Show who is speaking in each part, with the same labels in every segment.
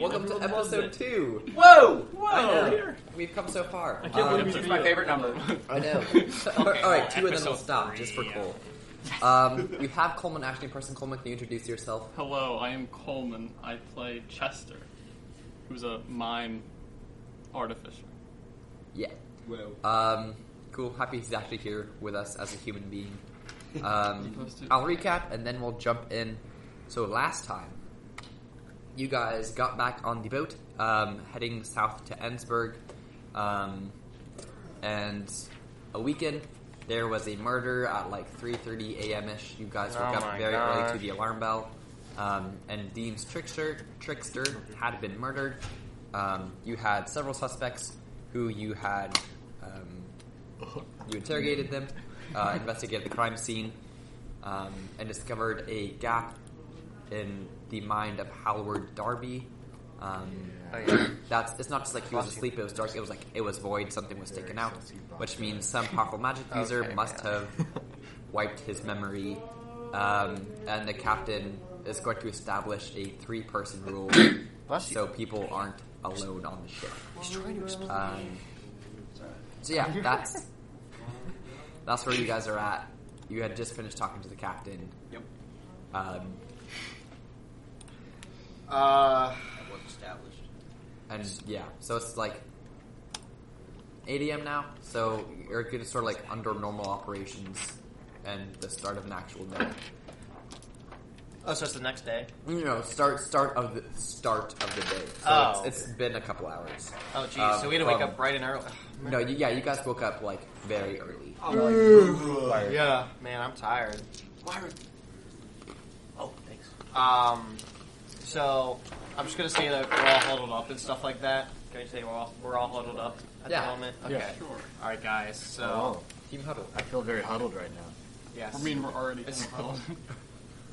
Speaker 1: Welcome to episode two.
Speaker 2: Whoa!
Speaker 1: I know.
Speaker 2: Whoa!
Speaker 1: We've come so far.
Speaker 3: can't
Speaker 1: Um,
Speaker 3: believe
Speaker 2: It's my favorite number.
Speaker 1: I know.
Speaker 3: Okay,
Speaker 1: All right,
Speaker 3: well,
Speaker 1: two of them will
Speaker 3: episode
Speaker 1: stop
Speaker 3: three,
Speaker 1: just for
Speaker 3: yeah.
Speaker 1: Cole. Um, we have Coleman actually in person. Coleman, can you introduce yourself?
Speaker 4: Hello, I am Coleman. I play Chester, who's a mime artificer.
Speaker 1: Yeah.
Speaker 2: Whoa.
Speaker 1: Um, cool. Happy he's actually here with us as a human being. Um,
Speaker 4: Supposed to.
Speaker 1: I'll recap and then we'll jump in. So last time, you guys got back on the boat, um, heading south to Ensburg, um, and a weekend. There was a murder at like 3:30 a.m. ish. You guys woke
Speaker 3: Oh
Speaker 1: up
Speaker 3: my
Speaker 1: very early to
Speaker 3: gosh.
Speaker 1: the alarm bell, um, and Dean's trickster trickster had been murdered. Um, you had several suspects who you had um, you interrogated them, uh, investigated the crime scene, um, and discovered a gap in the mind of Howard Darby. Um,
Speaker 5: Oh,
Speaker 1: that's it's not just like he was asleep; it was dark. It was like it was void. Something was taken out, which means some powerful magic user
Speaker 3: Okay,
Speaker 1: must
Speaker 3: man.
Speaker 1: have wiped his memory. Um, and the captain is going to establish a three-person rule,
Speaker 3: Bless you.
Speaker 1: so people aren't alone on the ship.
Speaker 3: He's trying to explain.
Speaker 1: Um, so yeah, that's that's where you guys are at. You had just finished talking to the captain.
Speaker 2: Yep.
Speaker 1: Um,
Speaker 3: Uh,
Speaker 2: That was established.
Speaker 1: and yeah, so it's like 8 a.m. now. So you're gonna sort of like under normal operations and the start of an actual day.
Speaker 3: oh, so it's the next day.
Speaker 1: You know, start start of the start of the day. So
Speaker 3: Oh.
Speaker 1: it's, it's been a couple hours.
Speaker 3: Oh, geez.
Speaker 1: Um,
Speaker 3: so we had to wake
Speaker 1: um,
Speaker 3: up bright and early.
Speaker 1: No, you, yeah, you guys woke up like very early.
Speaker 3: yeah, man, I'm tired.
Speaker 2: Why are- Oh, thanks.
Speaker 3: Um, so I'm just gonna say that we're all huddled up and stuff like that. Can I say we're all we're all huddled up at
Speaker 1: Yeah.
Speaker 3: the moment? Okay.
Speaker 5: Yeah.
Speaker 3: All right, guys. So
Speaker 5: Oh,
Speaker 1: Team huddle.
Speaker 5: I feel very huddled right now.
Speaker 3: yes,
Speaker 4: I mean, we're already
Speaker 3: It's-
Speaker 4: compiled.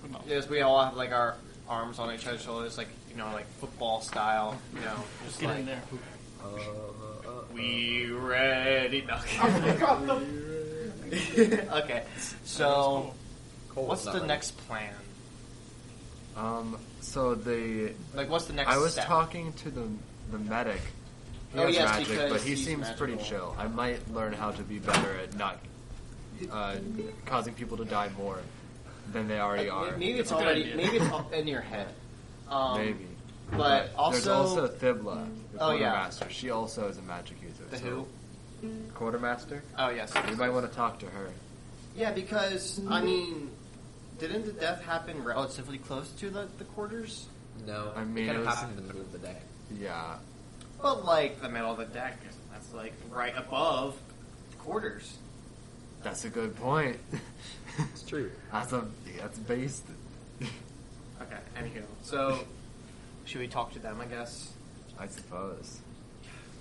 Speaker 4: But no.
Speaker 3: yes, we all have like our arms on each other's shoulders, like you know, like football style. You know, just
Speaker 4: Get
Speaker 3: like
Speaker 4: in there.
Speaker 1: Uh, uh, uh.
Speaker 3: we ready. No. okay. So
Speaker 1: Cole's
Speaker 3: what's
Speaker 1: not
Speaker 3: the
Speaker 1: ready.
Speaker 3: next plan?
Speaker 5: Um, so the
Speaker 3: Like, what's the next?
Speaker 5: I was
Speaker 3: step?
Speaker 5: talking to the the medic. He
Speaker 3: Oh,
Speaker 5: has
Speaker 3: yes,
Speaker 5: magic,
Speaker 3: because
Speaker 5: but he
Speaker 3: he's
Speaker 5: seems pretty
Speaker 3: magical.
Speaker 5: chill. I might learn how to be better at not uh, causing people to die more than they already
Speaker 3: Like,
Speaker 5: are.
Speaker 3: Uh, Maybe it's
Speaker 4: That's a good
Speaker 3: already.
Speaker 4: idea.
Speaker 3: Maybe it's up in your head. Um,
Speaker 5: Maybe.
Speaker 3: But
Speaker 5: there's
Speaker 3: also,
Speaker 5: also Thibla, the
Speaker 3: Oh, yeah.
Speaker 5: quartermaster. She also is a magic user.
Speaker 3: the
Speaker 5: so-
Speaker 3: who?
Speaker 5: Quartermaster.
Speaker 3: Oh yes.
Speaker 5: We might want to talk to her.
Speaker 3: Yeah, because I mean, didn't the death happen relatively close to the, the quarters?
Speaker 1: No,
Speaker 5: I mean,
Speaker 1: it kind
Speaker 5: it
Speaker 1: of
Speaker 5: was-
Speaker 1: happened in the middle of the day.
Speaker 5: Yeah.
Speaker 3: But like the middle of the deck, that's like right above the quarters.
Speaker 5: That's a good point.
Speaker 1: It's true.
Speaker 5: that's a that's based.
Speaker 3: Okay. Anywho, so should we talk to them? I guess.
Speaker 5: I suppose.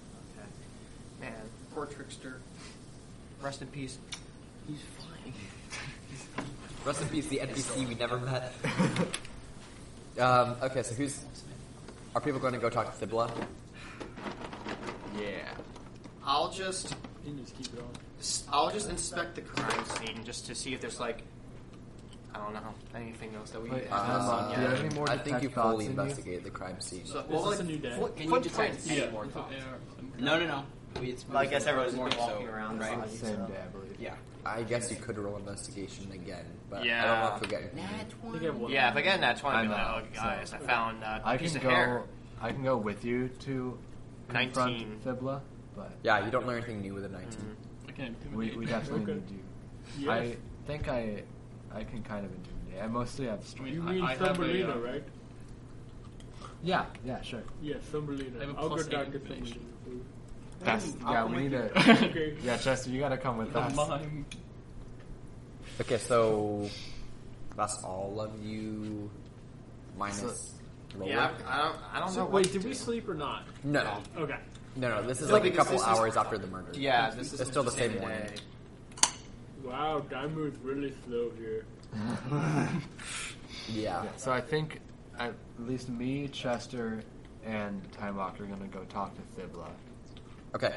Speaker 3: Okay. Man, poor trickster. Rest in peace. He's flying.
Speaker 1: Rest in peace, the NPC we never met. Um, okay, so who's. Are people going to go talk to Thibla?
Speaker 5: Yeah.
Speaker 3: I'll just
Speaker 4: You can just keep going.
Speaker 3: I'll just inspect the crime scene just to see if there's like I don't know anything else that we
Speaker 5: Wait,
Speaker 3: haven't
Speaker 5: uh,
Speaker 3: seen
Speaker 5: do you have
Speaker 3: yet.
Speaker 5: any more
Speaker 1: I think
Speaker 5: detect
Speaker 1: you
Speaker 5: thoughts
Speaker 1: fully
Speaker 5: in you?
Speaker 1: investigated the crime scene.
Speaker 3: So,
Speaker 4: Is
Speaker 3: well,
Speaker 4: this
Speaker 3: like,
Speaker 4: a new day?
Speaker 3: foot-
Speaker 2: Can you
Speaker 3: footprints.
Speaker 2: detect any more
Speaker 4: with the
Speaker 2: thoughts?
Speaker 4: air or something.
Speaker 2: No, no, no. We, it's,
Speaker 3: Well, I guess everyone's
Speaker 2: more
Speaker 3: been walking
Speaker 2: so,
Speaker 3: around,
Speaker 2: right?
Speaker 3: so-
Speaker 5: Same day, I believe.
Speaker 2: Yeah.
Speaker 1: I guess you could roll investigation again, but I don't
Speaker 3: Yeah.
Speaker 1: know if you'll get anything.
Speaker 4: I think I have one.
Speaker 3: Yeah, if I get in that
Speaker 5: I
Speaker 3: twenty, I'd be
Speaker 5: know,
Speaker 3: like, oh guys, I found uh, a
Speaker 5: I
Speaker 3: piece
Speaker 5: can
Speaker 3: of
Speaker 5: go.
Speaker 3: hair.
Speaker 5: I can go with you to confront
Speaker 3: 19.
Speaker 5: Fibla, but
Speaker 1: Yeah, you don't learn anything new with a 19.
Speaker 3: Mm-hmm.
Speaker 4: I can't
Speaker 5: we,
Speaker 4: intimidate.
Speaker 5: we definitely
Speaker 4: Okay.
Speaker 5: need you.
Speaker 4: Yes.
Speaker 5: I think I I can kind of intimidate. I mostly have
Speaker 4: I
Speaker 5: strength.
Speaker 4: mean,
Speaker 6: You
Speaker 4: I-
Speaker 6: mean
Speaker 4: I have a,
Speaker 6: Thumbelina,
Speaker 4: uh,
Speaker 6: right?
Speaker 5: Yeah, yeah, sure.
Speaker 6: Yeah, Thumbelina.
Speaker 4: I have a
Speaker 6: I'll go
Speaker 4: plus eight
Speaker 6: down to
Speaker 4: intimidation.
Speaker 6: Thumbelina.
Speaker 5: That's yeah. We need to.
Speaker 6: Okay.
Speaker 5: Yeah, Chester, you gotta come with
Speaker 4: The
Speaker 5: us.
Speaker 4: mime.
Speaker 1: Okay, so. That's all of you. Minus. Lola?
Speaker 3: Yeah, I I don't. I don't
Speaker 6: So,
Speaker 3: know.
Speaker 6: wait,
Speaker 3: what
Speaker 6: did
Speaker 3: to
Speaker 6: we
Speaker 3: do.
Speaker 6: sleep or not?
Speaker 1: No.
Speaker 6: Okay.
Speaker 1: No, no, this is
Speaker 3: No,
Speaker 1: like a
Speaker 3: because
Speaker 1: couple
Speaker 3: this is-
Speaker 1: hours after the murder.
Speaker 3: Yeah, this is
Speaker 1: It's still the same
Speaker 3: day.
Speaker 1: morning.
Speaker 6: Wow, time moves really slow here.
Speaker 1: Yeah.
Speaker 5: Yeah, so I think at least me, Chester, and Time Lock are gonna go talk to Thibla.
Speaker 1: Okay.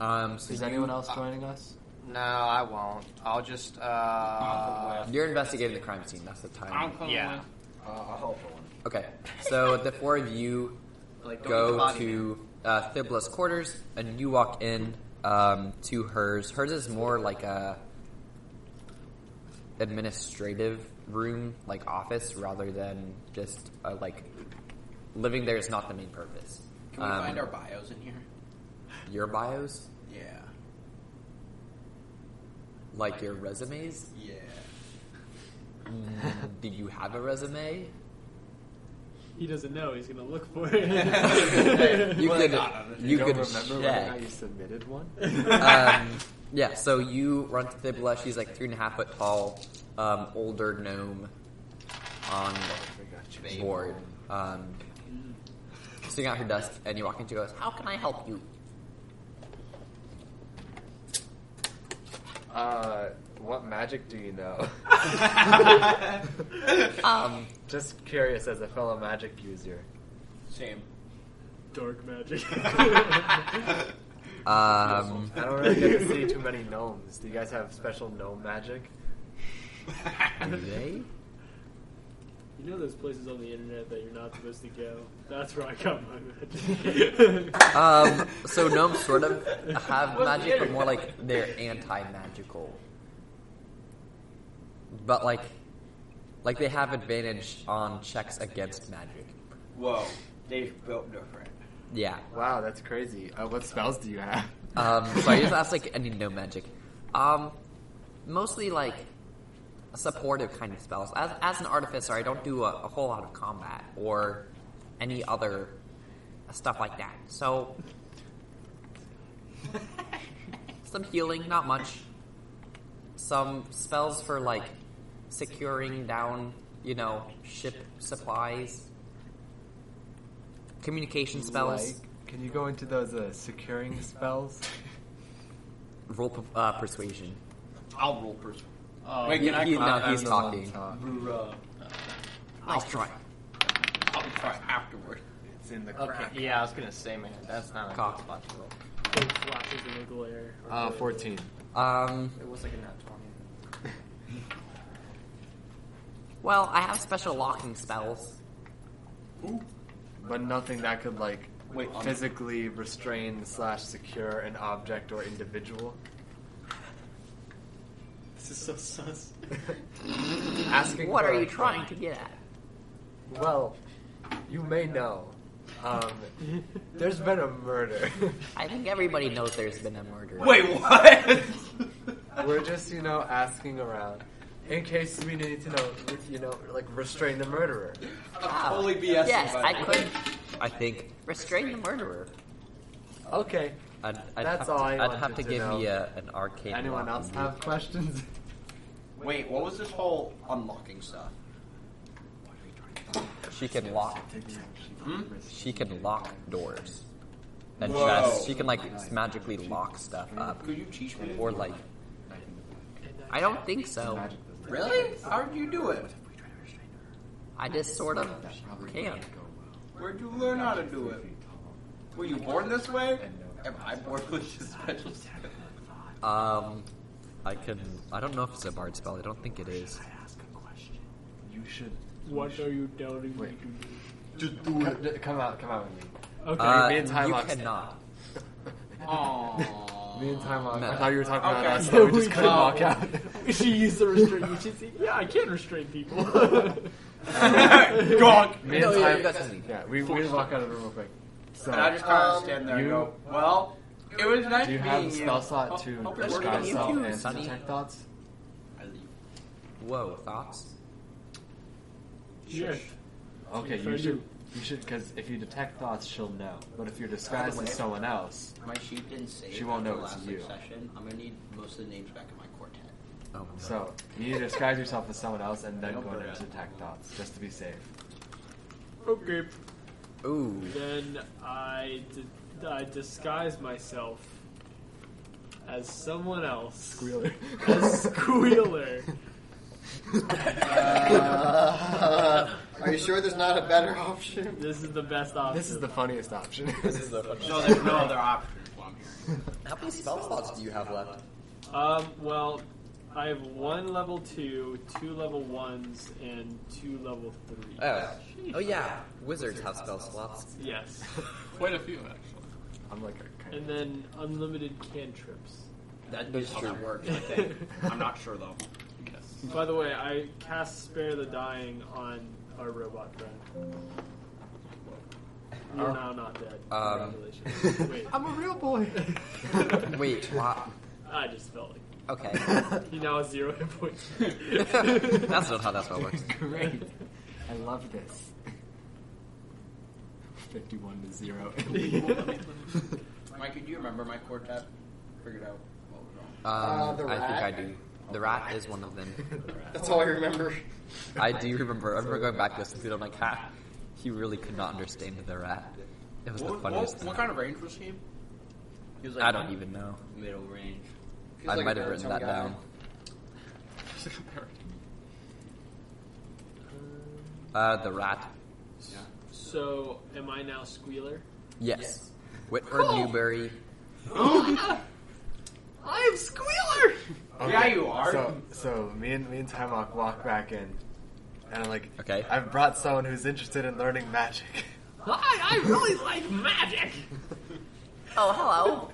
Speaker 1: Um, so
Speaker 5: Is
Speaker 1: you-
Speaker 5: anyone else joining us?
Speaker 3: No, I won't. I'll just. Uh,
Speaker 1: You're investigating the crime scene. That's the time.
Speaker 4: I'll call
Speaker 3: yeah.
Speaker 4: it.
Speaker 2: Uh, I'll help one.
Speaker 1: Okay, so the four of you
Speaker 7: Like, don't eat the
Speaker 1: go
Speaker 7: body,
Speaker 1: to uh, Thibla's quarters, and you walk in um, to hers. Hers is more like a administrative room, like office, rather than just uh, like living there is not the main purpose.
Speaker 2: Can we
Speaker 1: Um,
Speaker 2: find our bios in here?
Speaker 1: your bios,
Speaker 2: Yeah.
Speaker 1: like your resumes?
Speaker 2: Yeah.
Speaker 1: Mm, Do you have a resume?
Speaker 8: He doesn't know. He's gonna look for it.
Speaker 1: You
Speaker 2: Well,
Speaker 1: could,
Speaker 2: God, I
Speaker 1: you,
Speaker 5: don't
Speaker 1: could
Speaker 5: remember whether or
Speaker 1: check.
Speaker 5: not you submitted one?
Speaker 1: um, yeah, so you run to Thibla. She's like three and a half foot tall, um, older gnome on
Speaker 2: Babe.
Speaker 1: board. Um, sitting out her desk, and you walk into us. How can I help you?
Speaker 5: Uh, what magic do you know?
Speaker 1: Um,
Speaker 5: Just curious as a fellow magic user.
Speaker 2: Same.
Speaker 8: Dark magic.
Speaker 1: um,
Speaker 5: I don't really get to see too many gnomes. Do you guys have special gnome magic?
Speaker 1: do they?
Speaker 8: you know those places on the internet that you're not supposed to go. That's where I got my magic.
Speaker 5: Uh,
Speaker 1: Um, so gnomes sort of have magic, but more like they're anti-magical. But like, like they have advantage on checks against magic.
Speaker 2: Whoa. They've built different.
Speaker 1: Yeah.
Speaker 5: Wow, that's crazy. Uh, what spells do you have?
Speaker 1: Um, so I just asked like any no magic. Um, mostly like supportive kind of spells. As, as an artificer, I don't do a, a whole lot of combat or any other stuff like that. So some healing, not much. Some spells for like securing down, you know, ship supplies. Communication spells.
Speaker 5: Like, can you go into those uh, securing spells?
Speaker 1: Roll per- uh, persuasion.
Speaker 2: I'll roll person.
Speaker 9: Oh,
Speaker 2: Wait, can I?
Speaker 1: He's
Speaker 2: I'll,
Speaker 1: not. He's
Speaker 5: I don't know
Speaker 1: talking.
Speaker 5: what I'm talking.
Speaker 2: Bruh.
Speaker 1: I'll try.
Speaker 2: uh, I'll try afterward.
Speaker 5: It's in the
Speaker 7: Okay.
Speaker 5: crack.
Speaker 7: Yeah, I was gonna say, man, that's not a
Speaker 1: Cock.
Speaker 7: good spot to roll.
Speaker 8: Flashes of local air.
Speaker 5: Uh, 14.
Speaker 1: Um,
Speaker 7: It was like a nat twenty.
Speaker 1: well, I have special locking spells.
Speaker 5: But nothing that could, like,
Speaker 2: Wait, on-
Speaker 5: physically restrain slash secure an object or individual.
Speaker 9: This is so sus.
Speaker 5: Asking
Speaker 1: What
Speaker 5: for
Speaker 1: are
Speaker 5: a-
Speaker 1: you trying to get at?
Speaker 5: Well, you may know. Um, there's been a murder.
Speaker 1: I think everybody knows there's been a murder.
Speaker 2: Wait, what?
Speaker 5: We're just, you know, asking around in case we need to know, you know, like restrain the murderer.
Speaker 1: Wow.
Speaker 2: Totally BS.
Speaker 1: Oh. Yes,
Speaker 2: buddy.
Speaker 1: I could. I think restrain the murderer.
Speaker 5: Okay.
Speaker 1: I'd, I'd
Speaker 5: That's
Speaker 1: have to,
Speaker 5: all I
Speaker 1: would have
Speaker 5: wanted
Speaker 1: to
Speaker 5: to
Speaker 1: give
Speaker 5: know.
Speaker 1: me a, an arcane.
Speaker 5: Anyone else
Speaker 1: locking.
Speaker 5: have questions?
Speaker 2: Wait, what was this whole unlocking stuff? What are we trying to do?
Speaker 1: She can lock. She can lock doors. And
Speaker 2: Whoa.
Speaker 1: chests. She can like magically lock stuff up,
Speaker 2: Could you teach me?
Speaker 1: or like. I don't think so.
Speaker 2: Really? How'd you do it?
Speaker 1: I just sort of can.
Speaker 2: Where'd you learn how to do it? Were you born this way? Am I born with this special skill?
Speaker 1: Um, I can. I don't know if it's a bard spell. I don't think it is.
Speaker 5: You should.
Speaker 8: What are you telling me
Speaker 5: Wait.
Speaker 8: to do?
Speaker 5: Just do it. Come out, come out with me.
Speaker 8: Okay.
Speaker 1: Uh,
Speaker 5: me and Ty
Speaker 1: you
Speaker 5: locked it.
Speaker 1: cannot.
Speaker 5: Me and Time
Speaker 1: No.
Speaker 5: I thought you were talking about
Speaker 2: Okay.
Speaker 5: us, so we just
Speaker 8: We
Speaker 5: couldn't
Speaker 8: should-
Speaker 5: walk out.
Speaker 8: she used the restraint. She said, "Yeah, I can restrain people."
Speaker 2: Gawk!
Speaker 5: Me
Speaker 1: No,
Speaker 5: and
Speaker 1: yeah,
Speaker 5: Time.
Speaker 1: you guys can leave.
Speaker 5: Yeah, we we walk out of the room real quick. So,
Speaker 2: And I just kind of
Speaker 7: Um,
Speaker 2: stand there and
Speaker 5: you-
Speaker 2: go, well, it was nice
Speaker 5: do you
Speaker 2: being
Speaker 5: have the spell
Speaker 2: Ho-
Speaker 5: slot to
Speaker 2: hope it worked
Speaker 1: working
Speaker 5: disguise
Speaker 2: out.
Speaker 1: you
Speaker 5: self
Speaker 1: too,
Speaker 5: and
Speaker 1: Sonny.
Speaker 5: detect thoughts?
Speaker 2: I leave.
Speaker 1: Whoa, thoughts?
Speaker 8: yes.
Speaker 5: Okay,
Speaker 8: Yes, I
Speaker 5: you should.
Speaker 8: do.
Speaker 5: You should, because if you detect thoughts, she'll know. But if you're disguised as someone else,
Speaker 2: My sheep didn't save
Speaker 5: She won't
Speaker 2: after
Speaker 5: know it's
Speaker 2: last
Speaker 5: you.
Speaker 2: session. I'm gonna need most of the names back in my quartet.
Speaker 1: Oh, no.
Speaker 5: so you need to disguise yourself as someone else and then
Speaker 2: Don't
Speaker 5: go
Speaker 2: burn
Speaker 5: into
Speaker 2: it.
Speaker 5: detect thoughts, just to be safe.
Speaker 8: Okay.
Speaker 1: Ooh,
Speaker 8: Then I, d- I disguise myself as someone else.
Speaker 5: Squealer.
Speaker 8: A squealer.
Speaker 7: are you sure there's not a better option?
Speaker 8: this is the best option.
Speaker 5: This is the funniest option.
Speaker 2: No, there's no other option.
Speaker 1: how many spell slots do you have left?
Speaker 8: Um. Well,
Speaker 4: I have one level two, two level ones, and two level three.
Speaker 1: Oh, oh yeah, wizards have spell slots.
Speaker 4: Yes.
Speaker 10: Quite a few, actually.
Speaker 5: I'm like a kind
Speaker 4: And then unlimited cantrips.
Speaker 2: That
Speaker 1: That's
Speaker 2: is how that
Speaker 1: true.
Speaker 2: works, I think. I'm not sure though.
Speaker 10: Yes.
Speaker 4: By the way, I cast Spare the Dying on our robot friend. You're now not dead.
Speaker 1: Uh, Um.
Speaker 4: Congratulations. Wait,
Speaker 5: I'm a real boy.
Speaker 1: Wait, what?
Speaker 4: I just felt like
Speaker 1: Okay,
Speaker 4: he now has zero hit points.
Speaker 1: that's not how that spell works.
Speaker 5: Great. I love this. 51 to 0.
Speaker 2: Mike, do you remember my quartet? Figured out what was wrong.
Speaker 1: Um,
Speaker 3: Uh, the
Speaker 1: I think
Speaker 3: rat?
Speaker 1: I do. The rat is one of them.
Speaker 3: That's all I remember.
Speaker 1: I do remember. I remember going back to this and I'm like, ha, he really could not understand the rat. It was the
Speaker 2: What,
Speaker 1: funniest
Speaker 2: what,
Speaker 1: thing.
Speaker 2: what kind of range was he? He was
Speaker 1: I don't even know.
Speaker 2: middle range.
Speaker 3: He's
Speaker 1: I
Speaker 3: like a
Speaker 1: might have written that
Speaker 3: baritone guy.
Speaker 1: down. Uh, the rat.
Speaker 4: so, am I now Squealer?
Speaker 1: Yes. Whitford Newberry.
Speaker 2: Yeah, you are.
Speaker 5: So, so me and me and Timok walk back in, and I'm like,
Speaker 1: Okay.
Speaker 5: I've brought someone who's interested in learning magic.
Speaker 4: I, I really like magic!
Speaker 1: Oh, hello.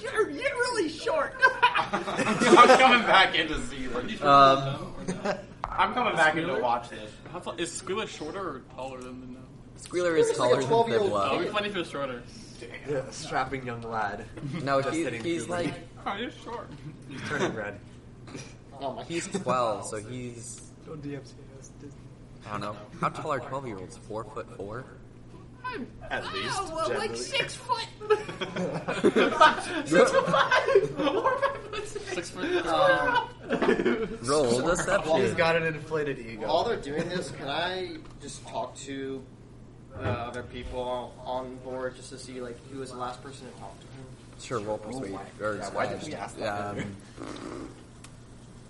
Speaker 4: You're, you're really short!
Speaker 2: I'm coming back in to see this.
Speaker 1: Um,
Speaker 2: I'm coming back in to watch this.
Speaker 10: How tall, is Squilla shorter or taller than the gnome?
Speaker 1: Squealer is
Speaker 3: Squealer's like a
Speaker 1: taller than
Speaker 3: 12-year-old
Speaker 10: Oh,
Speaker 1: Fibla.
Speaker 10: we played for shorter.
Speaker 5: Yeah, a strapping young lad.
Speaker 1: No,
Speaker 5: Just
Speaker 1: he,
Speaker 5: hitting
Speaker 1: he's
Speaker 5: puberty.
Speaker 1: like
Speaker 10: Oh, you're short.
Speaker 5: He's turning red.
Speaker 3: Oh my.
Speaker 1: he's 12, so he's
Speaker 4: Don't DMCA us, Disney.
Speaker 1: I don't know. How tall are 12 year olds? Four foot four?
Speaker 5: At least.
Speaker 4: Ah,
Speaker 5: generally.
Speaker 4: foot!
Speaker 10: Six foot.
Speaker 3: Um,
Speaker 1: Roll
Speaker 5: He's
Speaker 1: deception.
Speaker 5: got an inflated ego.
Speaker 3: while they're doing this, can I just talk to uh, other people on board just to see like who was the last person to talk to him?
Speaker 1: Sure, roll persuade. Or,
Speaker 5: Yeah, why
Speaker 1: uh,
Speaker 5: did we ask that?
Speaker 1: um,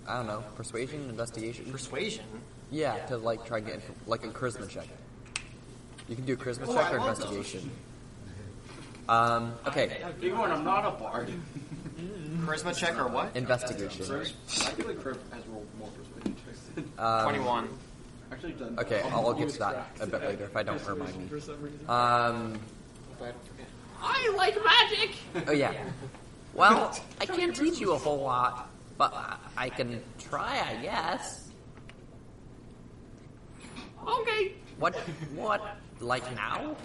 Speaker 1: I don't know. Persuasion, investigation.
Speaker 3: Persuasion.
Speaker 1: Yeah, to like try and get info- like a charisma check. You can do a charisma
Speaker 3: Oh,
Speaker 1: check
Speaker 3: I
Speaker 1: or
Speaker 3: love
Speaker 1: investigation. Um, okay,
Speaker 2: Even when I'm not a bard.
Speaker 1: Mm-hmm.
Speaker 3: Charisma check or what?
Speaker 1: investigation.
Speaker 2: I feel like Crib has rolled more persuasion checks than
Speaker 1: Um,
Speaker 3: Twenty-one.
Speaker 2: actually done.
Speaker 1: okay, I'll, I'll get to that a bit later if I don't remind me.
Speaker 4: For some reason.
Speaker 1: Um,
Speaker 3: Hopefully I don't forget.
Speaker 4: I like magic!
Speaker 1: oh yeah. Well, I can't teach you a whole lot, but I- I can try, I guess.
Speaker 4: Okay,
Speaker 1: What? What? Like now?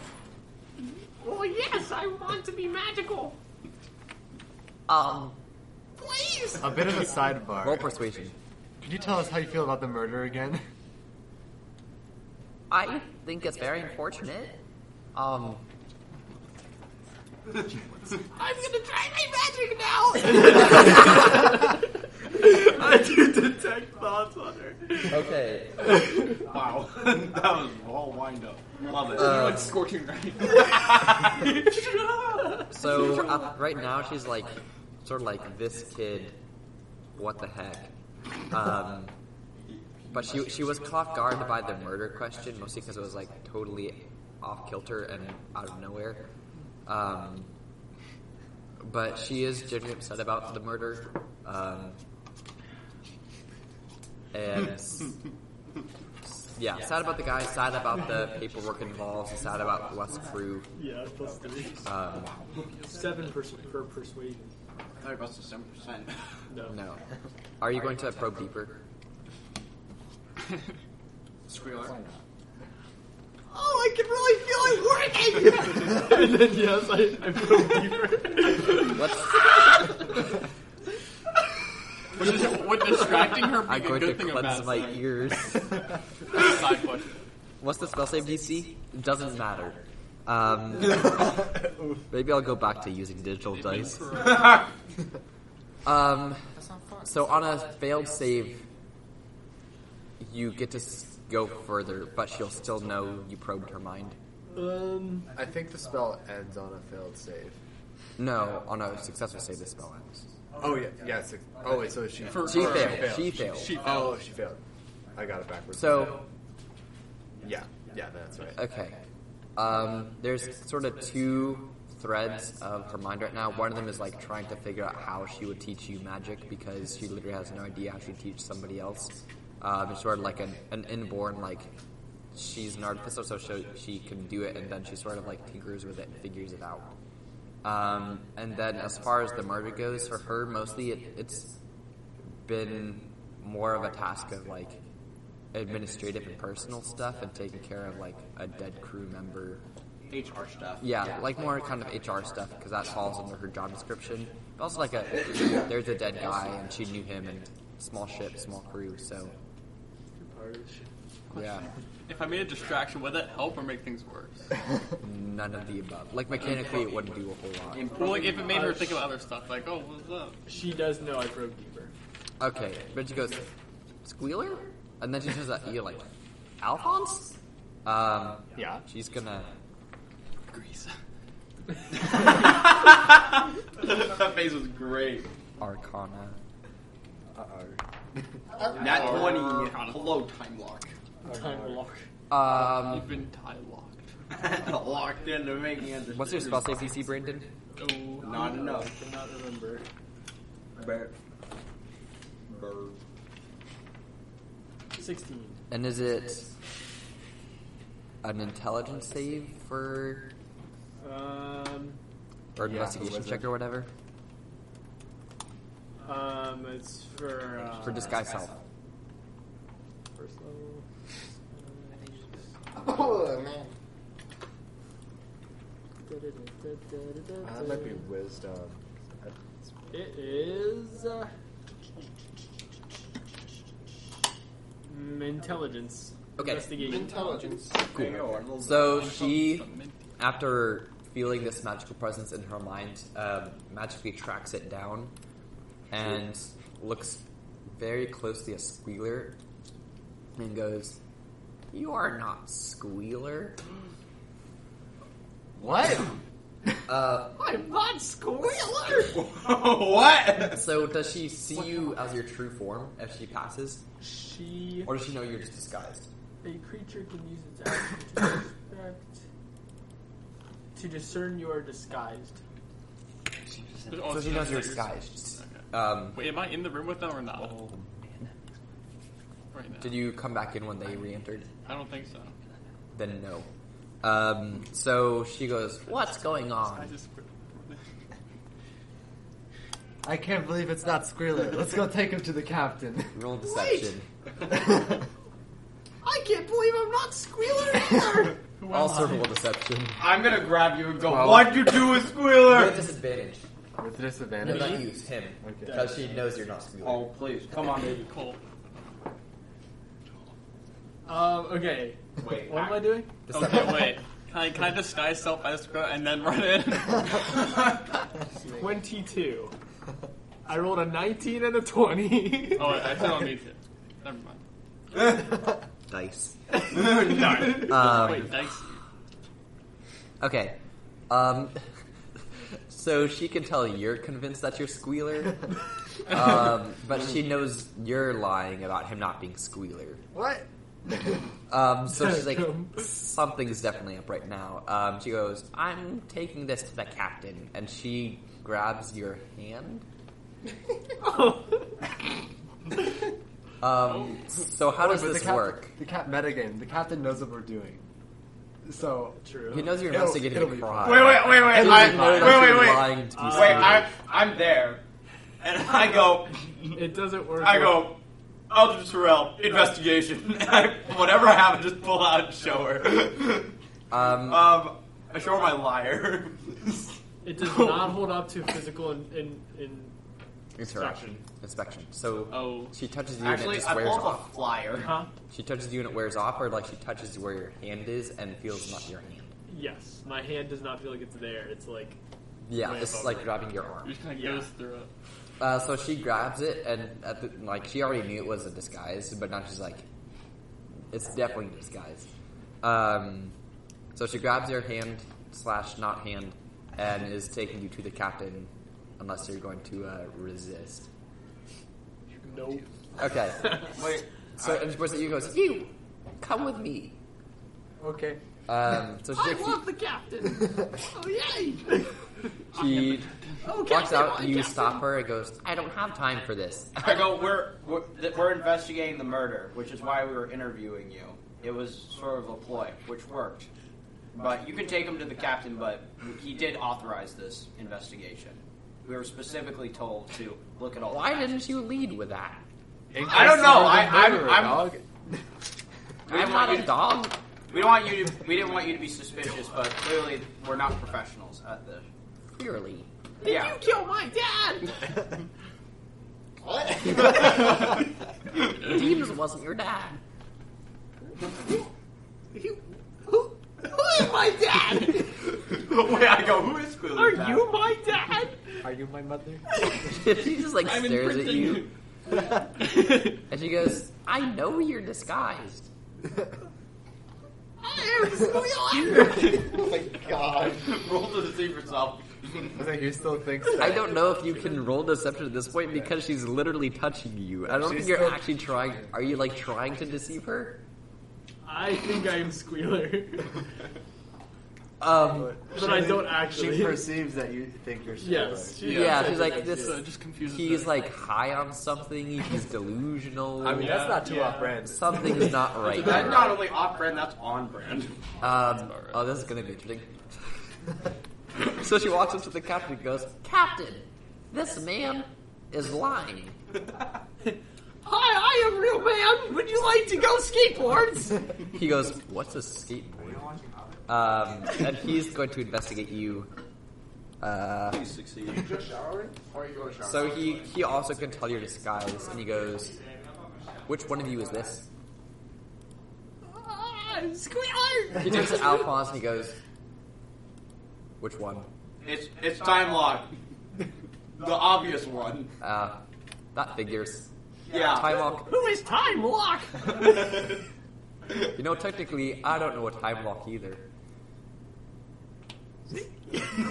Speaker 4: well, yes, I want to be magical!
Speaker 1: Um,
Speaker 4: Please!
Speaker 5: A bit of a sidebar.
Speaker 1: roll persuasion.
Speaker 5: Can you tell us how you feel about the murder again?
Speaker 1: I think it's very unfortunate. Um,
Speaker 4: I'm gonna try my magic now! I do detect thoughts on her.
Speaker 1: okay.
Speaker 2: Wow, that was a whole wind up. Love it.
Speaker 1: Uh,
Speaker 2: like scorching right.
Speaker 1: So up right now, she's like, sort of like this kid. What the heck? Um, but she she was caught guard by the murder question, mostly because it was like totally off kilter and out of nowhere. Um, but she is genuinely upset about the murder. Um, and yeah, sad about the guy, sad about the paperwork involved, and sad about West crew.
Speaker 4: Yeah, plus three.
Speaker 1: Um,
Speaker 4: Seven per, per persuasion.
Speaker 2: I thought it was seven percent.
Speaker 4: No.
Speaker 1: No. Are you going to probe deeper?
Speaker 2: Squealer.
Speaker 4: Oh, I can really feel it working! and then, yes, I, I probe deeper.
Speaker 1: Let's,
Speaker 10: Which is what distracting her
Speaker 1: I'm
Speaker 10: being a
Speaker 1: going to
Speaker 10: good thing or bad
Speaker 1: cleanse my
Speaker 10: thing.
Speaker 1: ears.
Speaker 10: Side question.
Speaker 1: What's the spell save DC? It doesn't matter. Um, maybe I'll go back to using digital dice. Um, so on a failed save, you get to s- go further, but she'll still know you probed her mind.
Speaker 4: um,
Speaker 5: I think the spell ends on a failed save.
Speaker 1: No, on a successful save, the spell ends.
Speaker 5: Oh yeah, yeah. Six, oh wait, so
Speaker 1: She
Speaker 5: she
Speaker 1: failed. She failed.
Speaker 5: Oh, she failed. I got it backwards.
Speaker 1: So
Speaker 5: yeah, yeah, that's right.
Speaker 1: Okay. Um, there's sort of two threads of her mind right now. One of them is like trying to figure out how she would teach you magic because she literally has no idea how she would teach somebody else. Um, it's sort of like an, an inborn like she's an artificer, so she, she can do it, and then she sort of like tinkers with it and figures it out. Um, and then as far as the murder goes, for her mostly it, it's been more of a task of like administrative and personal stuff and taking care of like a dead crew member
Speaker 2: HR stuff.
Speaker 1: yeah, like more kind of HR stuff because that falls under her job description. But also like a there's a dead guy and she knew him and small ship, small crew. So yeah,
Speaker 9: If I made a distraction, would that help or make things worse?
Speaker 1: none of the above. Like mechanically, it wouldn't do a whole lot.
Speaker 9: Well, like if it made her think about other stuff, like oh, what's up?
Speaker 8: She does know I broke deeper.
Speaker 1: Okay, but she goes squealer, and then she turns at you like Alphonse. Um,
Speaker 5: Yeah.
Speaker 1: she's gonna
Speaker 9: Grease.
Speaker 2: that face was great.
Speaker 1: Arcana.
Speaker 2: Nat 20. uh, Hello, time lock.
Speaker 8: Time lock.
Speaker 1: Um,
Speaker 9: You've been tie locked.
Speaker 2: Locked into making it.
Speaker 1: what's your spell save DC, Brandon?
Speaker 9: Oh,
Speaker 2: Not enough.
Speaker 8: I cannot remember.
Speaker 2: Burp. Burp.
Speaker 8: 16.
Speaker 1: And is it an intelligence save for
Speaker 8: Um,
Speaker 1: or
Speaker 5: Yeah,
Speaker 1: investigation
Speaker 5: was it?
Speaker 1: check or whatever
Speaker 8: um, it's for. Uh,
Speaker 1: for disguise self?
Speaker 8: First level.
Speaker 3: Oh man.
Speaker 5: Uh, that might be wisdom.
Speaker 8: It is. Uh, mm, intelligence.
Speaker 1: Okay.
Speaker 8: Investigation.
Speaker 3: Intelligence.
Speaker 2: There you go, our little-
Speaker 1: So she, after feeling this magical presence in her mind, um, magically tracks it down and looks very closely at Squealer and goes, "You are not Squealer."
Speaker 5: What?
Speaker 1: Uh,
Speaker 8: I'm not squealer!
Speaker 2: what?
Speaker 1: so does she see you as your true form if she passes,
Speaker 8: She.
Speaker 1: or does she know you're just disguised?
Speaker 8: A creature can use its action to respect. to discern you are disguised.
Speaker 9: Oh,
Speaker 1: So Oh, she knows you're disguised. Um,
Speaker 9: Wait, am I in the room with them or not? Right now.
Speaker 1: did you come back in when they re-entered?
Speaker 9: I don't think so.
Speaker 1: Then no. Um, so she goes, "What's going
Speaker 9: I
Speaker 1: on?"
Speaker 9: just.
Speaker 5: I can't believe it's not Squealer. Let's go take him to the captain.
Speaker 1: Roll deception.
Speaker 3: I can't believe I'm not squealer either.
Speaker 9: Who
Speaker 1: Also
Speaker 9: am I?
Speaker 1: roll deception.
Speaker 2: I'm gonna grab you and go,
Speaker 5: Well-
Speaker 2: what'd you do with Squealer?
Speaker 1: With disadvantage.
Speaker 5: With
Speaker 1: No,
Speaker 5: disadvantage.
Speaker 1: not you. it's Him.
Speaker 5: Okay.
Speaker 1: Because she knows you're not squealing.
Speaker 2: Oh, please, come on, baby.
Speaker 9: Cole.
Speaker 8: Um, okay.
Speaker 2: Wait,
Speaker 8: What am I doing?
Speaker 9: Okay, wait. Can I, can I disguise self as Squirrel and then run in?
Speaker 8: 22. I rolled a 19 and a 20.
Speaker 9: oh, wait, I still don't need to. Never mind.
Speaker 1: Dice.
Speaker 2: no.
Speaker 1: Um,
Speaker 9: Wait, thanks.
Speaker 1: okay. Um, so she can tell you're convinced that you're squealer, um, but she knows you're lying about him not being squealer.
Speaker 5: What?
Speaker 1: Um, so she's like,
Speaker 8: Dumb.
Speaker 1: something's definitely up right now. Um, she goes, I'm taking this to the captain. And she grabs your hand. um, so how does
Speaker 5: Wait, but
Speaker 1: this
Speaker 5: the cap-
Speaker 1: work?
Speaker 5: The cap metagame. The captain knows what we're doing. So
Speaker 8: True.
Speaker 1: He knows you're
Speaker 5: It'll-
Speaker 1: investigating
Speaker 5: it'll
Speaker 1: a
Speaker 5: be
Speaker 1: crime.
Speaker 5: fine.
Speaker 2: Wait, wait, wait,
Speaker 1: He
Speaker 2: wait. I,
Speaker 1: doesn't know
Speaker 2: wait,
Speaker 1: that
Speaker 2: wait,
Speaker 1: you're
Speaker 2: wait.
Speaker 1: lying to be
Speaker 2: Wait,
Speaker 1: squealer.
Speaker 2: I'm, I'm there. And I go,
Speaker 8: It doesn't work.
Speaker 2: I go, Eldridge Terrell, investigation. Whatever I have, I just pull out and show her.
Speaker 1: Um,
Speaker 5: Uh,
Speaker 2: Um, I show her my liar.
Speaker 8: It does not hold up to physical and. and, and
Speaker 1: interaction. Inspection. So
Speaker 9: Oh.
Speaker 1: she touches you and it
Speaker 2: Actually,
Speaker 1: just
Speaker 2: I
Speaker 1: wears
Speaker 2: pulled a
Speaker 1: off.
Speaker 2: flyer.
Speaker 8: huh?
Speaker 1: She touches you and it wears off, or like she touches where your hand is and feels not your hand.
Speaker 8: Yes. My hand does not feel like it's there. It's like.
Speaker 1: Yeah,
Speaker 8: Way
Speaker 1: it's
Speaker 8: above
Speaker 1: like
Speaker 8: right.
Speaker 1: grabbing your arm.
Speaker 9: You just kind of
Speaker 8: Yeah.
Speaker 9: goes through it.
Speaker 1: Uh, so she grabs it, and at the, like she already knew it was a disguise, but now she's like, it's definitely a disguise. Um, so she grabs your hand slash not hand and is taking you to the captain, unless you're going to uh, resist.
Speaker 8: Nope.
Speaker 1: Okay.
Speaker 2: Wait.
Speaker 1: So and she points at you and goes, "You come with me."
Speaker 5: okay.
Speaker 1: Um, so she, actually-
Speaker 8: the captain. oh yay!
Speaker 1: she
Speaker 8: Oh,
Speaker 1: walks out.
Speaker 8: I'm
Speaker 1: You
Speaker 8: Captain.
Speaker 1: stop her. It goes. I don't have time for this.
Speaker 2: I go, we're, we're th- we're investigating the murder, which is why we were interviewing you. It was sort of a ploy, which worked. But you can take him to the captain, but he did authorize this investigation. We were specifically told to look at all.
Speaker 1: Why
Speaker 2: the
Speaker 1: didn't you lead with that?
Speaker 2: I don't know. I, I'm,
Speaker 5: Murderer,
Speaker 2: I'm,
Speaker 5: dog.
Speaker 2: we
Speaker 1: I'm
Speaker 2: don't
Speaker 1: not
Speaker 2: want
Speaker 1: a
Speaker 2: you to,
Speaker 1: dog.
Speaker 2: we don't want you to, we didn't want you to be suspicious, but clearly we're not professionals at this.
Speaker 1: Clearly.
Speaker 8: Did
Speaker 2: Yeah.
Speaker 8: you kill my dad?
Speaker 1: Deems wasn't your dad.
Speaker 8: You, who, who is my dad?
Speaker 2: Wait, I go, who is clearly
Speaker 8: Are
Speaker 2: that?
Speaker 8: you my dad?
Speaker 5: Are you my mother?
Speaker 1: she just like
Speaker 9: I'm
Speaker 1: stares at you,
Speaker 9: imprinting
Speaker 1: and she goes, "I know you're disguised."
Speaker 3: Oh my god.
Speaker 2: Roll to deceive yourself.
Speaker 5: I think you still think so.
Speaker 1: I don't know if you can roll deception at this point because she's literally touching you. I don't
Speaker 5: She's
Speaker 1: think you're
Speaker 5: still-
Speaker 1: actually trying. Are you like trying to deceive her?
Speaker 8: I think I am Squealer,
Speaker 1: Um,
Speaker 8: but I don't actually.
Speaker 5: She perceives that you think you're Squealer.
Speaker 8: yes.
Speaker 1: yeah, she's like
Speaker 9: So it
Speaker 1: this.
Speaker 9: just confuses
Speaker 1: He's
Speaker 9: her.
Speaker 1: like high on something. He's delusional.
Speaker 5: I mean, that's not too
Speaker 9: Yeah.
Speaker 5: off brand.
Speaker 1: something is not right.
Speaker 2: That's
Speaker 1: here.
Speaker 2: not only off brand, that's on brand.
Speaker 1: Um, oh, this is gonna be interesting. so she walks up to the captain and goes, "Captain, this man is lying."
Speaker 8: Hi, I am real man. Would you like to go skateboards?
Speaker 1: He goes, "What's a skateboard?" Um, and he's going to investigate you. Uh,
Speaker 2: You succeed.
Speaker 1: so he he also can tell your disguise, and he goes, "Which one of you is this?"
Speaker 8: I'm Squealer.
Speaker 1: He turns to Alphonse and he goes, "Which one?"
Speaker 2: It's it's time lock. The obvious one.
Speaker 1: Uh, that figures.
Speaker 2: Yeah.
Speaker 1: Time Walk.
Speaker 8: Who is Time Lock?
Speaker 1: You know, technically, I don't know what Time Walk either.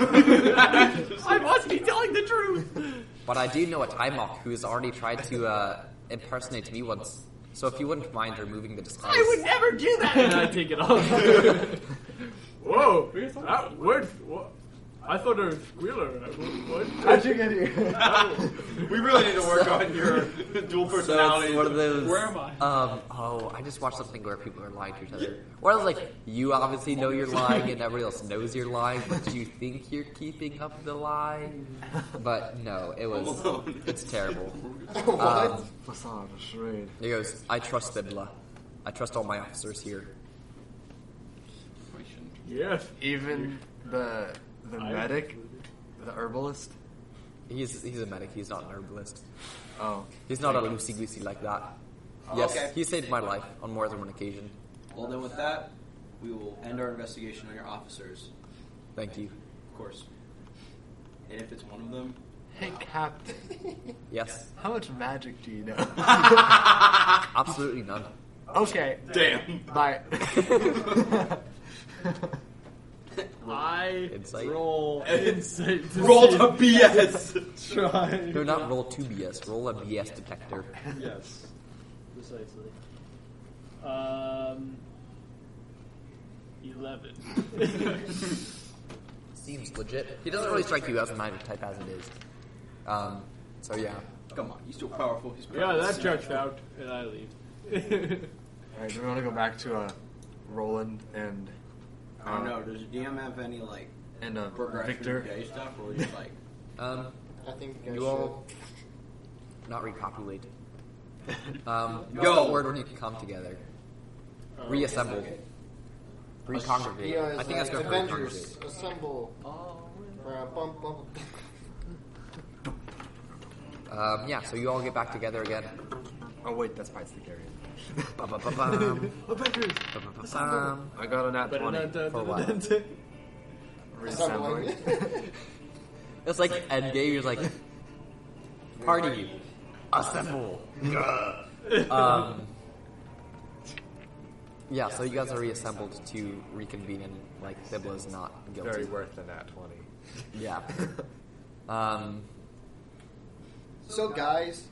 Speaker 8: I must be telling the truth.
Speaker 1: But I do know a time Timok who's already tried to uh, impersonate me once. So if you wouldn't mind removing the disguise,
Speaker 8: I would never do
Speaker 9: and
Speaker 8: that.
Speaker 9: I take it off.
Speaker 8: Whoa!
Speaker 9: that word. What? I thought it was squealer. What?
Speaker 5: How'd you get here? Um,
Speaker 2: We really need to work on your dual
Speaker 1: So
Speaker 2: personality.
Speaker 1: it's one of those.
Speaker 9: Where am I?
Speaker 1: Um, oh, I just watched something where people are lying to each other. Or it's like you obviously know you're lying and everybody else knows you're lying, but you think you're keeping up the lie. But no, it was. It's terrible. Um,
Speaker 5: Massage, charade.
Speaker 1: he goes, "I trust Bibla. I trust all my officers here."
Speaker 9: Yes.
Speaker 5: Even the the medic, the herbalist.
Speaker 1: He's he's a medic. He's not an herbalist.
Speaker 5: Oh,
Speaker 1: He's not a loosey goosey like that. Yes,
Speaker 2: Okay.
Speaker 1: he saved my life on more than one occasion.
Speaker 2: Well, then with that, we will end our investigation on your officers,
Speaker 1: Thank you.
Speaker 2: of course. And if it's one of them,
Speaker 5: hey Captain,
Speaker 1: Yes,
Speaker 5: how much magic do you know?
Speaker 1: absolutely none.
Speaker 5: okay,
Speaker 2: damn.
Speaker 5: bye.
Speaker 9: I
Speaker 1: Insight.
Speaker 9: roll insight. to
Speaker 2: Roll
Speaker 9: see-
Speaker 2: to BS.
Speaker 9: try.
Speaker 1: No, not roll two BS. Roll a BS detector.
Speaker 9: Yes, precisely. Um, eleven.
Speaker 1: Seems legit. He doesn't really strike you as a minor type as it is. Um, so yeah,
Speaker 2: Come on, he's too powerful. He's
Speaker 9: yeah, that checks out, and I leave.
Speaker 5: All right, do we want to go back to uh, Roland and
Speaker 2: I don't know. Does your DM have any like
Speaker 5: and uh,
Speaker 2: progression
Speaker 5: Victor?
Speaker 2: day stuff, or just like
Speaker 1: um,
Speaker 3: I think I
Speaker 1: you all not repopulate. Um,
Speaker 2: Go.
Speaker 1: go word when you can come together. Reassemble.
Speaker 3: should- Oh,
Speaker 1: Recongregate.
Speaker 3: Yeah, it's
Speaker 1: I think that's
Speaker 3: like
Speaker 1: going to
Speaker 3: Avengers
Speaker 1: recongregate.
Speaker 3: assemble. Uh, bump, bump.
Speaker 1: Um, yeah, so you all get back together again.
Speaker 5: Oh wait, that's Pirates of the Caribbean.
Speaker 1: Ba-ba-ba-bam. Ba-ba-ba-bam.
Speaker 5: I got a nat twenty.
Speaker 1: For what?
Speaker 5: Reassembling.
Speaker 1: It's like Endgame. You're like, party, assemble. Grr. um, yeah, so you guys are reassembled to reconvene, and like Bibla's not guilty.
Speaker 5: Very worth the nat twenty.
Speaker 1: Yeah. Um,
Speaker 3: So, guys,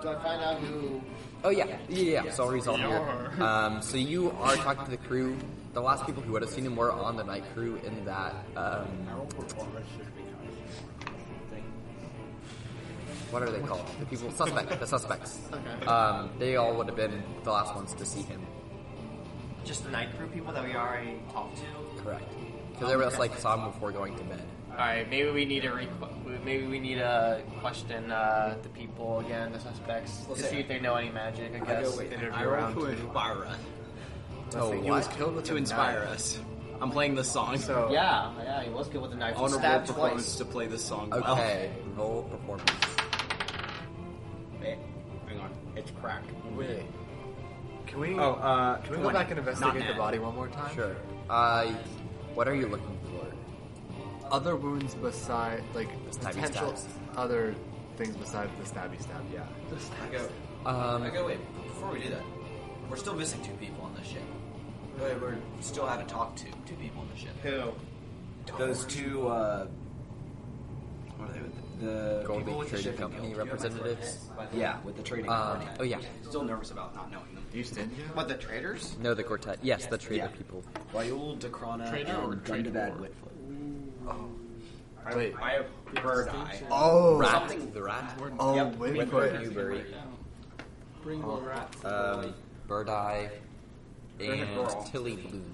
Speaker 3: do I find out who.
Speaker 1: oh yeah, yeah, yeah. yeah. So I'll resolve here. Um, so you are talking to the crew. the last people who would have seen him were on the night crew in that. Um, what are they called? The people suspect, the suspects.
Speaker 11: Okay.
Speaker 1: Um, they all would have been the last ones to see him.
Speaker 3: Just the night crew people that we already talked to.
Speaker 1: Correct. Because everyone else like saw him before going to bed.
Speaker 3: All right, maybe we need to re- maybe we need to question uh, the people again, the suspects, to see if they know any magic. I guess.
Speaker 2: I roll to inspire us.
Speaker 1: Oh,
Speaker 5: he was
Speaker 1: what?
Speaker 5: killed with
Speaker 2: To
Speaker 5: a
Speaker 2: inspire
Speaker 5: knife.
Speaker 2: us. I'm playing this song. So
Speaker 3: yeah, yeah, he was good with the knife. He
Speaker 2: honorable
Speaker 3: stabbed
Speaker 2: performance
Speaker 3: twice.
Speaker 2: to play this song. well.
Speaker 1: Okay, roll performance.
Speaker 12: Wait, hang on, it's crack.
Speaker 5: Wait. Can we?
Speaker 2: Oh, uh,
Speaker 5: can we go
Speaker 2: 20.
Speaker 5: back and investigate
Speaker 2: Not
Speaker 5: the
Speaker 2: nat.
Speaker 5: body one more time?
Speaker 1: Sure. Uh, what are you looking for?
Speaker 5: Other wounds beside, like
Speaker 1: Stabby
Speaker 5: potential
Speaker 1: stabs.
Speaker 5: other things besides the stabby stab. Yeah.
Speaker 2: I go. Uh, I
Speaker 1: Um,
Speaker 2: go. Wait. Before we do that, we're still missing two people on this ship. We- We're we still haven't talked to two people on the ship.
Speaker 11: Who?
Speaker 2: Those two. Uh, what are they? with The
Speaker 1: Gold
Speaker 2: people
Speaker 1: Leaf
Speaker 2: with the
Speaker 1: Trading
Speaker 2: shipping
Speaker 1: Company
Speaker 2: guild.
Speaker 1: representatives.
Speaker 2: Yeah, uh, with the trading.
Speaker 1: Um,
Speaker 2: company.
Speaker 1: oh yeah.
Speaker 12: Still nervous about not knowing them.
Speaker 5: You stingy?
Speaker 11: What the traders?
Speaker 1: No, the quartet. Yes, the trader
Speaker 2: Yeah.
Speaker 1: people.
Speaker 2: Lyul, Dacrana,
Speaker 9: Trader or
Speaker 2: and
Speaker 9: trade
Speaker 2: Gundabad
Speaker 9: war?
Speaker 2: Whitfoot.
Speaker 5: Wait.
Speaker 12: I have bird eye.
Speaker 5: Oh.
Speaker 1: Rat. The rat.
Speaker 5: Oh,
Speaker 12: Yep,
Speaker 5: wait.
Speaker 1: Whitfoot,
Speaker 5: wait.
Speaker 1: Newbury,
Speaker 2: Bring more rats.
Speaker 1: um, Birdeye,
Speaker 12: Bernard Burl.
Speaker 1: and Tilly Bloom.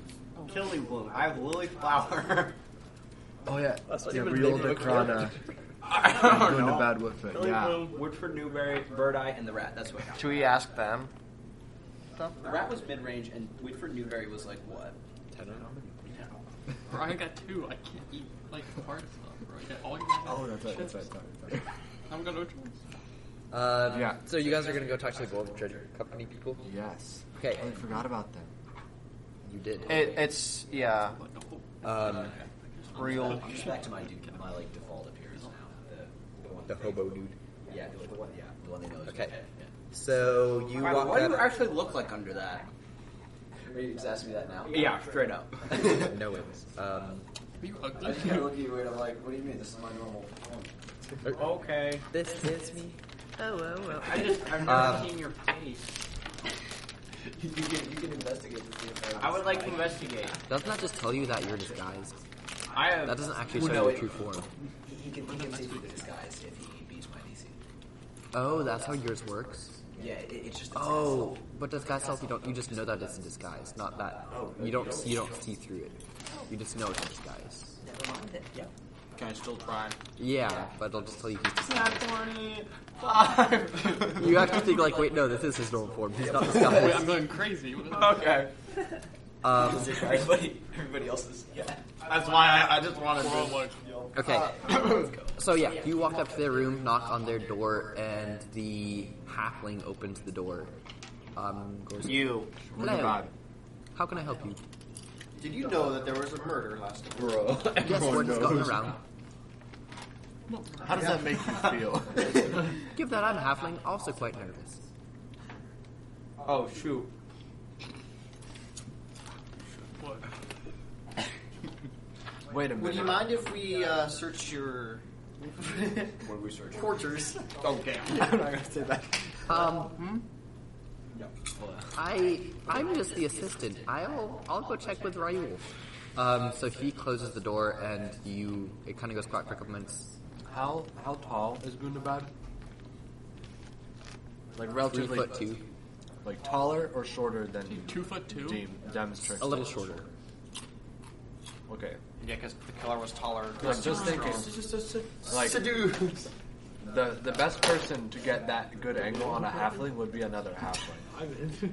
Speaker 12: Killy bloom. I have lily flower.
Speaker 5: Oh yeah.
Speaker 2: That's not
Speaker 5: yeah.
Speaker 2: even
Speaker 5: Real
Speaker 2: big of a
Speaker 5: Decrana.
Speaker 12: I
Speaker 5: Doing a bad with it.
Speaker 12: Lily
Speaker 5: Yeah.
Speaker 12: bloom, Woodford Newberry, bird eye, and the rat. That's what I got.
Speaker 3: Should we
Speaker 1: uh,
Speaker 3: ask them?
Speaker 12: The rat was mid range, and Woodford Newberry was like what?
Speaker 9: Bro, I got two. I can't eat like hard stuff, bro. I got all you guys
Speaker 5: Oh,
Speaker 9: have
Speaker 5: that's right.
Speaker 9: chips.
Speaker 5: That's right. Sorry.
Speaker 9: I haven't got no choice.
Speaker 1: Um,
Speaker 5: Yeah.
Speaker 1: So you guys are gonna go talk to the Gold Treasure Company people?
Speaker 5: Yes.
Speaker 1: Okay.
Speaker 5: I forgot about them.
Speaker 1: You did.
Speaker 3: It, it's yeah,
Speaker 9: Like, no.
Speaker 1: Um,
Speaker 3: real.
Speaker 12: Oh,
Speaker 2: I'm just back to my dude, my like default appearance now. The, the one.
Speaker 1: the hobo dude.
Speaker 2: Yeah, the, the one. Yeah, the one they know. Is
Speaker 1: Okay.
Speaker 2: my pet, yeah.
Speaker 1: So you
Speaker 12: Wow,
Speaker 1: walk
Speaker 12: what do you
Speaker 1: up-
Speaker 12: actually look like under that?
Speaker 2: Are you just asking me that now?
Speaker 12: Yeah, straight up.
Speaker 1: No wings. Um,
Speaker 9: Are you
Speaker 2: I
Speaker 9: ugly?
Speaker 2: just kind of look at you weird. I'm like, what do you mean? This is my normal. form.
Speaker 12: okay.
Speaker 1: this is me.
Speaker 12: I just I've never
Speaker 1: Um,
Speaker 12: seen your face.
Speaker 2: you, can, you can investigate to see if
Speaker 12: I would like to investigate.
Speaker 1: Doesn't that just tell you that you're disguised?
Speaker 12: I have.
Speaker 1: That doesn't actually
Speaker 2: Well,
Speaker 1: show
Speaker 2: no,
Speaker 1: your
Speaker 2: it-
Speaker 1: true form.
Speaker 2: He, he can, he can see through the disguise if he beats my DC.
Speaker 1: Oh, that's how yours works.
Speaker 2: Yeah, it, it's just. It's
Speaker 1: Oh, but disguise tells you don't. You just know that it's a disguise, not that you don't. see- You don't see through it. You just know it's a disguise.
Speaker 12: Can I still try?
Speaker 1: Yeah, but it'll just tell you. He's,
Speaker 12: Not Five.
Speaker 1: you have to think like, wait, no, this is his normal form. He's not
Speaker 9: Wait, I'm
Speaker 1: disguised.
Speaker 9: going crazy. What is that?
Speaker 12: okay.
Speaker 1: Um,
Speaker 2: everybody, everybody else is. Yeah.
Speaker 12: That's why I, I just wanted
Speaker 9: Well,
Speaker 12: to.
Speaker 9: look,
Speaker 1: Okay.
Speaker 9: Uh,
Speaker 1: so yeah, you walked up to their room, knocked on their door, and the halfling opens the door. Um, goes,
Speaker 3: You.
Speaker 1: Hello.
Speaker 5: God.
Speaker 1: How can I help you?
Speaker 11: Did you know that there was a murder last night?
Speaker 5: Bro.
Speaker 1: Yes, word has gotten around.
Speaker 5: How does that make you feel?
Speaker 1: Give that I'm halfling, also quite nervous.
Speaker 12: Oh shoot.
Speaker 9: what?
Speaker 5: Wait a minute.
Speaker 11: Would you mind if we uh, search your
Speaker 2: What are we searching?
Speaker 11: quarters?
Speaker 2: Oh,
Speaker 12: Okay.
Speaker 2: I'm not gonna say that.
Speaker 1: Um,
Speaker 2: No.
Speaker 1: I I'm just the assistant. I'll I'll go check with Raul. Um, so he closes the door, and you it kind of goes quiet for a couple minutes.
Speaker 5: How how tall is Gundabad?
Speaker 1: Three
Speaker 5: Like relatively
Speaker 1: foot two,
Speaker 5: Like taller or shorter than
Speaker 9: Two foot two?
Speaker 5: Deem, demonstrate.
Speaker 1: a little shorter.
Speaker 5: Okay.
Speaker 3: Yeah, because the killer was taller.
Speaker 5: Like, just thinking. Like the the best person to get that good angle on a halfling would be another halfling.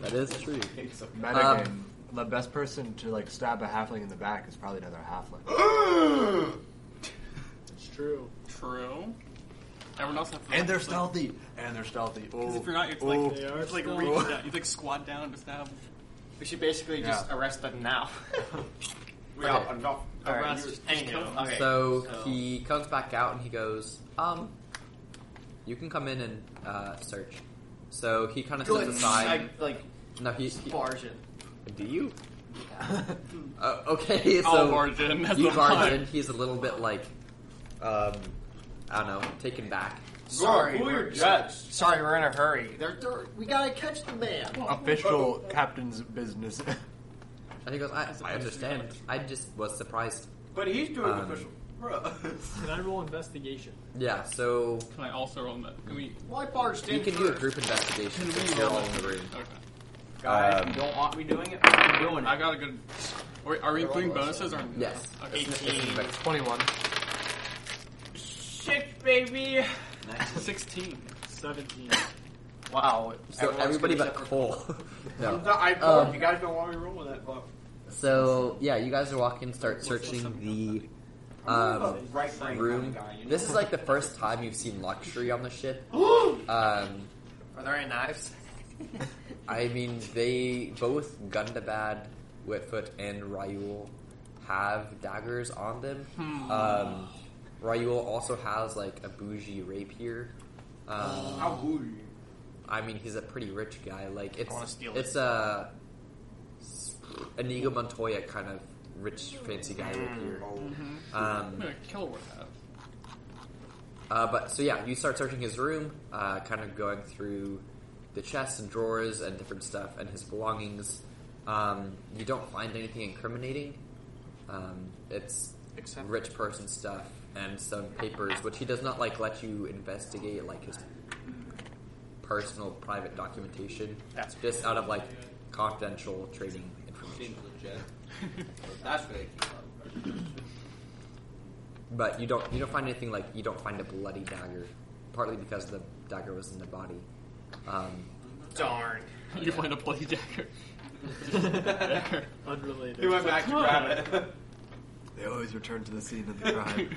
Speaker 1: That is true. Um,
Speaker 5: Metagame. the best person to like stab a halfling in the back is probably another halfling.
Speaker 9: True. Everyone else have
Speaker 5: and they're
Speaker 9: like,
Speaker 5: stealthy. And they're stealthy.
Speaker 9: Because
Speaker 5: Oh,
Speaker 9: if you're not, it's
Speaker 5: oh.
Speaker 9: like, it's like reach
Speaker 5: Oh.
Speaker 9: down. You like squat down and just have.
Speaker 3: We should basically
Speaker 5: Yeah.
Speaker 3: just arrest them now.
Speaker 12: We got enough.
Speaker 9: Arrest,
Speaker 3: you-
Speaker 9: just
Speaker 3: anyway,
Speaker 9: kill them.
Speaker 3: okay.
Speaker 1: So
Speaker 3: so-
Speaker 1: he comes back out and he goes, um, you can come in and uh, search. So he kind of sits aside.
Speaker 3: I, like
Speaker 1: No, he, he
Speaker 3: barge in.
Speaker 1: do you? Uh, okay, so
Speaker 9: I'll barge in, that's
Speaker 1: you
Speaker 9: the
Speaker 1: barge
Speaker 9: line.
Speaker 1: in. He's a little bit like, um, I don't know, taken back.
Speaker 3: Sorry,
Speaker 2: who are
Speaker 3: we're-
Speaker 2: your judge?
Speaker 3: Sorry, we're in a hurry. They're, they're, we gotta catch the man.
Speaker 5: Official captain's business.
Speaker 1: And he goes, I, I understand. I just was surprised.
Speaker 2: But he's doing
Speaker 1: Um,
Speaker 2: official. Bruh.
Speaker 8: Can I roll investigation?
Speaker 1: Yeah, so
Speaker 9: Can I also roll that? Can we?
Speaker 3: Why barged
Speaker 1: you
Speaker 3: in
Speaker 1: can do a
Speaker 3: first?
Speaker 1: group investigation.
Speaker 9: Can
Speaker 1: since
Speaker 9: we
Speaker 1: you're
Speaker 9: roll
Speaker 1: all
Speaker 9: it?
Speaker 1: in the room.
Speaker 9: Okay.
Speaker 2: Guys,
Speaker 1: Um,
Speaker 2: you don't want me doing it. I'm doing
Speaker 9: I
Speaker 2: it.
Speaker 9: got a good. Are, are we including bonuses or?
Speaker 1: Yes.
Speaker 9: Okay.
Speaker 1: It's- it's investi-
Speaker 5: 21.
Speaker 2: Shit, baby.
Speaker 9: Sixteen.
Speaker 8: 17.
Speaker 2: Wow.
Speaker 1: So
Speaker 2: everyone's
Speaker 1: everybody
Speaker 2: gonna
Speaker 1: but
Speaker 2: suffer.
Speaker 1: Cole. no.
Speaker 2: I,
Speaker 1: Um,
Speaker 2: you guys don't want me rolling that book.
Speaker 1: So yeah, you guys are walking, start searching the um,
Speaker 2: right brain
Speaker 1: room.
Speaker 2: kinda guy, you know?
Speaker 1: This is like the first time you've seen luxury on the ship. Um,
Speaker 7: Are there any knives?
Speaker 1: I mean, they both Gundabad, Whitfoot, and Ryul have daggers on them.
Speaker 2: Hmm.
Speaker 1: Um, Ryul also has like a bougie rapier. Um,
Speaker 2: How cool.
Speaker 1: I mean, he's a pretty rich guy. Like it's
Speaker 7: wanna steal
Speaker 1: it's a Inigo Montoya kind of rich, fancy guy
Speaker 2: Hmm.
Speaker 1: rapier.
Speaker 9: I'm
Speaker 1: Um,
Speaker 9: gonna kill what I have.
Speaker 1: Uh, but so yeah, you start searching his room, uh, kind of going through the chests and drawers and different stuff and his belongings. Um, you don't find anything incriminating. Um, it's
Speaker 7: Except-
Speaker 1: rich person stuff and some papers, which he does not like let you investigate, like his personal private documentation.
Speaker 7: That's-
Speaker 1: just out of like confidential trading information.
Speaker 2: Seems legit. That's really
Speaker 1: But you don't you don't find anything like you don't find a bloody dagger, partly because the dagger was in the body. Um,
Speaker 7: Darn.
Speaker 9: You find a bloody dagger.
Speaker 2: cute.
Speaker 8: Unrelated.
Speaker 2: he went back to grab it.
Speaker 5: They always return to the scene of the crime.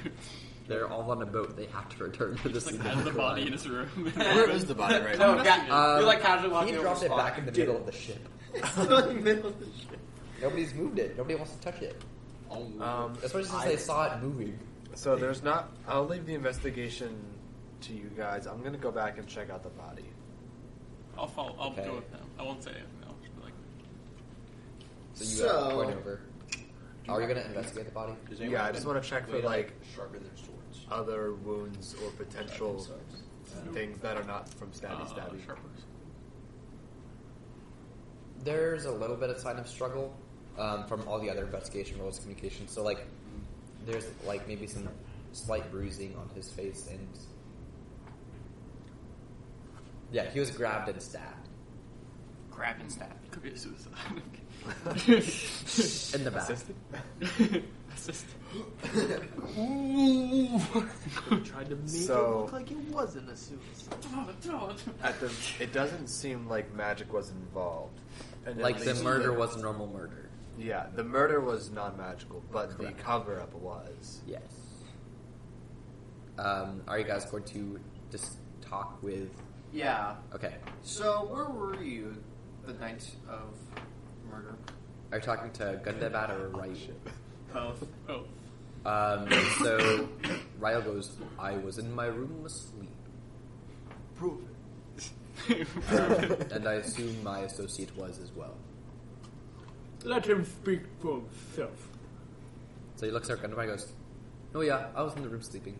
Speaker 1: They're all on a boat. They have to return to the
Speaker 9: Just
Speaker 1: scene.
Speaker 9: like
Speaker 1: of
Speaker 9: had the body in
Speaker 1: crime.
Speaker 9: his room.
Speaker 5: Where is the body right
Speaker 2: no,
Speaker 5: now?
Speaker 2: ga-
Speaker 1: Um,
Speaker 2: you're like casually walking
Speaker 1: He
Speaker 2: over
Speaker 1: dropped
Speaker 2: the
Speaker 1: it
Speaker 2: spot.
Speaker 1: back in the middle of the ship.
Speaker 3: Still in the middle of the shit.
Speaker 1: Nobody's moved it. Nobody wants to touch it.
Speaker 5: Um,
Speaker 1: Especially since they saw it moving.
Speaker 5: so there's not. I'll leave the investigation to you guys. I'm gonna go back and check out the body.
Speaker 9: I'll follow. I'll
Speaker 1: Okay.
Speaker 9: go with him. I won't say anything. I'll just be like,
Speaker 1: So you uh,
Speaker 3: So-
Speaker 1: point over. Are you gonna investigate the body?
Speaker 2: Does anyone
Speaker 5: Yeah, I just want to check for
Speaker 2: Wait,
Speaker 5: like uh,
Speaker 2: sharpen their swords.
Speaker 5: other wounds or potential things that are not from stabby
Speaker 9: uh,
Speaker 5: stabby.
Speaker 9: sharpers.
Speaker 1: There's a little bit of sign of struggle um, from all the other investigation roles, communication. So like, there's like maybe some slight bruising on his face, and yeah, he was grabbed and stabbed
Speaker 7: Grab and stab.
Speaker 9: Could be a suicide.
Speaker 1: in the back.
Speaker 9: Assist.
Speaker 8: Tried to make
Speaker 5: So-
Speaker 8: it look like it wasn't a suicide.
Speaker 5: At the, it doesn't seem like magic was involved. And at
Speaker 1: Like the
Speaker 5: least
Speaker 1: murder was a normal murder.
Speaker 5: Yeah, the murder was non-magical, but
Speaker 1: Correct.
Speaker 5: the cover-up was.
Speaker 1: Yes. Um, are you guys going to just talk with?
Speaker 2: Yeah.
Speaker 1: Okay.
Speaker 3: So, where were you the night of murder?
Speaker 1: Are you talking to Gundabad or Ryu?
Speaker 8: Both.
Speaker 9: Oh,
Speaker 1: Um, so Ryo goes, "I was in my room asleep."
Speaker 5: Prove
Speaker 9: Oh.
Speaker 1: and I assume my associate was as well.
Speaker 8: Let him speak for himself.
Speaker 1: So he looks at Gundam and goes, Oh, yeah, I was in the room sleeping.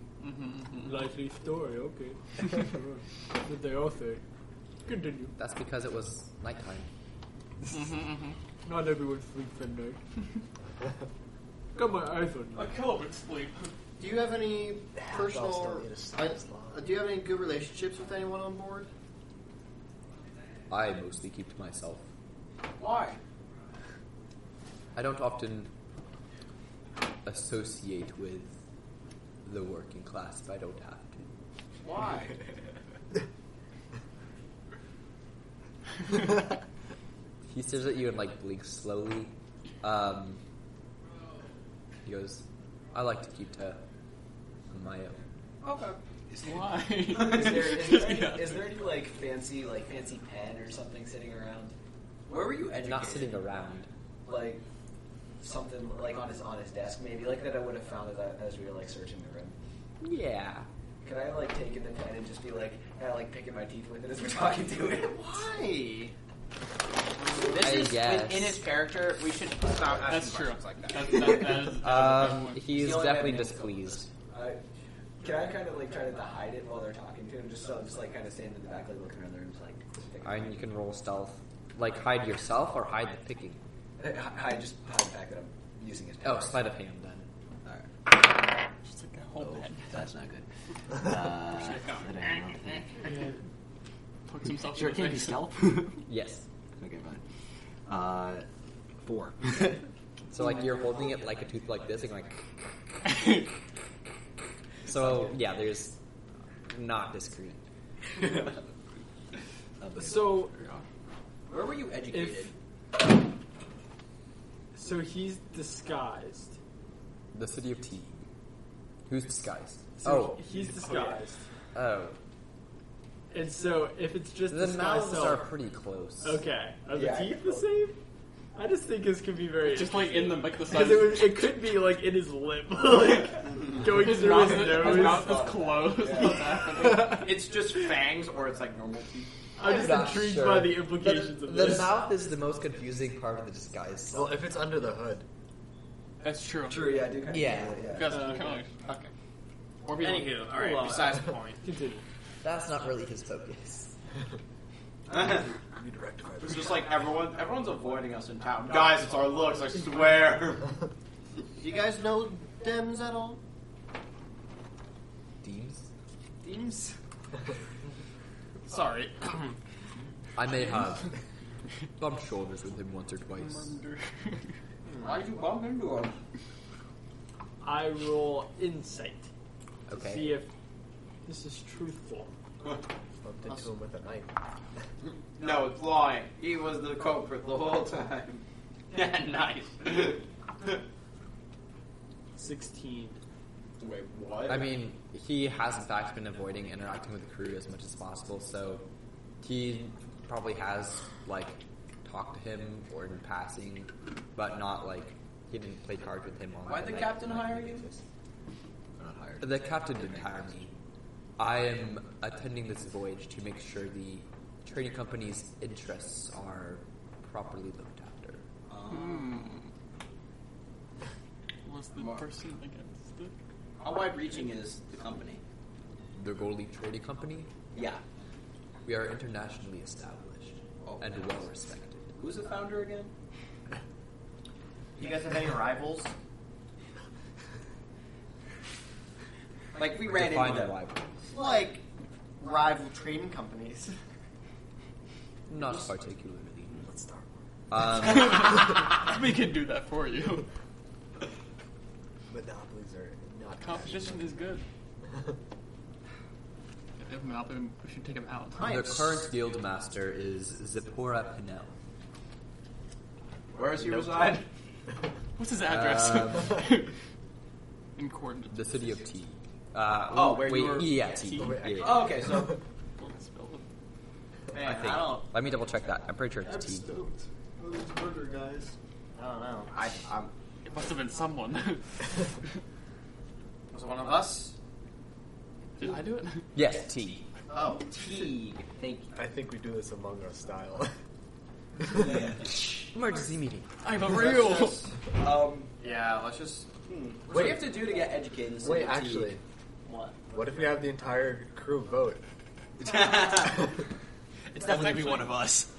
Speaker 8: Likely story, okay. That's what they all say. Continue.
Speaker 1: That's because it was nighttime.
Speaker 8: Not everyone sleeps at night. Got my eyes on you.
Speaker 9: kill him in sleep.
Speaker 3: Do you have any
Speaker 5: I'll
Speaker 3: personal?
Speaker 5: still need a
Speaker 3: I,
Speaker 5: snack slot.
Speaker 3: do you have any good relationships with anyone on board?
Speaker 1: I mostly keep to myself.
Speaker 2: Why?
Speaker 1: I don't often associate with the working class if I don't have to.
Speaker 2: Why?
Speaker 1: He stares at you and, like, blinks slowly. Um, he goes, I like to keep to my own.
Speaker 2: Okay.
Speaker 9: Why?
Speaker 13: Is there, is, there any,
Speaker 9: Yeah.
Speaker 13: is there any like fancy like fancy pen or something sitting around?
Speaker 2: Where were you
Speaker 1: And
Speaker 2: educated?
Speaker 1: not sitting around.
Speaker 13: Like something like on his on his desk maybe like that I would have found as, I, as we were like searching the room.
Speaker 1: Yeah.
Speaker 13: Could I have like taken the pen and just be like kind of like picking my teeth with it as we're talking to it?
Speaker 2: Why?
Speaker 1: I
Speaker 2: This is
Speaker 1: guess.
Speaker 2: within his character. We should stop asking
Speaker 9: That's true.
Speaker 2: questions like that.
Speaker 9: That's, that, that is, that is a good
Speaker 1: Um,
Speaker 9: point.
Speaker 1: he's
Speaker 2: He's the only
Speaker 1: definitely
Speaker 2: man who knows
Speaker 1: displeased.
Speaker 13: I Can I kind of like try to hide it while they're talking to him? Just so I'm just like kind of standing in the back, like looking around the room, just like. thinking.
Speaker 1: And you can roll stealth. Like hide yourself or hide the picking.
Speaker 13: H- Hide, just hide the fact that I'm using his.
Speaker 1: Oh,
Speaker 13: powers.
Speaker 1: sleight of hand then.
Speaker 13: Alright. Oh,
Speaker 7: Hold that.
Speaker 13: That's not good. Uh, that I don't think.
Speaker 9: Pucks himself
Speaker 13: Sure,
Speaker 9: in
Speaker 13: it
Speaker 9: the
Speaker 13: can't be
Speaker 9: face.
Speaker 13: stealth.
Speaker 1: Yes.
Speaker 13: okay, fine. Uh, four.
Speaker 1: So like you're holding it like a tooth like this and like So yeah, there's not discreet.
Speaker 8: So
Speaker 2: Where were you educated?
Speaker 8: If- so he's disguised.
Speaker 1: The city of Teague. Who's disguised?
Speaker 8: So
Speaker 1: oh,
Speaker 8: he's disguised.
Speaker 1: oh.
Speaker 8: And so if it's just
Speaker 1: The
Speaker 8: disguised
Speaker 1: mouths are
Speaker 8: self,
Speaker 1: pretty close.
Speaker 8: okay. Are the
Speaker 13: Yeah, I
Speaker 8: teeth
Speaker 13: know.
Speaker 8: the same? I just think this could be very
Speaker 9: Just like in the like the side.
Speaker 8: because it, was- it could be like in his lip, like going
Speaker 9: his
Speaker 8: through
Speaker 9: mouth,
Speaker 8: his
Speaker 9: is-
Speaker 8: nose.
Speaker 9: his mouth is closed.
Speaker 2: it's just fangs, or it's like normal teeth.
Speaker 8: I'm just
Speaker 1: Not
Speaker 8: intrigued
Speaker 1: sure.
Speaker 8: by the implications
Speaker 1: The,
Speaker 8: of
Speaker 1: the
Speaker 8: this.
Speaker 1: mouth is the most confusing part of the disguise.
Speaker 5: Well, if it's under the hood,
Speaker 9: That's true.
Speaker 13: True, yeah, I do kind of.
Speaker 1: Yeah.
Speaker 13: yeah.
Speaker 9: Because
Speaker 8: Uh,
Speaker 9: okay. okay. Or be like-
Speaker 2: Anywho, all right.
Speaker 8: Well,
Speaker 2: besides the point.
Speaker 8: Continue.
Speaker 1: That's not really his focus.
Speaker 5: we need to rectify
Speaker 2: It's
Speaker 5: this.
Speaker 2: just like everyone, everyone's avoiding us in town. Guys, it's our looks. I swear.
Speaker 3: Do you guys know Dems at all?
Speaker 1: Deems?
Speaker 2: Themes.
Speaker 9: Sorry.
Speaker 1: I may have bumped shoulders with him once or twice.
Speaker 2: Why did you bump into him?
Speaker 8: I roll insight to
Speaker 1: Okay.
Speaker 8: see if this is truthful.
Speaker 5: Bumped into him with a knife.
Speaker 2: No, it's lying. He was the culprit the whole time.
Speaker 9: yeah, nice.
Speaker 8: Sixteen.
Speaker 2: Wait, what?
Speaker 1: I mean, he has in fact been avoiding interacting with the crew as much as possible, so he probably has like talked to him or in passing, but not like he didn't play cards with him. Why
Speaker 2: why'd the captain hire you?
Speaker 5: We're not hired.
Speaker 1: The captain didn't hire me. I am attending this voyage to make sure the trading company's interests are properly looked after.
Speaker 2: Um,
Speaker 9: Was the
Speaker 2: Mark.
Speaker 9: person against it?
Speaker 2: How wide reaching is the company?
Speaker 1: The Goldie Trading Company,
Speaker 2: Yeah.
Speaker 1: we are internationally established
Speaker 2: Oh,
Speaker 1: and
Speaker 2: nice.
Speaker 1: well respected.
Speaker 2: Who's the founder again?
Speaker 13: You guys have any rivals?
Speaker 2: Like we ran
Speaker 1: Define
Speaker 2: into them.
Speaker 1: rival.
Speaker 3: Like rival trading companies.
Speaker 1: Not particularly. Let's start. Um,
Speaker 9: We can do that for you.
Speaker 5: Monopolies are not
Speaker 9: Competition is good. If they have Monopoly, we should take him out.
Speaker 1: the current guild master is Zippora Pinnell.
Speaker 2: Where does he reside?
Speaker 9: What's his address?
Speaker 1: Um,
Speaker 9: In coordinates.
Speaker 1: The city of T. Uh,
Speaker 2: Oh, where you
Speaker 1: wait,
Speaker 2: were-
Speaker 1: yeah, T.
Speaker 5: Oh, wait,
Speaker 1: Yeah, yeah.
Speaker 2: Oh, okay, so
Speaker 9: Let's spell them.
Speaker 2: man,
Speaker 1: I
Speaker 2: I,
Speaker 1: think.
Speaker 2: don't.
Speaker 1: Let me double check that. I'm pretty sure it's T.
Speaker 3: murder guys.
Speaker 2: I don't know. I, I'm.
Speaker 9: It must have been someone.
Speaker 2: Was it one of us?
Speaker 9: Did I do it?
Speaker 1: Yes, T.
Speaker 2: Oh, Teague. Thank you.
Speaker 5: I think we do this Among Us style.
Speaker 1: Emergency meeting.
Speaker 9: I'm a real.
Speaker 2: Um. Yeah. Let's just. Hmm. What do
Speaker 5: Wait.
Speaker 2: you have to do to get educated? in the
Speaker 5: Wait,
Speaker 2: city of Teague?
Speaker 5: actually,
Speaker 2: What?
Speaker 5: what if we have the entire crew vote?
Speaker 9: It's definitely gonna be one of us.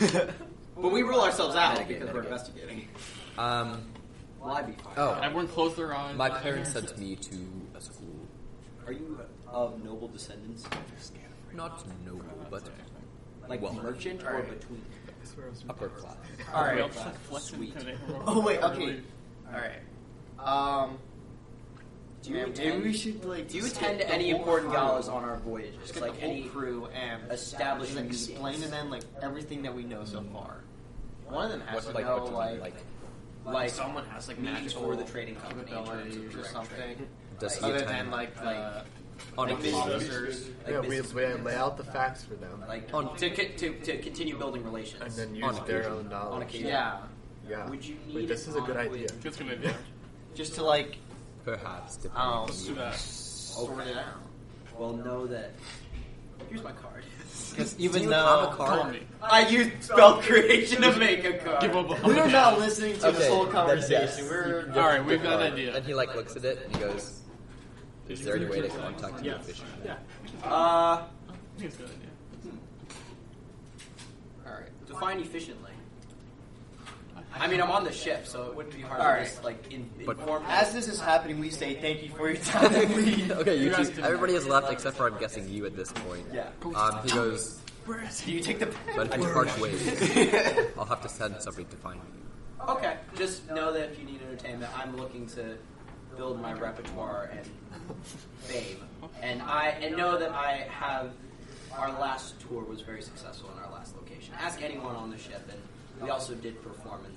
Speaker 2: But we rule ourselves out
Speaker 13: Mitigate,
Speaker 2: because we're
Speaker 13: mitigate.
Speaker 2: investigating.
Speaker 1: Um,
Speaker 2: Well, I'd be fine.
Speaker 1: oh,
Speaker 9: Everyone close their eyes.
Speaker 1: my parents sent me to a school.
Speaker 2: Are you of noble descendants?
Speaker 1: Not noble, but
Speaker 2: Like
Speaker 1: Well,
Speaker 2: merchant or between?
Speaker 5: I swear I was
Speaker 1: upper class.
Speaker 2: All
Speaker 9: We
Speaker 2: right.
Speaker 9: all just like flexing
Speaker 2: Sweet.
Speaker 9: today.
Speaker 3: Oh, wait, okay.
Speaker 9: Really-
Speaker 2: All right.
Speaker 3: Um,
Speaker 2: Do you
Speaker 3: man,
Speaker 2: attend?
Speaker 3: maybe we should like.
Speaker 2: Do you
Speaker 3: just
Speaker 2: attend
Speaker 3: get the
Speaker 2: any
Speaker 3: whole
Speaker 2: important
Speaker 3: crew.
Speaker 2: galas on our voyages?
Speaker 3: Just get
Speaker 2: Like
Speaker 3: the whole
Speaker 2: any
Speaker 3: crew and
Speaker 2: established
Speaker 3: just explain to
Speaker 2: meetings?
Speaker 3: them like everything that we know so far.
Speaker 2: One of them has
Speaker 1: What,
Speaker 2: to
Speaker 1: like,
Speaker 2: know,
Speaker 1: what do you mean,
Speaker 2: like,
Speaker 1: like,
Speaker 2: like
Speaker 7: someone has like
Speaker 2: meetings
Speaker 7: natural
Speaker 2: for the trading company in terms
Speaker 7: abilities
Speaker 2: of
Speaker 7: or
Speaker 2: direct
Speaker 7: something.
Speaker 1: does he
Speaker 7: Other
Speaker 1: attend
Speaker 7: than like the
Speaker 1: on
Speaker 2: like
Speaker 1: a
Speaker 2: this-
Speaker 1: college?
Speaker 2: like
Speaker 5: yeah, we,
Speaker 2: business
Speaker 5: we
Speaker 2: meetings.
Speaker 5: lay out the facts for them,
Speaker 2: like to, co- to to continue building relations.
Speaker 5: and then
Speaker 1: on
Speaker 5: use
Speaker 1: a-
Speaker 5: their own
Speaker 2: on
Speaker 5: knowledge.
Speaker 2: occasion.
Speaker 3: Yeah,
Speaker 5: Yeah.
Speaker 2: Would you
Speaker 5: Wait,
Speaker 2: need
Speaker 5: this
Speaker 2: it
Speaker 5: is a good
Speaker 2: on-
Speaker 5: idea.
Speaker 9: It's gonna be.
Speaker 3: just to like
Speaker 1: Perhaps.
Speaker 3: Oh,
Speaker 1: depending on you.
Speaker 9: Do that.
Speaker 3: sort it out.
Speaker 2: well, know that. Here's my card.
Speaker 1: Even
Speaker 3: you
Speaker 1: though
Speaker 3: have a
Speaker 9: Call me.
Speaker 2: I used spell creation to make a card.
Speaker 9: Give up.
Speaker 3: We are not listening to
Speaker 1: Okay,
Speaker 3: this whole
Speaker 1: that's- yes.
Speaker 3: conversation. We're
Speaker 9: All right, we've got an idea.
Speaker 1: And he like looks at it and he goes, Is there any way to contact you
Speaker 9: Yes.
Speaker 1: officially?
Speaker 9: Yeah.
Speaker 2: Uh,
Speaker 9: I think it's a good idea.
Speaker 2: alright. Define efficiently. I mean, I'm on the ship, so it wouldn't be hard to
Speaker 3: Alright.
Speaker 2: just, like, in-
Speaker 1: But-
Speaker 2: inform
Speaker 3: As this is happening, we say thank you for your time and leave.
Speaker 1: Okay, you
Speaker 9: You guys
Speaker 1: two,
Speaker 9: can-
Speaker 1: everybody has left except for I'm guessing you at this point.
Speaker 2: Yeah.
Speaker 1: Um, he goes,
Speaker 3: Do you take the
Speaker 1: but if you part ways, I'll have to send somebody to find you.
Speaker 2: Okay, just know that if you need entertainment, I'm looking to build my repertoire and fame, and I and know that I have. Our last tour was very successful in our last location. Ask anyone on the ship, and we also did perform in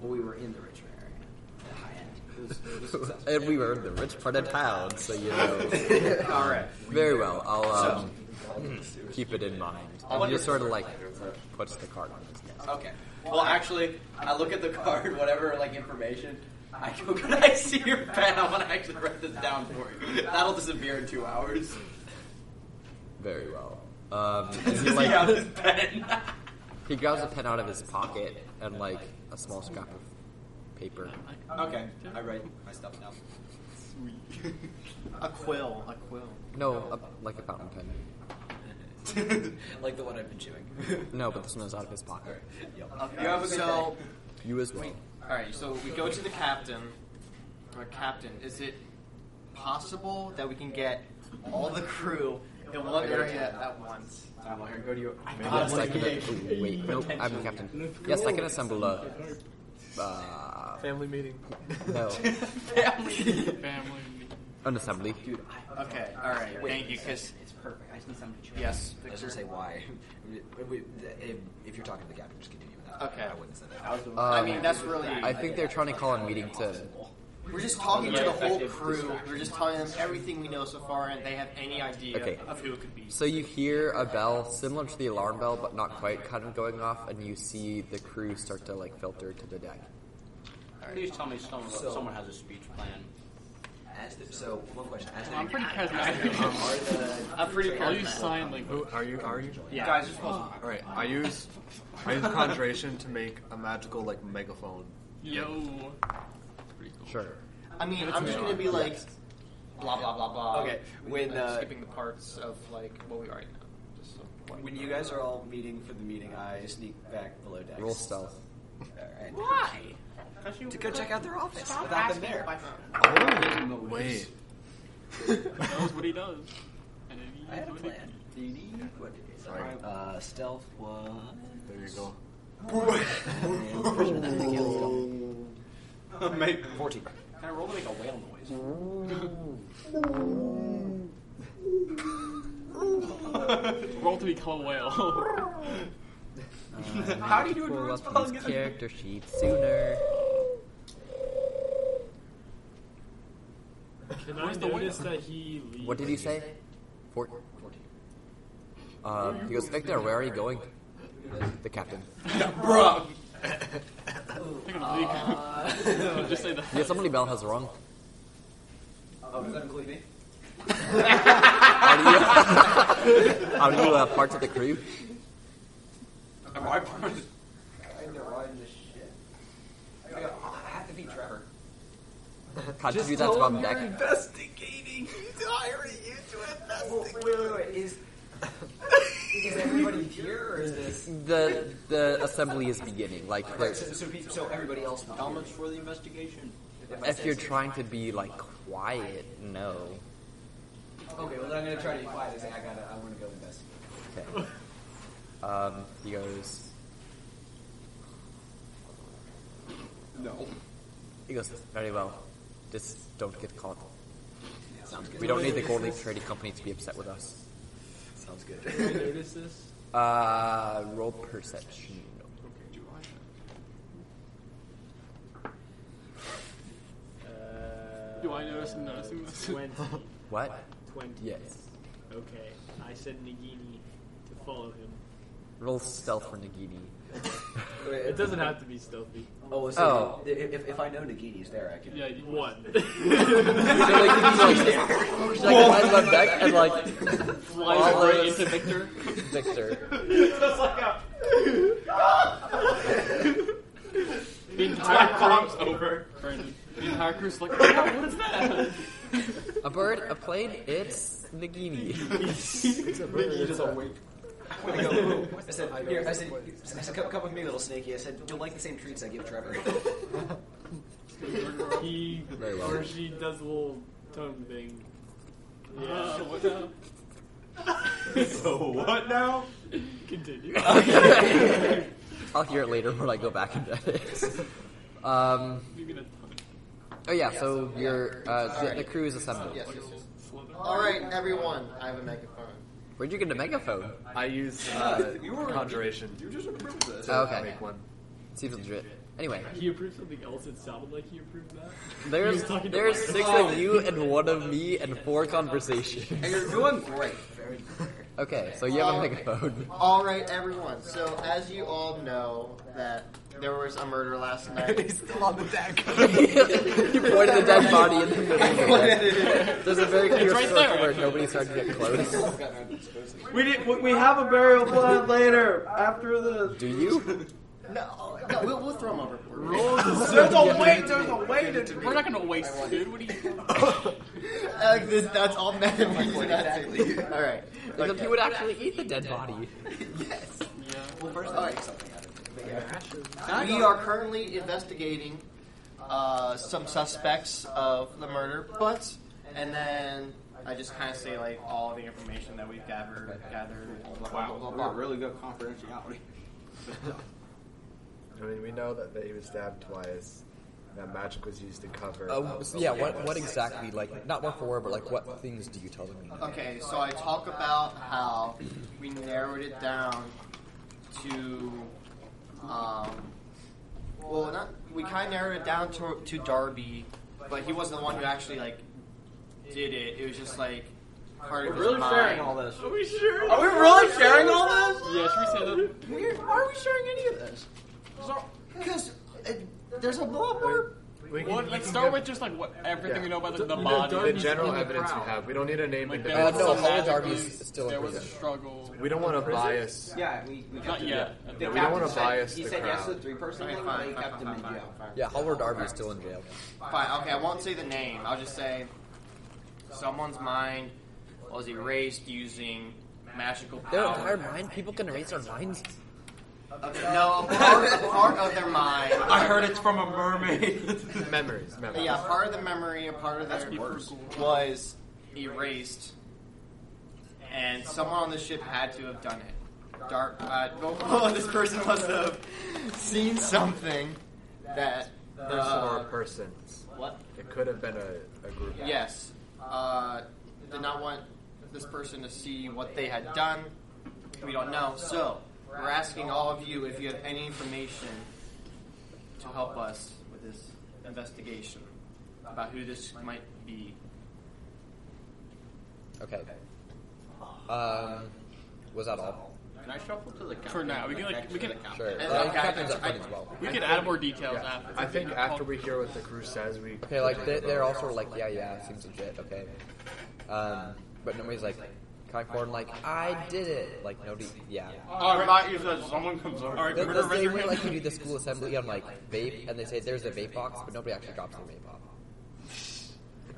Speaker 2: when we were in the Richmond area, the high end. It was, it was successful.
Speaker 1: And we were in the rich part of town, so you know.
Speaker 2: All right.
Speaker 1: Very well, I'll um, keep it in mind.
Speaker 2: What
Speaker 1: And just
Speaker 2: is-
Speaker 1: sort of like puts the card on his desk.
Speaker 2: Okay. Well, actually, I look at the card, whatever like information. I go, can I see your pen? I want to actually write this down for you. That'll disappear in two hours.
Speaker 1: Very well. Um, and
Speaker 2: Does
Speaker 1: he
Speaker 2: he have
Speaker 1: like
Speaker 2: his pen?
Speaker 1: he grabs a pen out of his pocket and like a small scrap of paper.
Speaker 2: okay, I write my stuff down.
Speaker 3: a quill? A quill.
Speaker 1: No, a, like a fountain pen.
Speaker 13: like the one I've been chewing.
Speaker 1: No, but this one is out of his pocket.
Speaker 2: You have a good
Speaker 7: So,
Speaker 1: You as well.
Speaker 7: all right. So we go to the captain. Our captain is it?
Speaker 3: Possible that we can get all the crew in one area at once.
Speaker 2: day. I'm here. Go to your.
Speaker 1: Yes, I can. oh, Wait, no, I'm the captain. Yes, I can assemble a. Uh,
Speaker 5: Family meeting.
Speaker 1: no,
Speaker 9: Family.
Speaker 1: an assembly.
Speaker 7: Okay. All right. Thank you. Cause
Speaker 2: It's perfect. I just need something to chew.
Speaker 7: yes,
Speaker 13: I was
Speaker 7: Victor.
Speaker 13: gonna say why. We- we- the- If, if you're talking to the captain, just continue with that.
Speaker 7: Okay.
Speaker 13: I wouldn't say that.
Speaker 1: Uh,
Speaker 7: I mean, that's really.
Speaker 1: I think they're trying to call a meeting to.
Speaker 3: We're just talking to the whole crew. We're just telling them everything we know so far, and they have any idea
Speaker 1: Okay.
Speaker 3: of who it could be.
Speaker 1: So you hear a bell similar to the alarm bell, but not quite, kind of going off, and you see the crew start to like filter to the deck.
Speaker 2: Please tell me someone,
Speaker 13: So-
Speaker 2: someone has a speech plan.
Speaker 13: As the, so one question. As the,
Speaker 9: I'm pretty
Speaker 13: are
Speaker 9: charismatic.
Speaker 13: the,
Speaker 3: I'm pretty
Speaker 9: I'll
Speaker 3: confident.
Speaker 9: use sign language.
Speaker 5: Who are you? Are you?
Speaker 7: Yeah.
Speaker 2: Guys, you're supposed
Speaker 5: All right. I use I use conjuration to make a magical like megaphone.
Speaker 9: Yo. Pretty cool.
Speaker 1: Sure.
Speaker 3: I mean, I'm just gonna be like,
Speaker 7: blah blah blah blah.
Speaker 3: Okay, when,
Speaker 7: I'm
Speaker 3: uh,
Speaker 7: skipping the parts of like what we already know. Just so
Speaker 13: when you guys are all meeting for the meeting, I sneak back below decks.
Speaker 1: Roll stealth.
Speaker 13: All right.
Speaker 7: why?
Speaker 13: To go check out their office without them there.
Speaker 5: Oh, wait.
Speaker 9: He knows what he does. And it
Speaker 13: I had
Speaker 9: is
Speaker 13: a
Speaker 9: what he-
Speaker 13: plan. Do you need what it is? All right. Uh, stealth was.
Speaker 5: There you go.
Speaker 2: to make.
Speaker 13: Fourteen.
Speaker 2: Can I roll to make a whale noise?
Speaker 9: Roll to become a whale.
Speaker 2: How do you do a
Speaker 1: Pull
Speaker 2: druid
Speaker 1: up
Speaker 2: spell?
Speaker 1: these character sheets sooner.
Speaker 4: Can I notice that he leaves?
Speaker 1: What did he say? Four. Um, he goes, Victor, where are you going? The captain.
Speaker 2: Bro.
Speaker 9: I think I'm leaking. Just say that.
Speaker 1: Yeah, somebody bell has rung.
Speaker 2: Oh, does that include me?
Speaker 1: Are you, are you uh, part of the crew?
Speaker 2: Am I part of the-
Speaker 13: I have to be Trevor.
Speaker 1: Can't you do that from deck?
Speaker 13: Investigating. He's hiring you to investigate. Wait, wait, wait. Is is everybody here or is this?
Speaker 1: The the assembly is beginning. Like,
Speaker 13: Right,
Speaker 1: like,
Speaker 13: so, so, pe- so everybody else.
Speaker 2: How much for the investigation?
Speaker 1: if you're trying to be like quiet, no.
Speaker 13: Okay, well then I'm gonna try to be quiet and say I gotta. I want to go investigate.
Speaker 1: Okay. Um, he goes.
Speaker 2: No.
Speaker 1: He goes very well. Just don't get caught.
Speaker 13: Sounds good.
Speaker 1: We don't need the Gold Leaf Trading Company to be upset with us.
Speaker 13: Sounds good.
Speaker 4: Notice this?
Speaker 1: Uh, roll perception.
Speaker 9: Do
Speaker 4: Uh,
Speaker 9: I notice him noticing this?
Speaker 4: 20.
Speaker 1: What?
Speaker 4: 20.
Speaker 1: Yes.
Speaker 4: Okay. I said Nagini to follow him.
Speaker 1: Roll stealth for Nagini.
Speaker 4: It doesn't have to be stealthy.
Speaker 13: Oh,
Speaker 1: so
Speaker 13: so oh. If, if, if I know Nagini's there, I can.
Speaker 9: Yeah, you
Speaker 4: One.
Speaker 1: So, like, he's like, he's like climbs on deck and like
Speaker 9: flies
Speaker 1: All
Speaker 9: right
Speaker 1: is-
Speaker 9: into Victor.
Speaker 1: Victor.
Speaker 9: The entire crew's over. Brandon. The entire crew's like, "Oh, what is that?
Speaker 1: A bird, a plane, it's Nagini.
Speaker 5: It's a bird. It's awake.
Speaker 13: I go, I said, here, I said, I said, come, come with me, little snaky. I said, you'll like the same treats I give Trevor.
Speaker 4: He
Speaker 1: Very well.
Speaker 4: or she does a little tongue thing. Yeah.
Speaker 8: So what now?
Speaker 4: Continue.
Speaker 1: I'll hear it later when I go back and edit. it. Um,
Speaker 4: You're gonna
Speaker 1: oh yeah, so your uh, the, the crew is assembled.
Speaker 3: Yes, yes, yes.
Speaker 4: slither.
Speaker 3: All right, everyone. I have a megaphone.
Speaker 1: Where'd you get a megaphone?
Speaker 5: I use uh,
Speaker 8: You were-
Speaker 5: conjuration
Speaker 8: You just remember this.
Speaker 1: Oh,
Speaker 5: to
Speaker 1: okay.
Speaker 5: make one.
Speaker 1: Seems legit. Anyway,
Speaker 4: He approved something else. It sounded like he approved that.
Speaker 1: there's
Speaker 4: talking to
Speaker 1: there's
Speaker 4: myself.
Speaker 1: six of you and one of me and four conversations.
Speaker 2: And you're doing great.
Speaker 1: Okay, so you have a megaphone.
Speaker 3: All right, everyone. So as you all know that there was a murder last night.
Speaker 5: He's still on the deck.
Speaker 1: you pointed the dead body in the middle of it. There's a very clear
Speaker 9: right
Speaker 1: circle
Speaker 9: there.
Speaker 1: where nobody's trying to get close.
Speaker 2: We did. We we have a burial plan later after the.
Speaker 1: Do you?
Speaker 3: No, no, we'll, we'll throw him overboard.
Speaker 2: There's a wait. There's a wait. It's
Speaker 9: We're not gonna waste food. What are you?
Speaker 3: Uh, this, that's all meant to be. Exactly. All right.
Speaker 1: Because he would actually eat the dead body.
Speaker 3: All right. We are currently investigating uh, some suspects of the murder, but and then I just kind of say like all the information that we've gathered. Gathered. Blah, blah, blah,
Speaker 2: Wow,
Speaker 3: blah.
Speaker 2: really good confidentiality.
Speaker 5: I mean, we know that they was stabbed twice. That magic was used to cover.
Speaker 1: Uh,
Speaker 5: up
Speaker 1: so
Speaker 5: the
Speaker 1: yeah,
Speaker 5: wound.
Speaker 1: what, what exactly, like, not word for word, but like, what things do you tell them?
Speaker 3: Okay, so I talk about how we narrowed it down to, um, well, not we kind of narrowed it down to to Darby, but he wasn't the one who actually like did it. It was just like part of his
Speaker 2: Really
Speaker 3: mind.
Speaker 2: sharing all this.
Speaker 4: Are we sure?
Speaker 2: Are we really sharing all this?
Speaker 9: Yeah, should we say that?
Speaker 2: Weird. Why are we sharing any of this?
Speaker 3: Because uh, there's a lot more.
Speaker 5: We can-
Speaker 9: What,
Speaker 5: we
Speaker 9: let's
Speaker 5: can
Speaker 9: start
Speaker 5: give
Speaker 9: with just like what everything we know about the, the
Speaker 4: you know,
Speaker 9: body.
Speaker 5: the
Speaker 4: Darby's
Speaker 5: general
Speaker 4: in the
Speaker 5: evidence we
Speaker 4: crowd.
Speaker 5: have. We don't need to name
Speaker 9: Like,
Speaker 5: individuals.
Speaker 9: there
Speaker 1: Uh,
Speaker 9: was
Speaker 1: no,
Speaker 9: some
Speaker 1: all of
Speaker 9: massacre,
Speaker 1: Darby's still in
Speaker 9: There was a
Speaker 1: prison.
Speaker 9: struggle.
Speaker 5: We don't want to bias.
Speaker 2: Yeah, we, we
Speaker 9: Not
Speaker 2: kept him-
Speaker 9: yet.
Speaker 2: The
Speaker 5: Yeah, we don't
Speaker 2: captain
Speaker 5: wanna
Speaker 2: said-
Speaker 5: bias
Speaker 2: He
Speaker 5: the
Speaker 2: said yes to
Speaker 5: crowd.
Speaker 2: the three person
Speaker 3: Okay,
Speaker 2: thing, but
Speaker 3: fine,
Speaker 2: he
Speaker 3: fine,
Speaker 2: kept him
Speaker 3: fine,
Speaker 2: in
Speaker 3: fine,
Speaker 2: jail.
Speaker 1: Yeah, Howard Darby is still in jail.
Speaker 3: Fine. Okay, I won't say the name. I'll just say someone's mind was erased using magical
Speaker 1: Their
Speaker 3: power.
Speaker 1: entire mind, people can erase their minds.
Speaker 3: Okay, no, a part, a part of their mind.
Speaker 2: I heard it's from a mermaid.
Speaker 5: Memories, memories.
Speaker 3: Yeah, part of the memory, a part of their was erased, and someone on the ship had to have done it. Dark. Uh, oh, this person must have seen something that.
Speaker 5: Person or
Speaker 3: Uh,
Speaker 5: persons.
Speaker 3: what?
Speaker 5: It could have been a, a group.
Speaker 3: Yes. Uh, did not want this person to see what they had done. We don't know. So, we're asking all of you if you have any information to help us with this investigation about who this might be.
Speaker 1: Okay. Um, was that all?
Speaker 2: Can I shuffle to the captain?
Speaker 9: For now, we can
Speaker 2: next
Speaker 9: like
Speaker 2: to
Speaker 9: we can
Speaker 2: the captain?
Speaker 1: Sure.
Speaker 3: And-
Speaker 1: Uh,
Speaker 3: okay,
Speaker 1: Captain's
Speaker 3: I-
Speaker 1: up front as well.
Speaker 9: we can add more details
Speaker 5: Yeah,
Speaker 9: after.
Speaker 5: I think after we hear what the crew says, we
Speaker 1: Okay, like they, they're all sort of like, yeah, yeah, it seems legit. Okay, um, but nobody's like, kind of corn like, I did it. Like nobody, yeah.
Speaker 2: Or not Oh, you said someone comes over. All right,
Speaker 1: The, the same way like you do the school assembly on like vape, and they say there's a vape box, but nobody actually drops the vape box.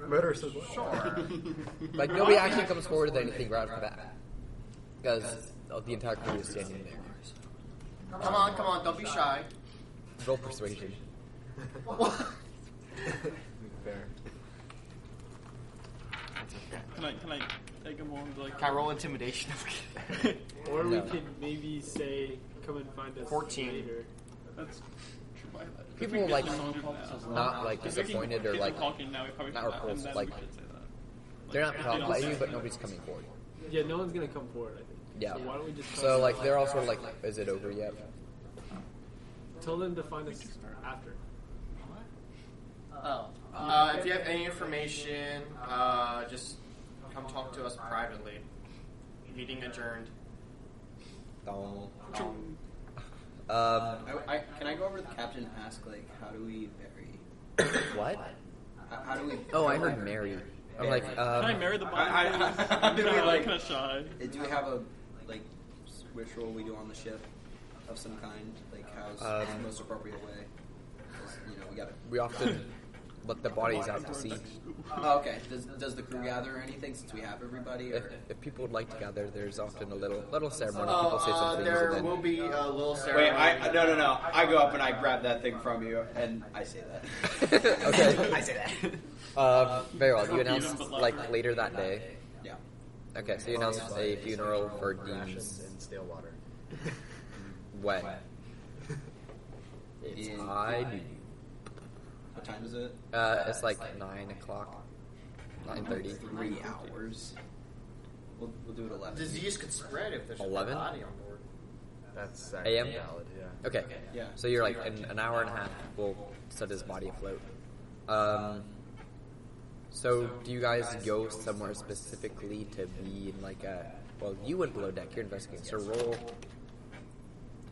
Speaker 5: murder says what?
Speaker 1: Like nobody actually comes forward with anything right off the bat, because the entire crew is standing there.
Speaker 3: Come on, come on, don't be shy.
Speaker 1: Roll persuasion.
Speaker 5: Fair.
Speaker 9: Can I can I take a moment to like
Speaker 3: Can I roll intimidation?
Speaker 4: Or we
Speaker 1: No.
Speaker 4: could maybe say, come and find us
Speaker 3: 14.
Speaker 4: later.
Speaker 9: that's true, why not?
Speaker 1: People are, like,
Speaker 9: If we get someone else now.
Speaker 1: Not like
Speaker 9: If we keep-
Speaker 1: disappointed
Speaker 9: if
Speaker 1: or
Speaker 9: we're
Speaker 1: like
Speaker 9: talking now, we probably
Speaker 1: not
Speaker 9: should and
Speaker 1: repulsed,
Speaker 9: then
Speaker 1: like-
Speaker 9: we should say that.
Speaker 1: they're not
Speaker 9: Like,
Speaker 1: talking
Speaker 9: they
Speaker 1: about
Speaker 9: don't
Speaker 1: you,
Speaker 9: say
Speaker 1: but
Speaker 9: that.
Speaker 1: nobody's coming forward.
Speaker 4: Yeah, no one's gonna come forward. I think.
Speaker 1: Yeah.
Speaker 4: So why don't we just tell
Speaker 1: So
Speaker 4: them,
Speaker 1: like they're all sort of like, is it over yet?
Speaker 4: tell them to find us after?
Speaker 3: oh. Uh, if you have any information, uh, just come talk to us privately. Meeting adjourned.
Speaker 1: Dong.
Speaker 3: Um,
Speaker 1: Um,
Speaker 2: I, I, can I go over to the captain and ask like, how do we bury?
Speaker 1: what?
Speaker 2: How, how do we?
Speaker 1: Oh, I heard Mary. I'm like, um,
Speaker 9: Can I marry the body?
Speaker 2: I- I- I-
Speaker 9: please?
Speaker 2: I mean, like-
Speaker 9: kind of shy.
Speaker 2: Do we have a like ritual we do on the ship of some kind? Like how's
Speaker 1: Um,
Speaker 2: the most appropriate way? because you know we got.
Speaker 1: We often let the bodies out to sea.
Speaker 2: Oh, okay. Does, does the crew gather anything since we have everybody?
Speaker 1: If,
Speaker 2: Or?
Speaker 1: if people would like to gather, there's often a little little ceremony.
Speaker 3: Oh,
Speaker 1: people say
Speaker 3: uh,
Speaker 1: some things,
Speaker 3: there
Speaker 1: and then
Speaker 3: will be uh, a little
Speaker 2: Wait,
Speaker 3: ceremony.
Speaker 2: I no no no. I go up and I grab that thing from you, and I say that.
Speaker 1: Okay.
Speaker 2: I say that.
Speaker 1: Uh, very well. You
Speaker 9: Even
Speaker 1: announced
Speaker 9: but
Speaker 1: like
Speaker 9: like-
Speaker 1: later that day.
Speaker 2: Yeah.
Speaker 1: Okay, so you announced a funeral for
Speaker 5: Rations
Speaker 1: Dean's
Speaker 5: and stale water.
Speaker 1: wet.
Speaker 2: In-
Speaker 1: I
Speaker 2: What time is it?
Speaker 1: uh, it's like nine o'clock, nine thirty.
Speaker 2: Three hours. We'll, we'll do it eleven.
Speaker 3: Disease could spread if there's
Speaker 1: Eleven?
Speaker 3: a body on board.
Speaker 5: That's actually
Speaker 1: AM?
Speaker 5: valid. Yeah.
Speaker 1: Okay,
Speaker 2: Yeah.
Speaker 1: so you're like in an hour and a half. We'll set his body afloat. Um, so do you guys go somewhere specifically to be in like a? Well, you went below deck. You're investigating. So roll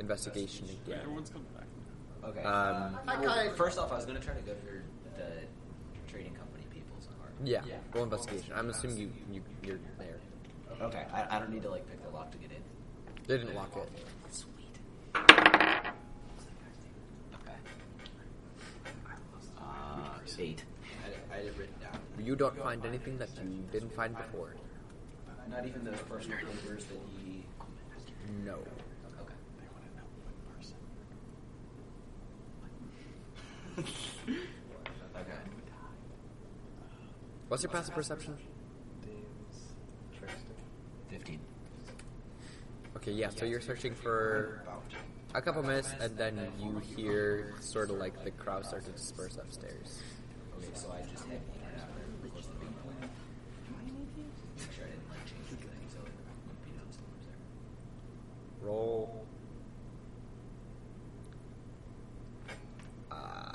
Speaker 1: investigation
Speaker 9: Yeah,
Speaker 1: again.
Speaker 9: everyone's coming back.
Speaker 8: Okay.
Speaker 1: Um,
Speaker 3: I
Speaker 8: Well,
Speaker 3: kinda-
Speaker 8: first off, I was gonna try to go for the trading company people's card.
Speaker 1: Yeah, roll investigation. I'm assuming you, you you're there.
Speaker 8: Okay. I, I don't need to like pick the lock to get in.
Speaker 1: They didn't lock it.
Speaker 8: Sweet. Okay. Uh, eight.
Speaker 2: I, I had it written down.
Speaker 1: You don't find anything that you didn't find before.
Speaker 2: Not even those personal papers that he.
Speaker 1: No.
Speaker 8: Okay. Okay.
Speaker 1: What's your passive perception?
Speaker 5: Dean's trickster.
Speaker 8: Fifteen.
Speaker 1: Okay, yeah. So you're searching for a couple minutes, and then you hear sort of like the crowd start to disperse upstairs.
Speaker 8: Okay, so I just had the internet where it was the big point. Make sure I didn't like change anything, so it wouldn't be noticeable from there.
Speaker 1: Roll.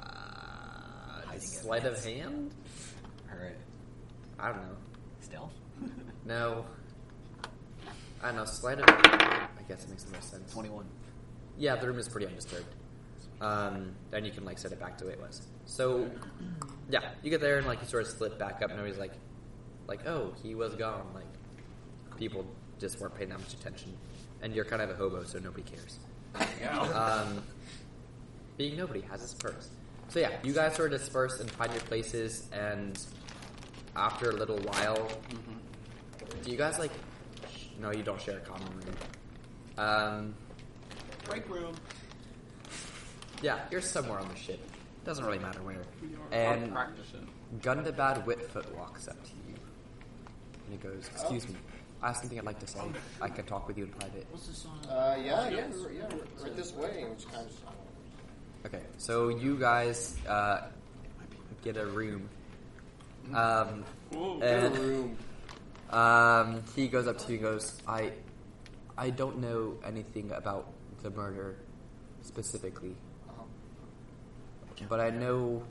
Speaker 1: Uh, sleight of hand?
Speaker 8: Alright.
Speaker 1: I don't know.
Speaker 8: Stealth?
Speaker 1: No. I don't know. Sleight of. I guess it makes the most sense.
Speaker 8: Twenty-one.
Speaker 1: Yeah, the room is pretty undisturbed. Um, and you can like set it back to the way it was. So, yeah, you get there and like you sort of slip back up, and everybody's like, like, oh, he was gone. Like, people just weren't paying that much attention, and you're kind of a hobo, so nobody cares. Um, being nobody has his purse. So yeah, you guys sort of disperse and find your places, and after a little while,
Speaker 2: Mm-hmm.
Speaker 1: do you guys like? sh- No, you don't share a common room. Um,
Speaker 2: Break room.
Speaker 1: yeah, you're somewhere on the ship. Doesn't really matter where.
Speaker 9: And
Speaker 1: And
Speaker 9: practice it.
Speaker 1: Gundabad Whitfoot walks up to you. And he goes, Excuse
Speaker 2: Oh.
Speaker 1: me, I have something I'd like to say. I can talk with you in private.
Speaker 3: Uh, yeah, yeah, we're- yeah, we're- right this way, which kind of.
Speaker 1: Okay, so you guys uh, get a room. Um, and, Um, he goes up to you and goes, I, I don't know anything about the murder specifically, but I know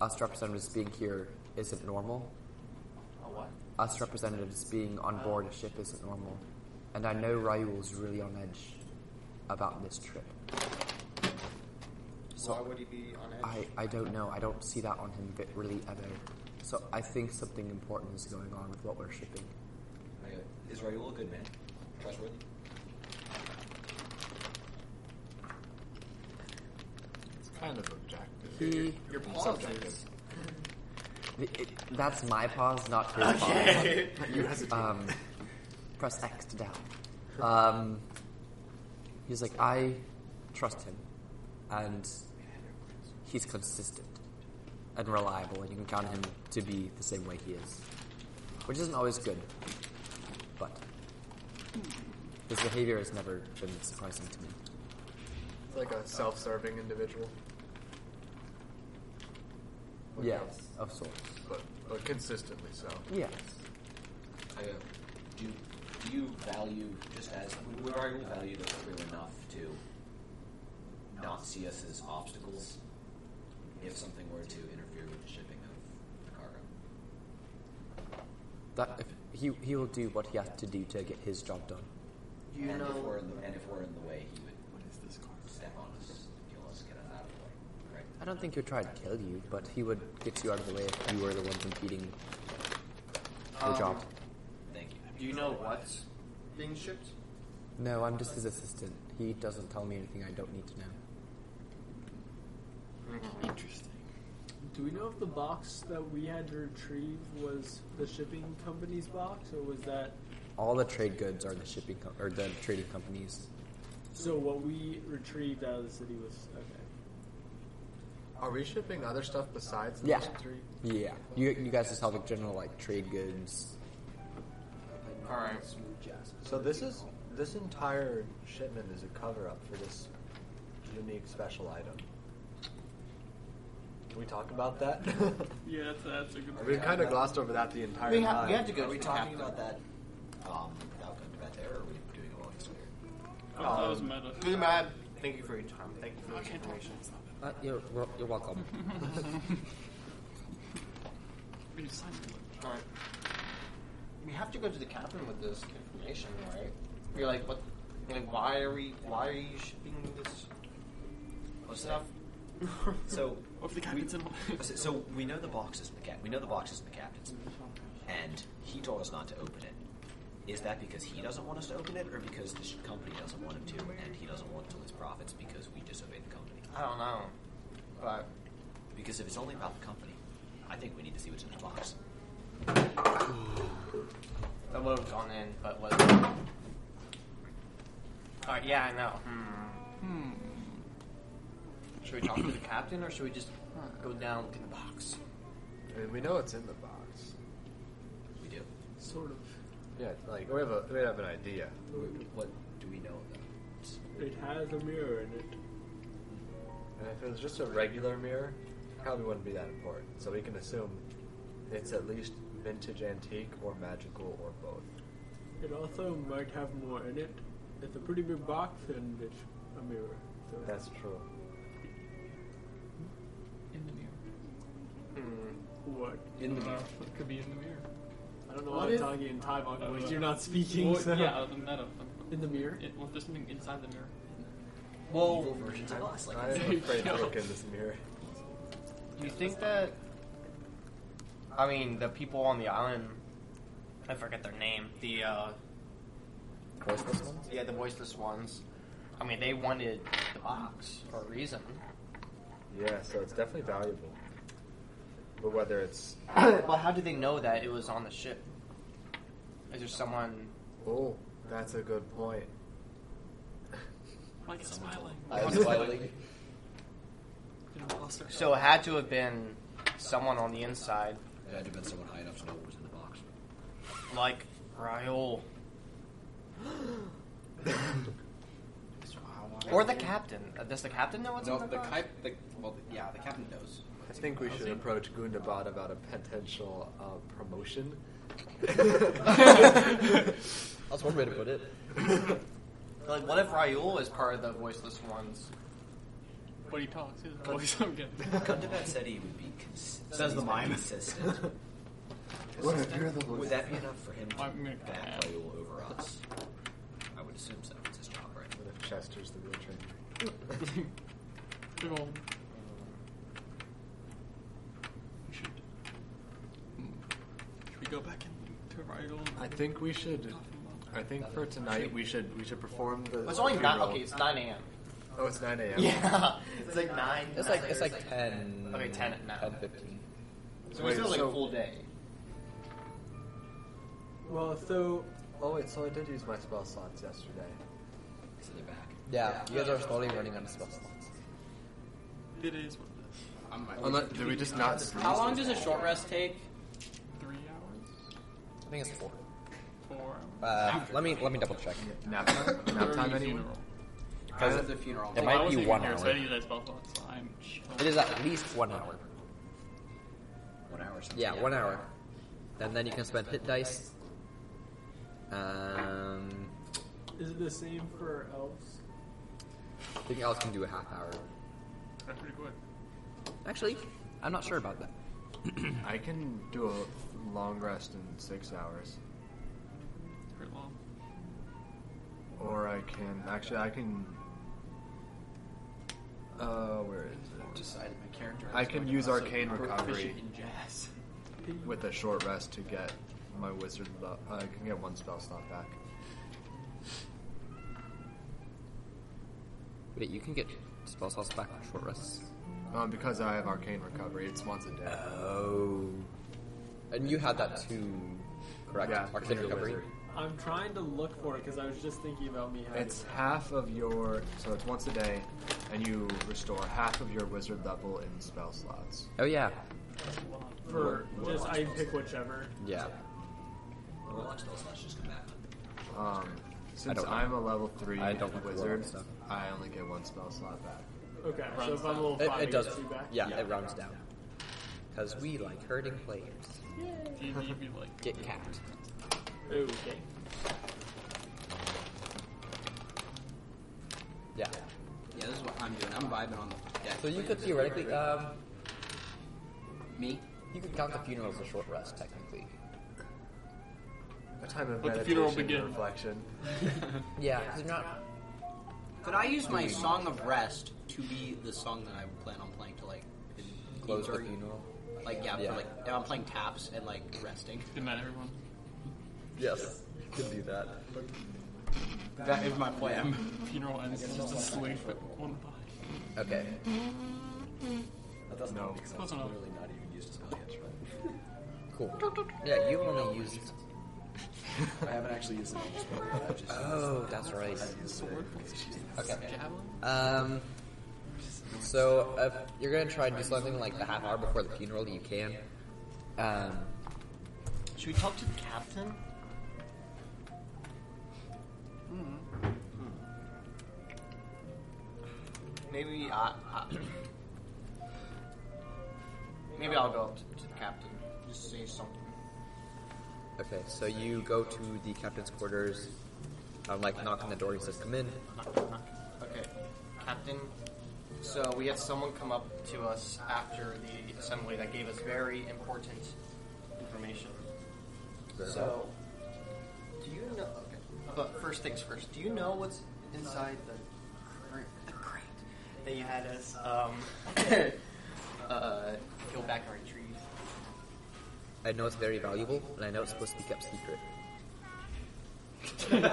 Speaker 1: us representatives being here isn't normal. Us representatives being on board a ship isn't normal, and I know Raoul's really on edge about this trip. So
Speaker 3: Why would he be on edge?
Speaker 1: I, I don't know. I don't see that on him bit really ever. So I think something important is going on with what we're shipping.
Speaker 8: Is Raul a good man? Trustworthy?
Speaker 5: It's kind of objective.
Speaker 1: He,
Speaker 5: Your pause is.
Speaker 1: it, it- that's my pause, not his okay. pause. Um, press X to down. Um, he's like, I trust him, and he's consistent and reliable, and you can count on him to be the same way he is, which isn't always good, but his behavior has never been surprising to me.
Speaker 5: It's like a self-serving individual. Like,
Speaker 1: Yeah, of sorts.
Speaker 5: But, but consistently so.
Speaker 1: Yes.
Speaker 8: I go, do you, do you value, just as, would- would Raul value the crew enough to not see us as obstacles if something were to interfere with the shipping of the cargo?
Speaker 1: That if he he will do what he has to do to get his job done.
Speaker 3: Do you
Speaker 8: and, if we're
Speaker 3: know?
Speaker 8: in the, and if we're in the way, he would what is this card? step on us, kill us, get us out of the way. Correct?
Speaker 1: I don't think he'll try to kill you, but he would get you out of the way if you were the ones impeding the
Speaker 3: Um,
Speaker 1: job.
Speaker 8: Thank you.
Speaker 3: Do you know what's being shipped?
Speaker 1: No, I'm just his assistant. He doesn't tell me anything I don't need to know.
Speaker 9: Interesting.
Speaker 4: Do we know if the box that we had to retrieve was the shipping company's box, or was that
Speaker 1: All the trade goods are the shipping com- or the trading companies.
Speaker 4: so? What we retrieved out of the city was okay.
Speaker 5: Are we shipping other stuff besides
Speaker 1: Yeah.
Speaker 5: those three?
Speaker 1: Yeah, you you guys just have like general like trade goods.
Speaker 5: All right. So this is this entire shipment is a cover up for this unique special item. Can we talk about that?
Speaker 9: Yeah, that's, that's a good
Speaker 5: We've kind of glossed over that the entire
Speaker 3: We, ha-
Speaker 5: time.
Speaker 3: we have to go
Speaker 8: Are we
Speaker 3: to the
Speaker 8: talking
Speaker 3: captain.
Speaker 8: about that um, without going to bat there, or are we doing it while he's here?
Speaker 9: I thought that was meta.
Speaker 3: Really mad.
Speaker 7: Thank you for your time. Thank you for the information.
Speaker 1: Uh, you're wel- you're welcome.
Speaker 9: You signed it.
Speaker 3: Alright. We have to go to the captain with this information, right? You're like, what? Like, why are we? Why are you shipping this stuff?
Speaker 8: So,
Speaker 9: What if the captain's in one?
Speaker 8: so- so we know the box isn't the cap. We know the box isn't the captain's, and he told us not to open it. Is that because he doesn't want us to open it, or because the sh- company doesn't want him to, and he doesn't want to lose profits because we disobeyed the company?
Speaker 3: I don't know, but
Speaker 8: Because if it's only about the company, I think we need to see what's in the box.
Speaker 3: that would have gone in. But what?
Speaker 7: Alright, yeah, I know.
Speaker 3: Hmm. Should we talk to the captain or should we just go down look in the box?
Speaker 5: I mean, we know it's in the box.
Speaker 8: We do.
Speaker 4: Sort of.
Speaker 5: Yeah, like we have a we have an idea.
Speaker 8: What do we know of that?
Speaker 4: It has a mirror in it.
Speaker 5: And if it was just a regular mirror, it probably wouldn't be that important. So we can assume it's at least vintage antique or magical or both.
Speaker 4: It also might have more in it. It's a pretty big box and it's a mirror. So
Speaker 5: That's true.
Speaker 9: In the mirror.
Speaker 4: what.
Speaker 9: In the mirror. It could be in the mirror.
Speaker 4: I don't know
Speaker 3: What
Speaker 4: why I'm
Speaker 3: is-
Speaker 4: talking in Thai language.
Speaker 9: Uh,
Speaker 4: You're not speaking.
Speaker 9: Well,
Speaker 4: so.
Speaker 9: yeah, the meta.
Speaker 4: In the mirror.
Speaker 9: It, well, if there's something inside the mirror.
Speaker 8: Evil versions of us, like
Speaker 5: I am afraid to look in this mirror.
Speaker 3: You think that? I mean, the people on the island. I forget their name. The uh,
Speaker 1: Voiceless ones?
Speaker 3: yeah, the voiceless ones. I mean, they wanted the box for a reason.
Speaker 5: Yeah, so it's definitely valuable. But whether it's
Speaker 3: well, how did they know that it was on the ship? Is there someone?
Speaker 5: oh, that's a good point.
Speaker 9: Mike is smiling. You know, I'll start-
Speaker 3: So it had to have been someone on the inside,
Speaker 8: It had to have been someone high enough to know what was in the box.
Speaker 3: like Raoul or the captain. Uh, Does the captain know what's
Speaker 2: No,
Speaker 3: in the,
Speaker 2: the
Speaker 3: box?
Speaker 2: cap. The, well, the, yeah, the captain knows.
Speaker 5: I think we should approach Gundabad about a potential uh, promotion.
Speaker 1: That's one way to put it.
Speaker 3: Like, what if Raoul is part of the voiceless ones?
Speaker 9: But he talks. His voice. I'm kidding.
Speaker 8: Gundabad said he would be cons-
Speaker 2: Says the
Speaker 8: he's been
Speaker 2: mime.
Speaker 8: Consistent.
Speaker 5: what if you're the
Speaker 8: Would that be enough for him to
Speaker 9: I'm gonna
Speaker 8: back Raoul over us? I would assume so. It's his job, right?
Speaker 5: What if Chester's the real trainer?
Speaker 9: Big ol'. We should. Should we go back in to our idol?
Speaker 5: I think we should. I think for tonight we should we should perform the.
Speaker 3: It's only nine.
Speaker 5: pre-roll.
Speaker 3: Okay, it's nine a.m.
Speaker 5: Oh, it's nine a.m.
Speaker 3: Yeah, it's like nine.
Speaker 1: It's like it's like ten.
Speaker 3: Okay, 10 at night.
Speaker 1: 10, 15.
Speaker 3: so
Speaker 5: Wait,
Speaker 3: it's still like
Speaker 5: so-
Speaker 3: a full day.
Speaker 4: Well, so
Speaker 5: Oh wait, so I did use my spell slots yesterday.
Speaker 8: So they're back.
Speaker 1: Yeah, you guys are slowly running out of spell slots.
Speaker 9: It is what it is.
Speaker 5: Unless, did we just not?
Speaker 2: How long does a short rest take?
Speaker 9: Three hours?
Speaker 1: I think it's four.
Speaker 9: Four hours?
Speaker 1: Uh, let me let me double check.
Speaker 5: Nap time. Nap time.
Speaker 9: Or
Speaker 5: Anyone?
Speaker 9: is it funeral?
Speaker 2: Because of the funeral.
Speaker 1: It
Speaker 9: I
Speaker 1: might
Speaker 9: wasn't
Speaker 1: be
Speaker 9: even
Speaker 1: one
Speaker 9: here,
Speaker 1: hour.
Speaker 9: So I didn't use that spell slot, so I'm
Speaker 1: It
Speaker 9: chill.
Speaker 1: is at least one hour.
Speaker 8: One hour or something.
Speaker 1: Yeah, one hour. And then you can spend hit dice. Um,
Speaker 4: is it the same for elves?
Speaker 1: I think else can do a half hour.
Speaker 9: That's pretty good.
Speaker 1: Actually, I'm not sure about that.
Speaker 5: I can do a long rest in six hours,
Speaker 9: Pretty long.
Speaker 5: or I can actually I can. Uh, where is it?
Speaker 2: Decided my character.
Speaker 5: I can use arcane recovery
Speaker 2: Proficient in jazz.
Speaker 5: with a short rest to get my wizard. Lo- I can get one spell slot back.
Speaker 1: Wait, you can get spell slots back on short rests.
Speaker 5: Um, because I have arcane recovery, it's once a day.
Speaker 1: Oh. And you had that too, correct?
Speaker 5: Yeah,
Speaker 1: Arcane
Speaker 5: you're a
Speaker 1: recovery.
Speaker 5: wizard.
Speaker 4: I'm trying to look for it because I was just thinking about me having.
Speaker 5: It's half of your, so it's once a day, and you restore half of your wizard level in spell slots.
Speaker 1: Oh yeah,
Speaker 4: for just I pick whichever.
Speaker 1: yeah.
Speaker 8: Or launch those, let's just come back.
Speaker 5: Um, since
Speaker 1: don't know.
Speaker 5: I'm a level three
Speaker 1: I don't have to roll
Speaker 5: wizard,
Speaker 1: that stuff.
Speaker 5: I only get one spell slot back.
Speaker 4: Okay, so if I'm a little
Speaker 1: It,
Speaker 4: five,
Speaker 1: it does.
Speaker 4: I get two back.
Speaker 1: Yeah, it rounds down. Because we like hurting players.
Speaker 9: D&D be like
Speaker 1: Get capped.
Speaker 4: Okay.
Speaker 1: Yeah.
Speaker 8: Yeah, this is what I'm doing. I'm vibing on the deck.
Speaker 1: So you could theoretically, um,
Speaker 8: Me?
Speaker 1: you could count the funeral as a short rest, technically.
Speaker 5: A time of
Speaker 9: Let the
Speaker 5: meditation
Speaker 9: funeral
Speaker 5: and
Speaker 9: begin.
Speaker 5: reflection.
Speaker 1: Yeah, because you're not.
Speaker 8: Could I use my Song of Rest to be the song that I plan on playing to like in-
Speaker 1: Close the
Speaker 8: during-
Speaker 1: funeral?
Speaker 8: Like yeah,
Speaker 1: Yeah.
Speaker 8: For, like if I'm playing taps and like resting.
Speaker 9: good night, everyone.
Speaker 1: Yes, you could do that.
Speaker 8: That is my plan.
Speaker 9: Funeral ends just a sleep at one body.
Speaker 1: Okay.
Speaker 8: That doesn't
Speaker 5: No.
Speaker 8: make sense.
Speaker 9: Close enough.
Speaker 8: Really not even used a spell yet, right?
Speaker 1: Cool. Yeah, you only used.
Speaker 8: I haven't actually used it. I've just
Speaker 1: Oh, that's right.
Speaker 8: used it.
Speaker 1: Okay. Um. So if you're gonna try and do something like the half hour before the funeral, you can. Um.
Speaker 3: Should we talk to the captain?
Speaker 2: Hmm. Maybe I, I maybe I'll go up to, to the captain.
Speaker 3: Just say something.
Speaker 1: Okay, so you go to the captain's quarters. I'm like knock on the door. He says, "Come in."
Speaker 3: Okay, Captain. So we had someone come up to us after the assembly that gave us very important information. So, do you know? Okay, but first things first. Do you know what's inside the crate, the crate that you had us um, uh, go back and retrieve?
Speaker 1: I know it's very valuable, and I know it's supposed to be kept secret.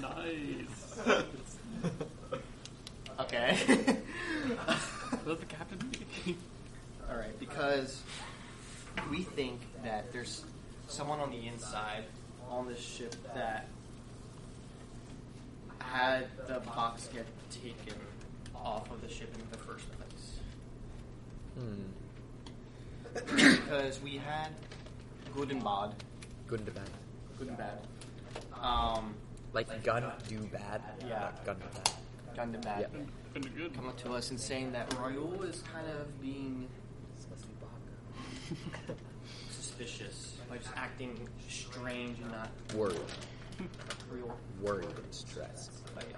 Speaker 9: Nice.
Speaker 3: Okay.
Speaker 9: Let the captain be.
Speaker 3: All right, because we think that there's someone on the inside on this ship that had the box get taken off of the ship in the first place.
Speaker 1: Hmm.
Speaker 3: Because we had good and bad,
Speaker 1: Good and bad.
Speaker 3: good and bad, um,
Speaker 1: Like gun do bad.
Speaker 3: Yeah.
Speaker 1: Not gun to bad.
Speaker 3: gun and bad
Speaker 1: Yeah.
Speaker 9: Been a good.
Speaker 3: come up to us and saying that Royal is kind of being suspicious, like just acting strange and not
Speaker 1: Worried,
Speaker 3: real.
Speaker 1: worried, and stressed.
Speaker 3: I guess.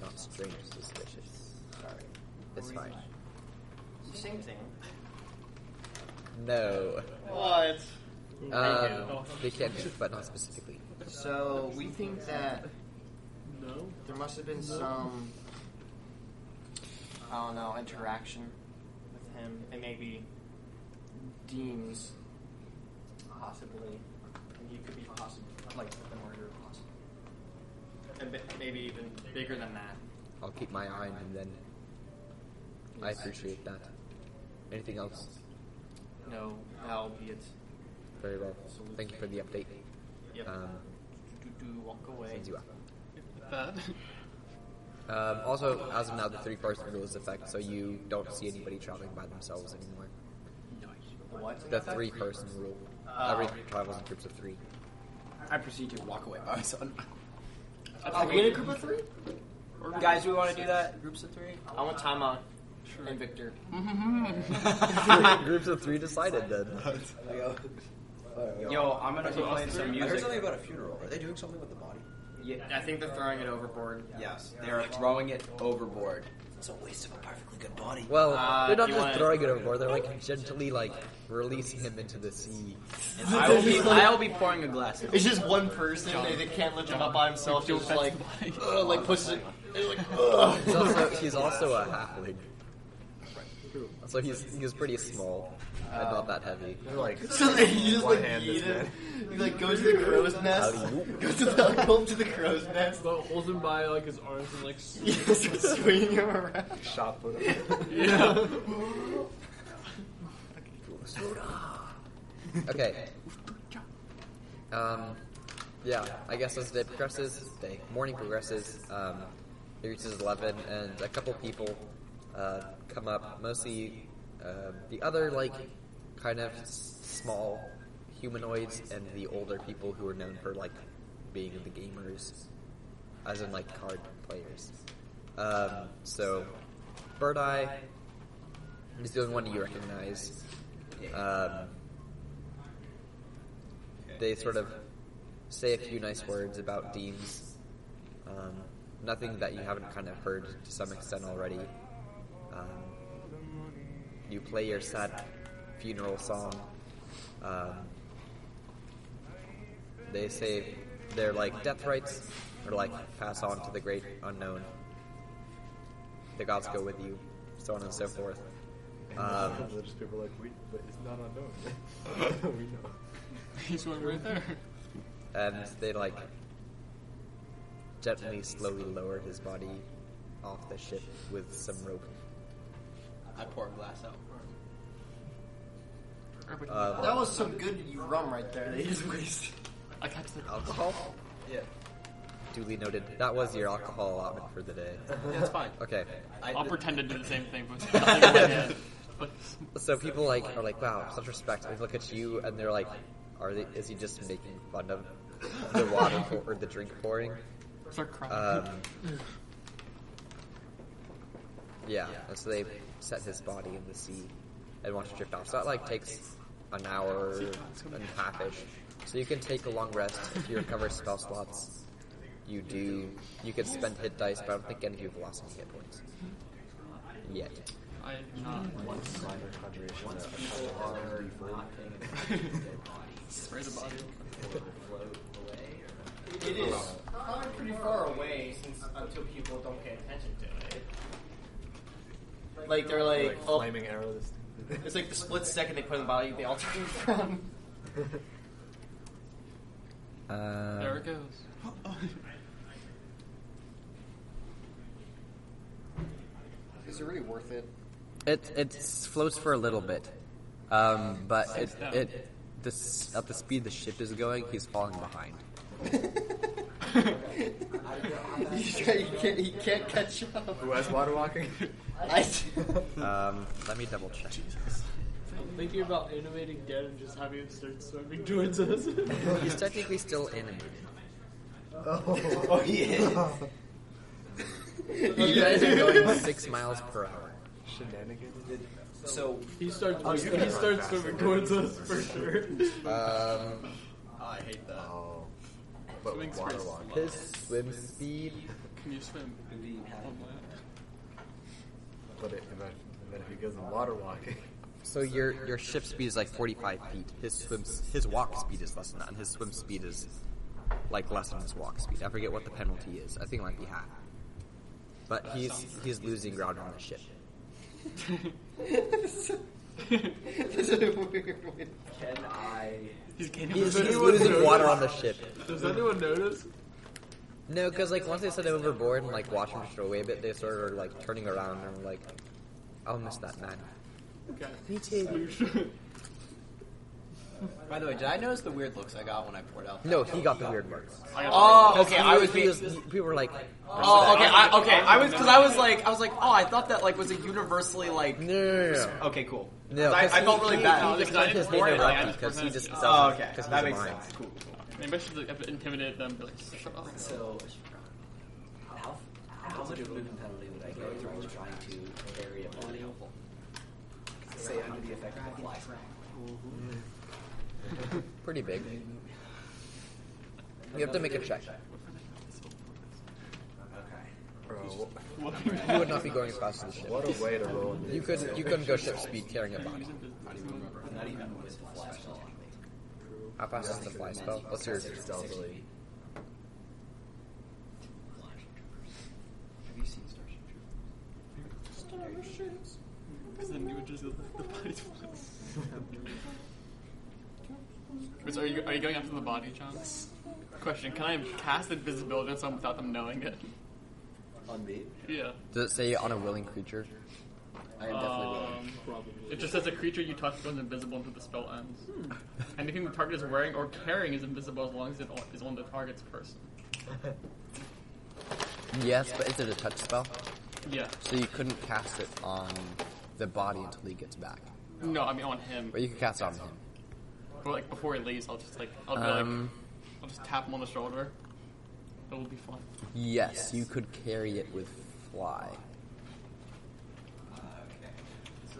Speaker 1: Not strange, suspicious.
Speaker 3: Sorry.
Speaker 1: It's fine.
Speaker 3: Same thing.
Speaker 1: No.
Speaker 3: What?
Speaker 1: Um, they can, but not specifically.
Speaker 3: So we think that
Speaker 4: No.
Speaker 3: there must have been some, I don't know, interaction with him, and maybe deems possibly, and he could be possible, like the murder possible, and b- maybe even bigger than that.
Speaker 1: I'll keep my eye on him then. I appreciate that. Anything else?
Speaker 3: No, that'll be it.
Speaker 1: Very well. Thank you for the update.
Speaker 3: Yep.
Speaker 1: Um,
Speaker 3: do, do, do, walk away.
Speaker 1: sends you out.
Speaker 9: That.
Speaker 1: Um, also, as of now, the three person rule is effect, so you don't see anybody traveling by themselves anymore.
Speaker 3: What?
Speaker 1: The three person rule.
Speaker 3: Oh.
Speaker 1: Everybody travels in groups of three.
Speaker 8: I proceed to walk away by myself.
Speaker 2: Are we in a group of three? Guys, do we want to do that? Groups of three?
Speaker 3: I want Tama and Victor.
Speaker 1: groups of three decided then.
Speaker 2: Yo, I'm gonna be playing some
Speaker 8: I heard
Speaker 2: music.
Speaker 8: something about a funeral. Are they doing something with the body?
Speaker 2: Yeah,
Speaker 3: I think they're throwing it overboard.
Speaker 8: Yes, they are throwing it overboard. It's a waste of a perfectly good body.
Speaker 1: Well,
Speaker 3: Uh,
Speaker 1: they're not
Speaker 3: you
Speaker 1: just
Speaker 3: wanna-
Speaker 1: throwing it overboard, they're like gently like releasing him into the sea.
Speaker 2: I will be. I will be pouring a glass.
Speaker 3: It's just one person, and they can't lift him up by himself. Just like, uh, like pushes it. It's like, ugh.
Speaker 1: He's also, he's also a halfling. So he's he was pretty small and not that heavy.
Speaker 5: They're like,
Speaker 3: So then he just
Speaker 5: one
Speaker 3: like
Speaker 5: hand
Speaker 3: yeet
Speaker 5: this
Speaker 3: it.
Speaker 5: man.
Speaker 3: He like goes to the crow's nest. goes to the home to the crow's nest.
Speaker 9: But holds him by like his arms and like. s-
Speaker 3: He's just swinging him around.
Speaker 5: Shot put him.
Speaker 9: yeah.
Speaker 1: Okay. Um, yeah, I guess as day progresses, day morning progresses, um, it reaches eleven, and a couple people uh, come up. Mostly uh, the other like kind of s- small humanoids and the older people who are known for like being the gamers, as in like card players. Um, so, Bird Eye is the only one you recognize. Um, they sort of say a few nice words about Deems. Um, nothing that you haven't kind of heard to some extent already. Um, you play your sad funeral song. Um, they say they're like death rites, or like pass on to the great unknown. The gods go with you, so on and so forth. Um,
Speaker 5: Sometimes Uh, just people are like, we, but it's not unknown. we know.
Speaker 9: He's going right there.
Speaker 1: and they like gently, slowly lower his body off the ship with some rope.
Speaker 2: I pour a glass out.
Speaker 3: That
Speaker 1: Uh,
Speaker 3: was some good rum right there. They just wasted.
Speaker 9: I catch the.
Speaker 1: alcohol?
Speaker 8: Yeah,
Speaker 1: Duly noted. That was your alcohol allotment for the day.
Speaker 9: That's fine.
Speaker 1: Okay.
Speaker 8: I,
Speaker 9: I'll pretend to do the same thing, but it's nothing in my head. But
Speaker 1: So people like are like, wow, such respect. They look at you and they're like, are they, is he just making fun of the water pour, or the drink pouring?
Speaker 9: start crying.
Speaker 1: Um, yeah, and so they set his body in the sea and want to drift off. So that like takes an hour and a half-ish. So you can take a long rest if you recover spell slots. You do. You can spend hit dice, but I don't think any of you have lost any hit points yet.
Speaker 9: I am not once.
Speaker 5: Minor conjuration. uh,
Speaker 8: people are not paying attention to their bodies
Speaker 9: Spray the body.
Speaker 8: or float away.
Speaker 3: It is probably pretty far away since until people don't pay attention to it. Like they're
Speaker 5: Like,
Speaker 3: like, oh,
Speaker 5: flaming arrows.
Speaker 3: it's like the split second they put in the body, they all turn from.
Speaker 1: Um,
Speaker 9: There it goes.
Speaker 3: Is it really worth it?
Speaker 1: It it floats for a little bit, um, but it it this at the speed the ship is going, he's falling behind.
Speaker 3: he, can't, he can't catch up.
Speaker 5: Who has water walking?
Speaker 3: I,
Speaker 1: Um, let me double check.
Speaker 4: I'm thinking about innovating again and just having him start swimming towards us.
Speaker 1: He's technically still animated.
Speaker 5: oh, yeah.
Speaker 1: You guys are going six miles per hour.
Speaker 5: Shenanigans.
Speaker 8: So
Speaker 4: he starts he starts swimming towards us for sure.
Speaker 1: Um,
Speaker 2: I hate that.
Speaker 5: Oh. But
Speaker 9: Swimming
Speaker 5: water
Speaker 9: space.
Speaker 5: walking.
Speaker 1: his swim speed.
Speaker 9: Can you swim?
Speaker 5: But it, but but if he goes in water walking,
Speaker 1: So your your ship speed is like forty five feet. His swim his walk speed is less than that, and his swim speed is like less than his walk speed. I forget what the penalty is. I think it might be half. But he's he's losing ground on the ship.
Speaker 3: this is a weird way.
Speaker 8: can I?
Speaker 9: He's gaining
Speaker 1: He's, he's losing water on the ship.
Speaker 9: Does anyone notice?
Speaker 1: No, because like once they set him overboard and like watch him drift away a bit, they sort of are like turning around and like, I'll miss that man.
Speaker 9: Okay.
Speaker 1: Me too.
Speaker 2: By the way, did I notice the weird looks I got when I poured out?
Speaker 1: No, he got the weird marks.
Speaker 9: I got
Speaker 2: Oh, okay.
Speaker 1: He
Speaker 2: I was
Speaker 1: he
Speaker 2: being.
Speaker 1: people were like,
Speaker 2: Oh, okay. I, okay, I was because I was like, I was like, oh, I thought that like was a universally like.
Speaker 1: no, no, no, no.
Speaker 2: Okay, cool.
Speaker 1: No,
Speaker 2: 'Cause I,
Speaker 1: 'cause
Speaker 2: I felt
Speaker 1: he-
Speaker 2: really
Speaker 1: he-
Speaker 2: bad.
Speaker 1: He just let his name
Speaker 9: Or, like, I
Speaker 1: interrupt
Speaker 9: just
Speaker 1: because he just
Speaker 9: presented-
Speaker 2: Oh, okay.
Speaker 1: because
Speaker 2: That
Speaker 1: he's
Speaker 2: makes
Speaker 1: a mime.
Speaker 2: sense. Cool.
Speaker 9: Maybe I should have intimidated them. Be like, shut up.
Speaker 8: So how how much movement penalty would I go if I was trying to bury a body? Say under the effect of a fly.
Speaker 1: Pretty big. You have to make a check.
Speaker 8: Okay.
Speaker 5: bro,
Speaker 1: You would not be going as fast as the ship.
Speaker 5: what a way to roll. in
Speaker 1: You
Speaker 5: the-
Speaker 1: couldn't. You couldn't go ship speed carrying a body.
Speaker 8: Not even with the fly spell.
Speaker 1: How fast is the fly spell? What's your?
Speaker 5: Stealthily.
Speaker 8: Have you seen Starship Troopers?
Speaker 9: Because then you would just look at the body's Wait, so are you, are you going after the body, John? Question, can I cast invisibility on someone without them knowing it?
Speaker 5: On me?
Speaker 9: Yeah.
Speaker 1: Does it say on a willing creature?
Speaker 5: I am definitely willing.
Speaker 9: Um, It just says a creature you touch becomes invisible until the spell ends.
Speaker 1: Hmm.
Speaker 9: Anything the target is wearing or carrying is invisible as long as it o- is on the target's person.
Speaker 1: Yes, but is it a touch spell?
Speaker 9: Yeah.
Speaker 1: So you couldn't cast it on the body until he gets back.
Speaker 9: No, I mean on him.
Speaker 1: But you could cast it on him.
Speaker 9: But like before he leaves, I'll just like I'll be
Speaker 1: Um,
Speaker 9: like I'll just tap him on the shoulder. That will be fun.
Speaker 1: yes, you could carry it with fly.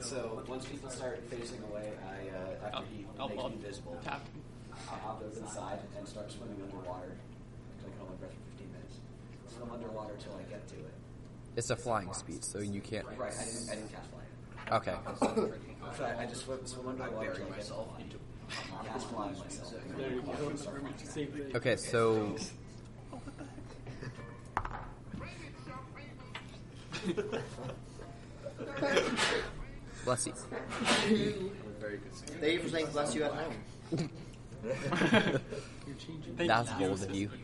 Speaker 8: So once people start facing away, I uh, after
Speaker 9: I'll,
Speaker 8: he
Speaker 9: I'll,
Speaker 8: makes
Speaker 9: I'll
Speaker 8: me invisible,
Speaker 9: tap.
Speaker 8: I hop those inside and start swimming underwater. I can only breath for 15 minutes. So I'm underwater till I get to it.
Speaker 1: It's a flying speed, so you can't.
Speaker 8: Right, I didn't, I didn't cast fly.
Speaker 1: Okay.
Speaker 8: So I, I just swim, swim underwater till I get myself into cast fly on myself.
Speaker 4: Same thing.
Speaker 1: Okay, so bless you.
Speaker 5: I'm a very good singer.
Speaker 3: They even saying bless you at home.
Speaker 4: You're changing.
Speaker 9: Thank
Speaker 1: That's
Speaker 9: you,
Speaker 1: bold of you.
Speaker 9: specifically.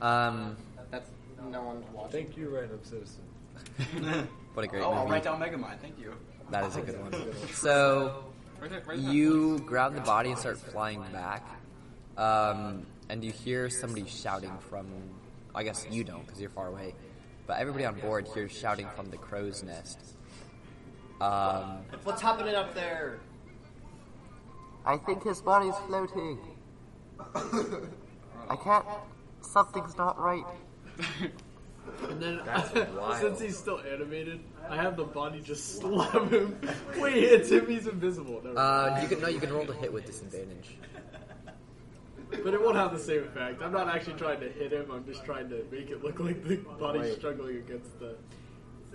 Speaker 1: Um,
Speaker 3: That's no one's watching.
Speaker 5: Thank you, random citizen.
Speaker 1: what a great
Speaker 2: oh, I'll
Speaker 1: movie.
Speaker 2: write down Megamind. Thank you.
Speaker 1: That is a good one. So
Speaker 9: Where's that- where's that
Speaker 1: you grab the body and start flying back, um, and you hear somebody shouting from. I guess you don't because you're far away, but everybody on board hears shouting from the crow's nest. Um,
Speaker 3: What's happening up there?
Speaker 1: I think his body's floating. I can't. Something's not right.
Speaker 4: And then
Speaker 5: wild.
Speaker 4: since he's still animated, I have the body just slam him. Wait, it's him. He's invisible. Never mind.
Speaker 1: Uh, you can no, you can roll to hit with disadvantage.
Speaker 4: but it won't have the same effect. I'm not actually trying to hit him. I'm just trying to make it look like the body's
Speaker 5: Wait.
Speaker 4: struggling against the.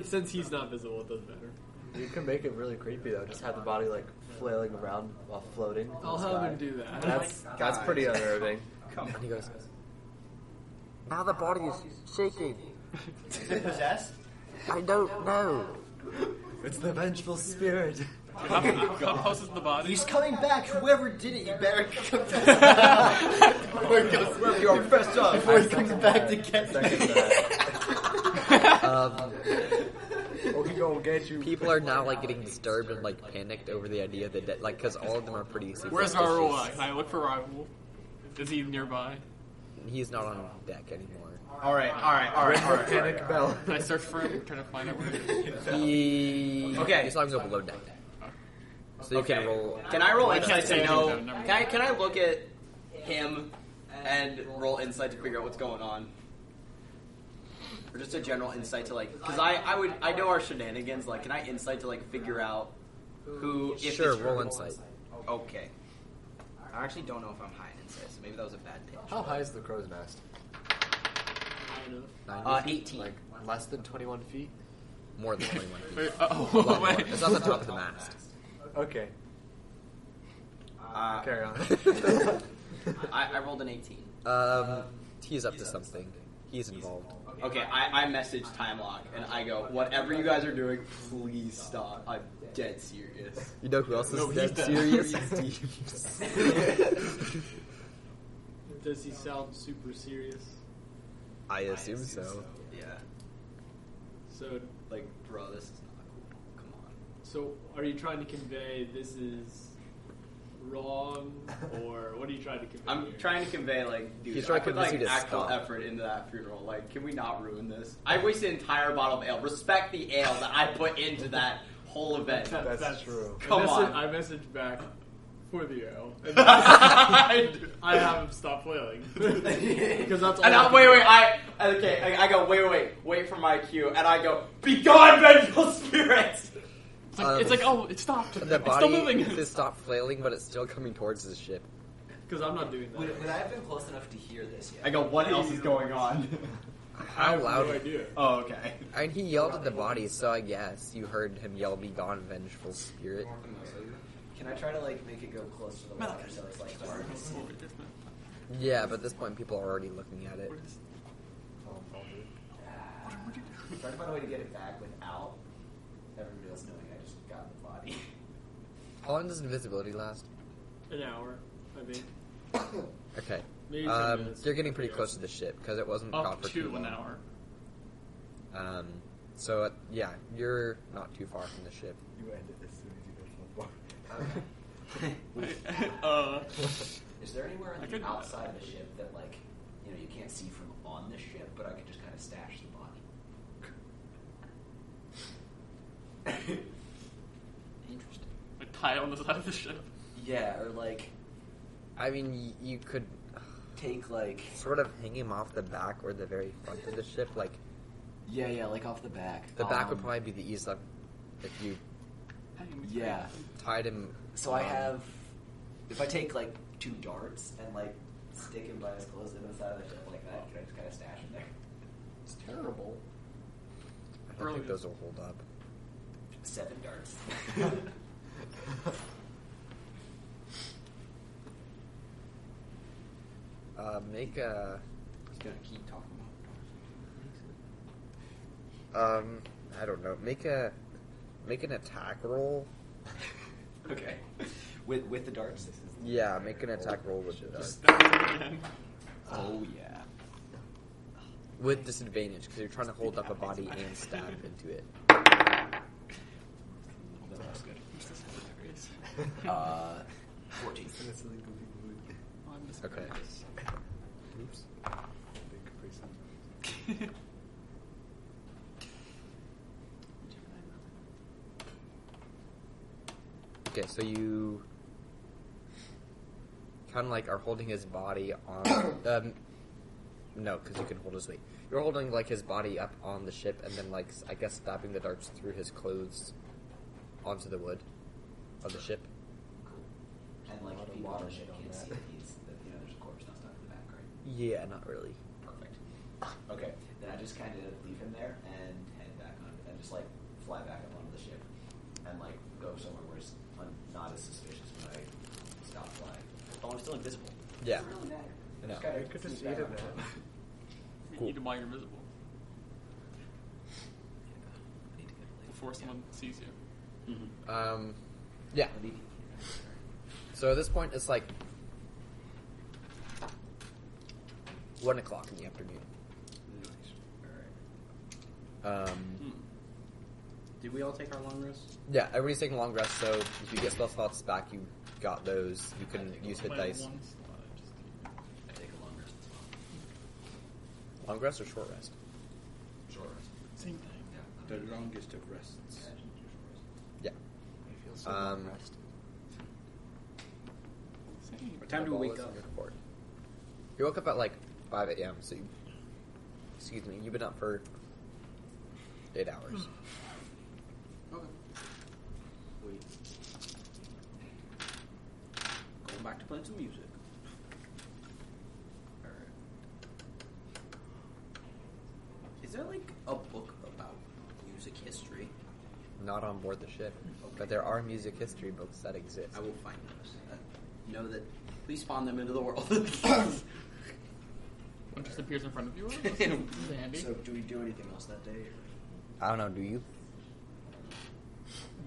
Speaker 4: Since he's not visible, it doesn't matter.
Speaker 5: You can make it really creepy though. Just have the body like flailing around while floating. in
Speaker 4: I'll
Speaker 5: the
Speaker 4: have
Speaker 5: sky.
Speaker 4: him do that.
Speaker 5: That's that's pretty unnerving.
Speaker 1: And he goes. Now the body is shaking.
Speaker 3: Is it possessed?
Speaker 1: I don't know.
Speaker 5: it's the vengeful spirit.
Speaker 9: How, how, how close is the body?
Speaker 3: He's coming back. Whoever did it, you better confess. Whoever goes- whoever you are, confess up before he comes back to get
Speaker 5: Second
Speaker 3: me.
Speaker 5: that. um, we can go and get you.
Speaker 1: People are now like getting disturbed and like panicked over the idea that de- like because all of them are pretty.
Speaker 9: Where's
Speaker 1: superstitious.
Speaker 9: Raul? Can I look for Raul? Is he nearby?
Speaker 1: He's not on deck anymore.
Speaker 2: All right, all right, all right, all right. all right.
Speaker 5: Panic bell.
Speaker 9: Can I search for him? Trying to find out where he is.
Speaker 1: He
Speaker 2: Okay.
Speaker 1: He's not gonna go below deck. So you can roll.
Speaker 2: Can I roll insight
Speaker 9: say
Speaker 2: to know?
Speaker 9: anything, though, never
Speaker 2: Can I, can I look at him and roll insight to figure out what's going on? Or just a general insight to like, because I, I would I know our shenanigans. Like, can I insight to like figure out who? If
Speaker 1: Sure,
Speaker 2: it's-
Speaker 1: roll insight.
Speaker 2: Okay. I actually don't know if I'm high in insight, so maybe that was a bad thing.
Speaker 5: How high is the crow's nest?
Speaker 2: Uh, 18.
Speaker 5: Like less than 21 feet.
Speaker 1: More than twenty-one feet.
Speaker 9: Wait, oh,
Speaker 1: More.
Speaker 9: wait.
Speaker 1: It's on the top of the mast.
Speaker 5: Okay,
Speaker 2: Uh,
Speaker 5: carry on.
Speaker 2: I, I rolled an 18.
Speaker 1: Um, he's up to something. He's involved.
Speaker 2: Okay, I, I message Time Lock and I go, whatever you guys are doing, please stop. I'm dead serious.
Speaker 1: You know who else is dead serious? Steve's.
Speaker 4: Does he sound super serious?
Speaker 1: I assume so.
Speaker 2: Yeah.
Speaker 4: So,
Speaker 2: Like, bro, this is not cool. Come on.
Speaker 4: so are you trying to convey this is wrong, or what are you trying to convey?
Speaker 2: I'm
Speaker 4: here?
Speaker 2: trying to convey, like, dude,
Speaker 1: He's trying
Speaker 2: I
Speaker 1: to
Speaker 2: put,
Speaker 1: convince
Speaker 2: like,
Speaker 1: you to
Speaker 2: actual
Speaker 1: stop.
Speaker 2: effort into that funeral. Like, can we not ruin this? I wasted an entire bottle of ale. Respect the ale that I put into that whole event.
Speaker 5: That's, true.
Speaker 4: I
Speaker 2: Come
Speaker 4: message,
Speaker 2: on.
Speaker 4: I message back for the L.
Speaker 2: I do.
Speaker 4: I have him stop flailing. Because that's all.
Speaker 2: And
Speaker 4: I
Speaker 2: I,
Speaker 4: can
Speaker 2: wait,
Speaker 4: do.
Speaker 2: wait, I okay. I, I go wait, wait, wait for my cue, and I go, "Be gone, vengeful spirits!"
Speaker 9: It's like, it's like, oh, it stopped.
Speaker 1: Um, The
Speaker 9: It's still
Speaker 1: body
Speaker 9: moving.
Speaker 1: has stopped flailing, but it's still coming towards the ship.
Speaker 4: 'Cause I'm not doing that.
Speaker 8: Would, would I have been close enough to hear this yet?
Speaker 2: I go, "What else is going on?"
Speaker 4: I
Speaker 1: How
Speaker 4: have
Speaker 1: loud?
Speaker 4: no idea.
Speaker 2: oh, okay.
Speaker 1: I mean, he yelled at the body, so I guess you heard him yell, "Be gone, vengeful spirit."
Speaker 8: Can I try to like make it go close to the water so it's like hard to see?
Speaker 1: Yeah, but at this point, people are already looking at it.
Speaker 8: Try to find a way to get it back without everybody else knowing I just got
Speaker 2: on the body.
Speaker 1: How long does invisibility last?
Speaker 4: An hour, I think.
Speaker 1: Okay.
Speaker 4: Maybe ten
Speaker 1: Um,
Speaker 4: minutes.
Speaker 1: you're getting pretty close to the ship because it wasn't
Speaker 9: Up
Speaker 1: gone for too
Speaker 9: to an
Speaker 1: long.
Speaker 9: hour.
Speaker 1: Um, so uh, yeah, you're not too far from the ship.
Speaker 5: You end it as soon as you go to the bar.
Speaker 9: uh,
Speaker 2: Is there anywhere on
Speaker 9: I
Speaker 2: the
Speaker 9: could- uh,
Speaker 2: outside of the ship that, like, you know, you can't see from on the ship, but I could just kind of stash the body?
Speaker 14: Interesting.
Speaker 9: like tie it on the side of the ship.
Speaker 2: Yeah, or like
Speaker 1: I mean, y- you could
Speaker 2: take like
Speaker 1: sort of hang him off the back or the very front of the ship. Like
Speaker 2: yeah, yeah, like off the back.
Speaker 1: the back would
Speaker 2: Um,
Speaker 1: probably be the easiest up if you
Speaker 2: Yeah.
Speaker 1: tied him.
Speaker 2: So I
Speaker 1: um,
Speaker 2: have if I take like two darts and like stick him by his clothes in the side of the ship like that, can I just kind of stash him there? It's terrible.
Speaker 1: I don't think
Speaker 9: Brilliant.
Speaker 1: those will hold up.
Speaker 2: Seven darts.
Speaker 1: Uh, make a.
Speaker 14: He's gonna keep talking about
Speaker 1: Um, I don't know. Make a. Make an attack roll.
Speaker 2: okay. With with the darts. This is
Speaker 1: Yeah, make an attack roll with uh,
Speaker 2: Oh yeah.
Speaker 1: with disadvantage because you're trying to hold up a body and stab into it.
Speaker 2: That's good. Uh, fourteen.
Speaker 5: That's a legally good
Speaker 1: Okay.
Speaker 5: Oops. Big Capri Sun.
Speaker 1: Okay, so you kind of like are holding his body on. um, no, because you can hold his weight. You're holding like his body up on the ship, and then like s- I guess stabbing the darts through his clothes onto the wood of the ship.
Speaker 2: And like if people on the ship can't see that he's that, you know there's a corpse not stuck in the back, right?
Speaker 1: Yeah, not really.
Speaker 2: Perfect. Okay, then I just kind of leave him there and head back on, and just like fly back on one of the ship, and like go somewhere where it's un- not as suspicious when I stop flying. Oh, I'm still invisible.
Speaker 1: Yeah.
Speaker 2: Doesn't really matter.
Speaker 1: No.
Speaker 2: Just gotta
Speaker 5: You could just
Speaker 2: sneak
Speaker 5: eat
Speaker 2: back
Speaker 5: him
Speaker 2: on
Speaker 5: now.
Speaker 2: top.
Speaker 9: You
Speaker 1: Cool.
Speaker 9: need to buy your invisible
Speaker 2: I need to get a
Speaker 9: before someone sees you.
Speaker 1: Um, yeah.
Speaker 2: I need-
Speaker 1: So at this point, it's like one o'clock in the afternoon. Um,
Speaker 3: Did we all take our long rest?
Speaker 1: yeah, everybody's taking long rest, so if you get spell slots back, you got those. You can use hit
Speaker 9: Play
Speaker 1: dice.
Speaker 9: one slot, just keep-
Speaker 2: I take a long rest as well.
Speaker 1: Long rest or short rest?
Speaker 2: Short rest.
Speaker 9: Same thing.
Speaker 2: Yeah.
Speaker 15: The longest of rests.
Speaker 2: Yeah,
Speaker 1: Yeah.
Speaker 5: I
Speaker 2: I should do short rest.
Speaker 5: feel so
Speaker 1: Um,
Speaker 5: rested. Um,
Speaker 9: Same.
Speaker 15: What time do we
Speaker 1: Ball
Speaker 15: wake
Speaker 1: is
Speaker 15: up?
Speaker 1: on your board. You woke up at like 5 a.m., so you. Excuse me, you've been up for eight hours.
Speaker 15: Hmm. Okay. Wait. Going back to playing some music. Alright. Is there like a book about music history?
Speaker 1: Not on board the ship. But there are music history books that exist.
Speaker 15: I will find those. I know that. Please spawn them into the world. so,
Speaker 9: One just appears in front of you. Andy.
Speaker 15: do we do anything else that day?
Speaker 1: I don't know, do you?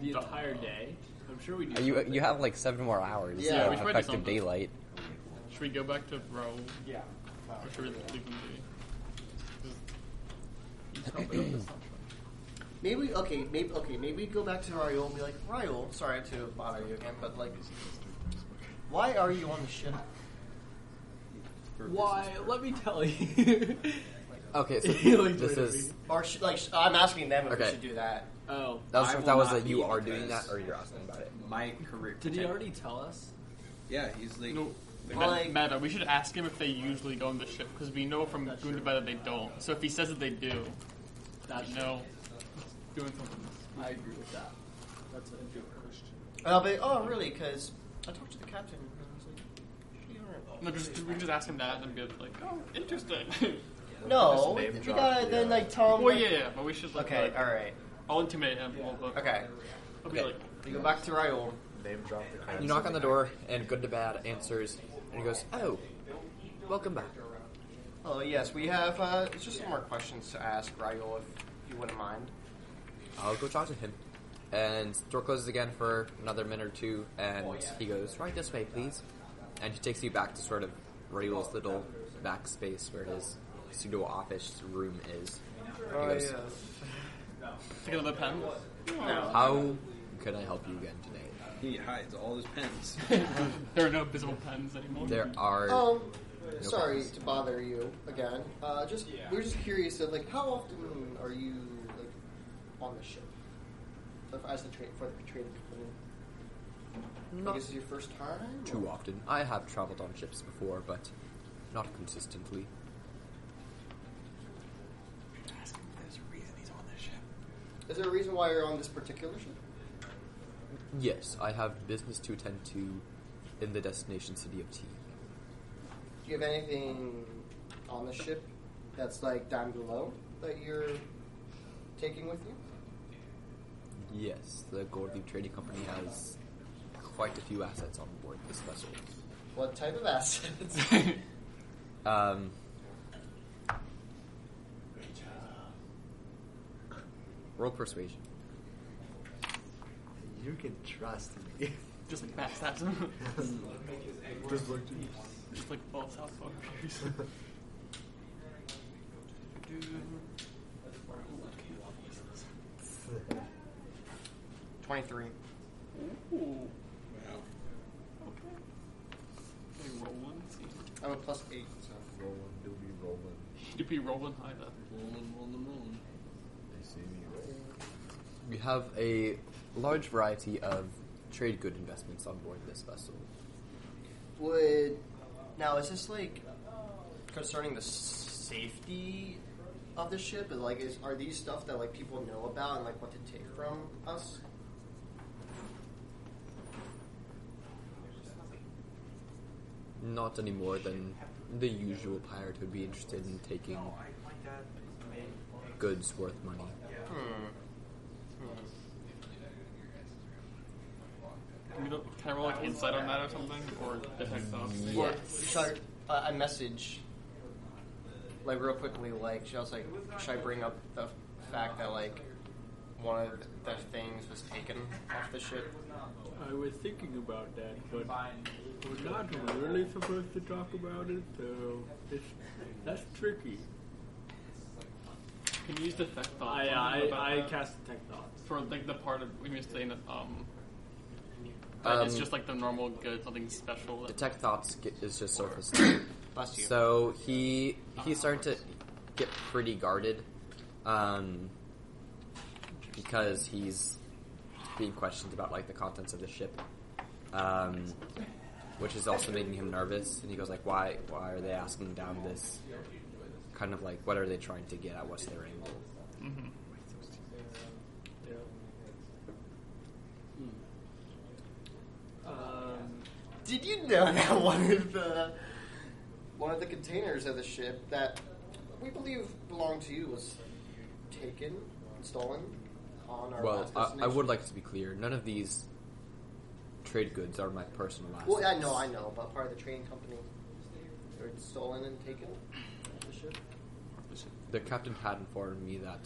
Speaker 4: The entire day. I'm sure we do.
Speaker 1: You you have like seven more hours.
Speaker 4: Yeah,
Speaker 1: of
Speaker 9: we should do
Speaker 1: effective
Speaker 9: something.
Speaker 1: daylight.
Speaker 9: Should we go back to row?
Speaker 4: Yeah.
Speaker 9: Or should we leave them be? Just help it up this time.
Speaker 3: Maybe okay. Maybe okay. Maybe go back to Raul and be like, Raul, sorry to bother you again, but like, why are you on the ship?
Speaker 4: Why? Let me tell you.
Speaker 1: Okay, so
Speaker 4: He looked
Speaker 1: this
Speaker 4: right at
Speaker 1: is
Speaker 4: me.
Speaker 3: Or sh- like, sh- I'm asking them if
Speaker 1: Okay.
Speaker 3: we should do that.
Speaker 4: oh,
Speaker 1: that was
Speaker 15: I
Speaker 1: if
Speaker 15: will
Speaker 1: that was
Speaker 15: not
Speaker 1: a you
Speaker 15: be
Speaker 1: are doing that
Speaker 15: because-
Speaker 1: or you're asking about it.
Speaker 15: My career.
Speaker 4: did he already tell us?
Speaker 15: Yeah, he's like.
Speaker 2: Oh.
Speaker 9: No.
Speaker 3: Well,
Speaker 9: Meta,
Speaker 3: like-
Speaker 9: Meta, we should ask him if they usually go on the ship because we know from
Speaker 3: That's
Speaker 9: Gundabad
Speaker 3: true.
Speaker 9: that they don't. So if he says that they do,
Speaker 4: That's
Speaker 9: we know doing something.
Speaker 4: I agree with that. That's a good question.
Speaker 3: And I'll be, oh really? Because I talked to the captain. And I was like, "You don't know."
Speaker 9: No, just we can just ask him that and be like, oh, interesting.
Speaker 3: no,
Speaker 5: Just name
Speaker 3: we
Speaker 5: drop,
Speaker 3: gotta
Speaker 5: yeah.
Speaker 3: then like tell him.
Speaker 9: well,
Speaker 3: like-
Speaker 9: Oh, yeah, yeah, but we should. Like,
Speaker 3: Okay,
Speaker 9: like,
Speaker 3: all right.
Speaker 9: I'll intimidate him. We'll, we'll-
Speaker 3: Okay,
Speaker 9: I'll be
Speaker 1: Okay.
Speaker 9: like,
Speaker 3: we go back to Raul.
Speaker 5: Name drop the crime
Speaker 1: You knock on
Speaker 5: scene.
Speaker 1: the door and good to bad answers and he goes, Oh, welcome back.
Speaker 3: Oh yes, we have uh, just some more questions to ask Raul if you wouldn't mind.
Speaker 1: I'll go talk to him. And door closes again for another minute or two, and
Speaker 2: Oh, yeah.
Speaker 1: he goes, "Right this way, please." And she takes you back to sort of Rayul's little back space where his pseudo office room is. He goes,
Speaker 9: Take another pen.
Speaker 1: "How could I help you again today?
Speaker 13: He hides all his pens.
Speaker 9: There are no visible pens anymore.
Speaker 1: There are
Speaker 3: Um,
Speaker 1: No
Speaker 3: sorry
Speaker 1: problems.
Speaker 3: to bother you again. Uh, just we we're just curious. Of, like, how often are you like on the ship? Like, as the tra- for the trading company. Like,
Speaker 1: not
Speaker 3: this is your first time.
Speaker 1: too
Speaker 3: or-
Speaker 1: often. I have traveled on ships before, but not consistently."
Speaker 3: Is there a reason why you're on this particular ship?
Speaker 1: Yes, I have business to attend to in the destination city of T. E.
Speaker 3: Do you have anything on the ship that's like down below that you're taking with you?
Speaker 1: Yes, the Gold Leaf Trading Company has quite a few assets on board this vessel.
Speaker 3: What type of assets?
Speaker 1: Um, roll persuasion.
Speaker 5: You can trust me.
Speaker 9: Just like backstabs him.
Speaker 5: Just look
Speaker 9: Just like falls out fuckers.
Speaker 7: Twenty-three.
Speaker 9: Ooh. Wow. Okay. Let me roll one. See.
Speaker 3: I'm a plus eight, so.
Speaker 5: Rolling, do be rolling.
Speaker 9: You'd be rolling high uh, then.
Speaker 13: Rolling, rolling, rolling.
Speaker 5: They see me rolling.
Speaker 1: We have a large variety of trade good investments on board this vessel.
Speaker 3: Would now is this like concerning the s- safety of the ship? Is like is are these stuff that like people know about and like what to take from us?
Speaker 1: Not any more than the usual pirate would be interested in taking goods worth money.
Speaker 3: Hmm.
Speaker 9: Can, we, look- can I roll like insight on that or something? Or detect those?
Speaker 3: Or should I, uh, I message like real quickly? Like should I was like should I bring up the fact that like one of the things was taken off the ship?
Speaker 4: I was thinking about that, but we're not really supposed to talk about it, so it's, that's tricky.
Speaker 9: Can you use defect thoughts?
Speaker 4: I,
Speaker 9: on him about
Speaker 4: I, I
Speaker 9: that?
Speaker 4: cast Detect Thoughts.
Speaker 9: for like the part of when you're saying that um, that it's
Speaker 1: Um,
Speaker 9: just like the normal good, something special. That,
Speaker 1: Detect thoughts ge- is just surface. level.
Speaker 3: Bless you.
Speaker 1: So he he started to get pretty guarded, um, because he's being questioned about like the contents of the ship, um, which is also making him nervous. And he goes like, "Why? Why are they asking down this? Kind of like, what are they trying to get at? What's their angle?"
Speaker 4: Um,
Speaker 3: Did you know that one of the one of the containers of the ship that we believe belonged to you was taken, stolen on our
Speaker 1: Well,
Speaker 3: last
Speaker 1: I, I would
Speaker 3: destination?
Speaker 1: like to be clear. None of these trade goods are my personal assets.
Speaker 3: Well, I know, I know, but part of the train company, they were stolen and taken. The ship.
Speaker 1: The captain had informed me that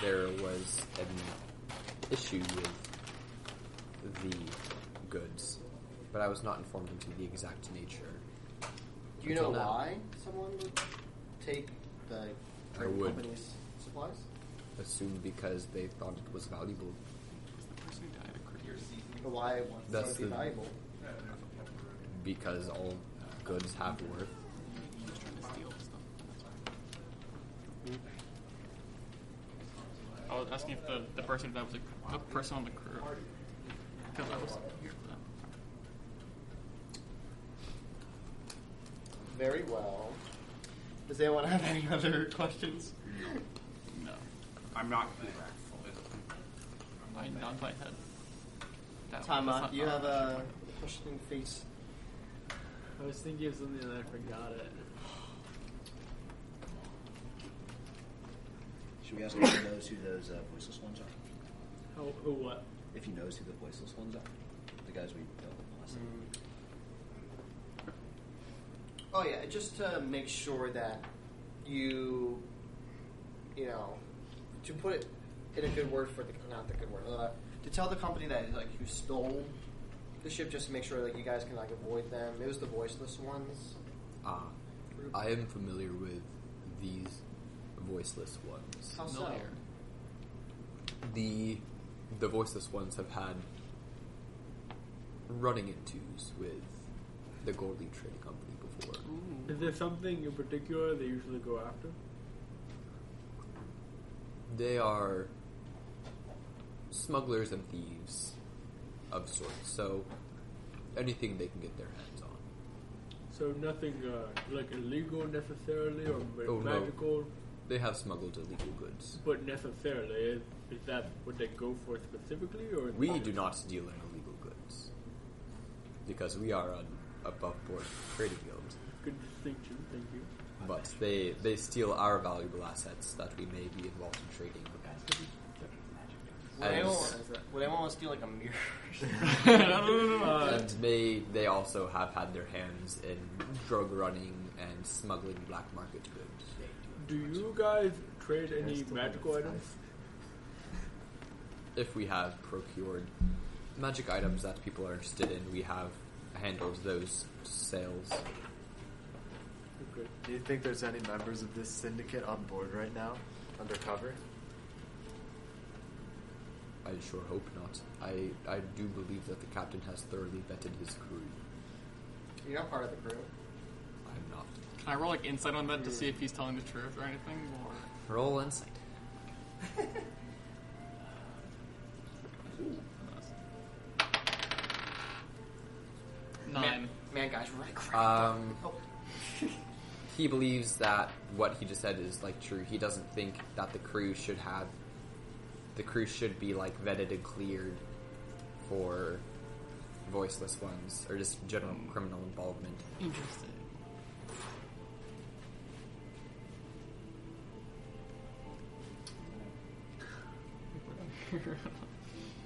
Speaker 1: there was an issue with the goods, but I was not informed into the exact nature.
Speaker 3: Do you know
Speaker 1: Until now.
Speaker 3: why someone would take the train
Speaker 1: would.
Speaker 3: company's supplies?
Speaker 1: Assumed because they thought it was valuable.
Speaker 3: Or why it would
Speaker 1: That's
Speaker 3: be
Speaker 1: the-
Speaker 3: valuable?
Speaker 1: Because all uh, goods have worth.
Speaker 9: I was asking if the, the person that was like, the person on the crew. Because I was here for that.
Speaker 3: Very well. Does anyone have any other questions?
Speaker 9: No,
Speaker 2: I'm not impactful.
Speaker 9: I nod my head. That
Speaker 3: Time
Speaker 9: that's
Speaker 3: out.
Speaker 9: not-
Speaker 3: You have a questioning face.
Speaker 4: I was thinking of something and I forgot it.
Speaker 8: Should we ask him if he knows who those uh, voiceless ones are?
Speaker 4: How, oh, what?
Speaker 8: If he knows who the voiceless ones are, the guys we dealt with last time.
Speaker 2: Mm.
Speaker 3: Oh yeah, just to make sure that you, you know, to put it get a good word for the not the good word uh, to tell the company that like who stole the ship just to make sure like you guys can like avoid them. It was the voiceless ones.
Speaker 1: Ah, I am familiar with these voiceless ones.
Speaker 3: How so?
Speaker 9: Familiar.
Speaker 1: The the voiceless ones have had running into with the Gold Leaf Trading Company before.
Speaker 4: Is there something in particular they usually go after?
Speaker 1: They are smugglers and thieves of sorts, so anything they can get their hands on.
Speaker 4: So nothing uh, like illegal necessarily or ma-
Speaker 1: Oh, no.
Speaker 4: magical,
Speaker 1: They have smuggled illegal goods.
Speaker 4: but necessarily is, is that what they go for specifically, or is
Speaker 1: We
Speaker 4: it-
Speaker 1: do not deal in illegal goods because we are an above board trading guild.
Speaker 4: Good distinction, thank you.
Speaker 1: But they, they steal our valuable assets that we may be involved in trading.
Speaker 3: Would anyone,
Speaker 1: As-
Speaker 3: would anyone want to steal like a mirror?
Speaker 4: uh,
Speaker 1: and they they also have had their hands in drug running and smuggling black market goods.
Speaker 4: Do you guys trade any magical items?
Speaker 1: If we have procured magic items that people are interested in, we have handled those sales.
Speaker 4: Okay.
Speaker 5: Do you think there's any members of this syndicate on board right now, undercover?
Speaker 1: I sure hope not. I I do believe that the captain has thoroughly vetted his crew.
Speaker 3: You're not part of the crew.
Speaker 1: I'm not.
Speaker 9: Can I roll like insight on that to see if he's telling the truth or anything? Or
Speaker 1: Roll insight.
Speaker 9: nine.
Speaker 3: Man, guys, we're like crap.
Speaker 1: Um,
Speaker 3: Oh.
Speaker 1: he believes that what he just said is like true. He doesn't think that the crew should have the crew should be like vetted and cleared for voiceless ones or just general criminal involvement.
Speaker 9: Interesting.